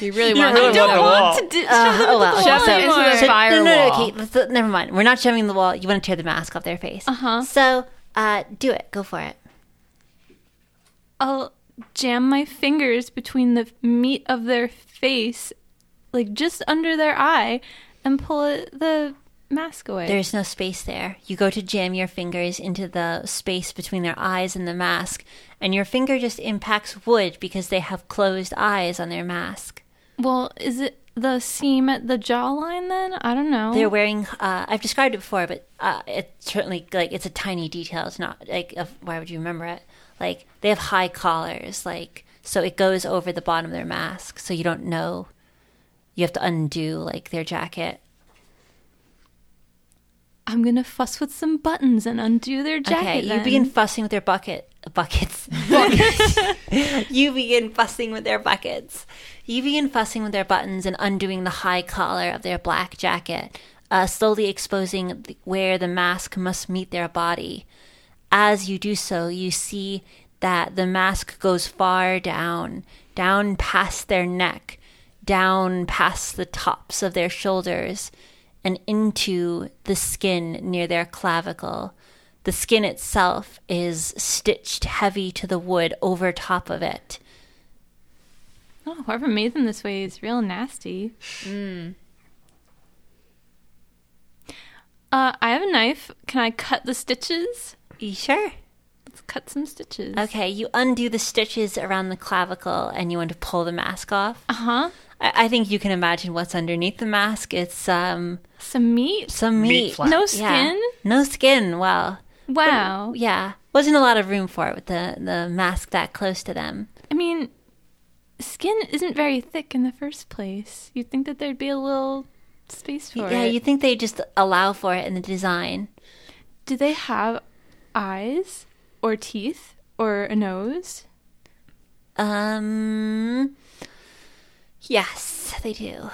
Speaker 9: You really
Speaker 2: You
Speaker 9: want
Speaker 2: really
Speaker 9: to
Speaker 2: want the wall.
Speaker 1: Uh, oh well.
Speaker 9: Shove them into the
Speaker 1: so-
Speaker 9: fire
Speaker 1: no, no, no,
Speaker 9: wall.
Speaker 1: okay, let's- never mind. We're not shoving the wall. You want to tear the mask off their face. Uh
Speaker 8: Uh-huh.
Speaker 1: So Uh, do it. Go for it.
Speaker 8: I'll jam my fingers between the meat of their face, like just under their eye, and pull it, the mask away.
Speaker 1: There's no space there. You go to jam your fingers into the space between their eyes and the mask, and your finger just impacts wood because they have closed eyes on their mask.
Speaker 8: well, is it the seam at the jawline then? I don't know.
Speaker 1: They're wearing. Uh, I've described it before, but uh, it's certainly like it's a tiny detail. It's not like of, why would you remember it? Like they have high collars, like so it goes over the bottom of their mask, so you don't know. You have to undo like their jacket.
Speaker 8: I'm gonna fuss with some buttons and undo their jacket.
Speaker 1: okay, you
Speaker 8: then.
Speaker 1: begin fussing with their bucket buckets. you begin fussing with their buckets. You begin fussing with their buttons and undoing the high collar of their black jacket, uh, slowly exposing th- where the mask must meet their body. As you do so, you see that the mask goes far down, down past their neck, down past the tops of their shoulders, and into the skin near their clavicle. The skin itself is stitched heavy to the wood over top of it.
Speaker 8: Oh, whoever made them this way is real nasty.
Speaker 1: Mm.
Speaker 8: Uh, I have a knife. Can I cut the stitches?
Speaker 1: You sure?
Speaker 8: Let's cut some stitches.
Speaker 1: Okay, you undo the stitches around the clavicle and you want to pull the mask off.
Speaker 8: Uh huh.
Speaker 1: I, I think you can imagine what's underneath the mask. It's um
Speaker 8: Some meat.
Speaker 1: some
Speaker 2: Meat
Speaker 1: meat.
Speaker 2: flap.
Speaker 8: No
Speaker 1: Yeah.
Speaker 8: skin.
Speaker 1: No skin. Wow.
Speaker 8: Wow.
Speaker 1: Yeah. Wasn't a lot of room for it with the, the mask that close to them.
Speaker 8: I mean, skin isn't very thick in the first place. You'd think that there'd be a little space for
Speaker 1: yeah,
Speaker 8: it.
Speaker 1: you think they just allow for it in the design.
Speaker 8: Do they have eyes or teeth or a nose?
Speaker 1: Um Yes, they do.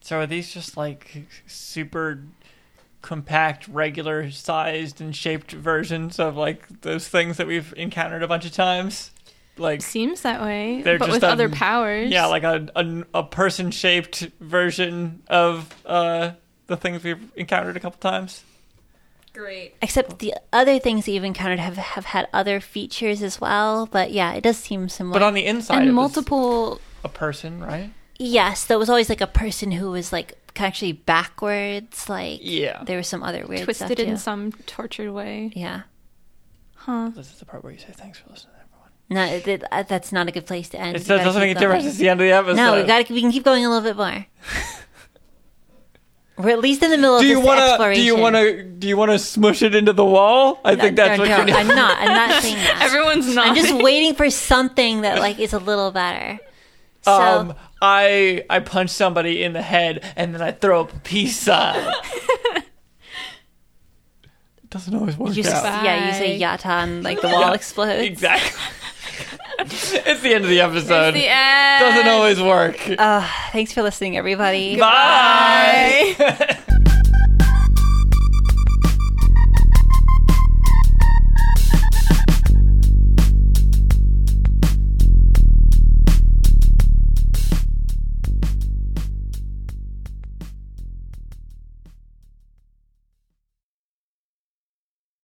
Speaker 2: So are these just like super compact, regular sized and shaped versions of like those things that we've encountered a bunch of times? Like
Speaker 8: Seems that way,
Speaker 2: They're
Speaker 8: but
Speaker 2: just
Speaker 8: with
Speaker 2: a-
Speaker 8: other powers.
Speaker 2: yeah, like a a, person shaped version of uh the things we've encountered a couple times.
Speaker 4: Great.
Speaker 1: Except the other things that you've encountered have, have had other features as well. But yeah, it does seem similar.
Speaker 2: But on the inside, it
Speaker 8: and
Speaker 2: was
Speaker 8: multiple.
Speaker 2: a person, right?
Speaker 1: yes, there was always like a person who was like actually backwards. Like
Speaker 2: Yeah.
Speaker 1: there was some other weird
Speaker 8: Twisted
Speaker 1: stuff
Speaker 8: in
Speaker 1: too.
Speaker 8: some tortured way.
Speaker 1: yeah,
Speaker 8: Huh.
Speaker 2: This is the part where you say thanks for listening, everyone.
Speaker 1: no, th- uh, that's not a good place to end.
Speaker 2: It
Speaker 1: We
Speaker 2: does-
Speaker 1: gotta
Speaker 2: doesn't
Speaker 1: keep
Speaker 2: make a difference.
Speaker 1: going.
Speaker 2: It's the end of the episode.
Speaker 1: No, we got to. We can keep going a little bit more. We're at least in the middle
Speaker 2: do
Speaker 1: of
Speaker 2: you
Speaker 1: this
Speaker 2: want to?
Speaker 1: exploration.
Speaker 2: Do you want to? Do you want to smush it into the wall? I think that's
Speaker 1: no,
Speaker 2: what
Speaker 1: no,
Speaker 2: you need.
Speaker 1: I'm not. I'm not saying that.
Speaker 8: Everyone's not.
Speaker 1: I'm just waiting for something that like is a little better. So
Speaker 2: Um, I I punch somebody in the head and then I throw up a peace sign. it doesn't always work
Speaker 1: you
Speaker 2: out.
Speaker 1: just, yeah, you say yata and like the wall
Speaker 2: Yeah,
Speaker 1: explodes.
Speaker 2: Exactly. it's the end of the episode.
Speaker 5: The end.
Speaker 2: doesn't always work.
Speaker 1: Thanks for listening, everybody.
Speaker 2: Bye.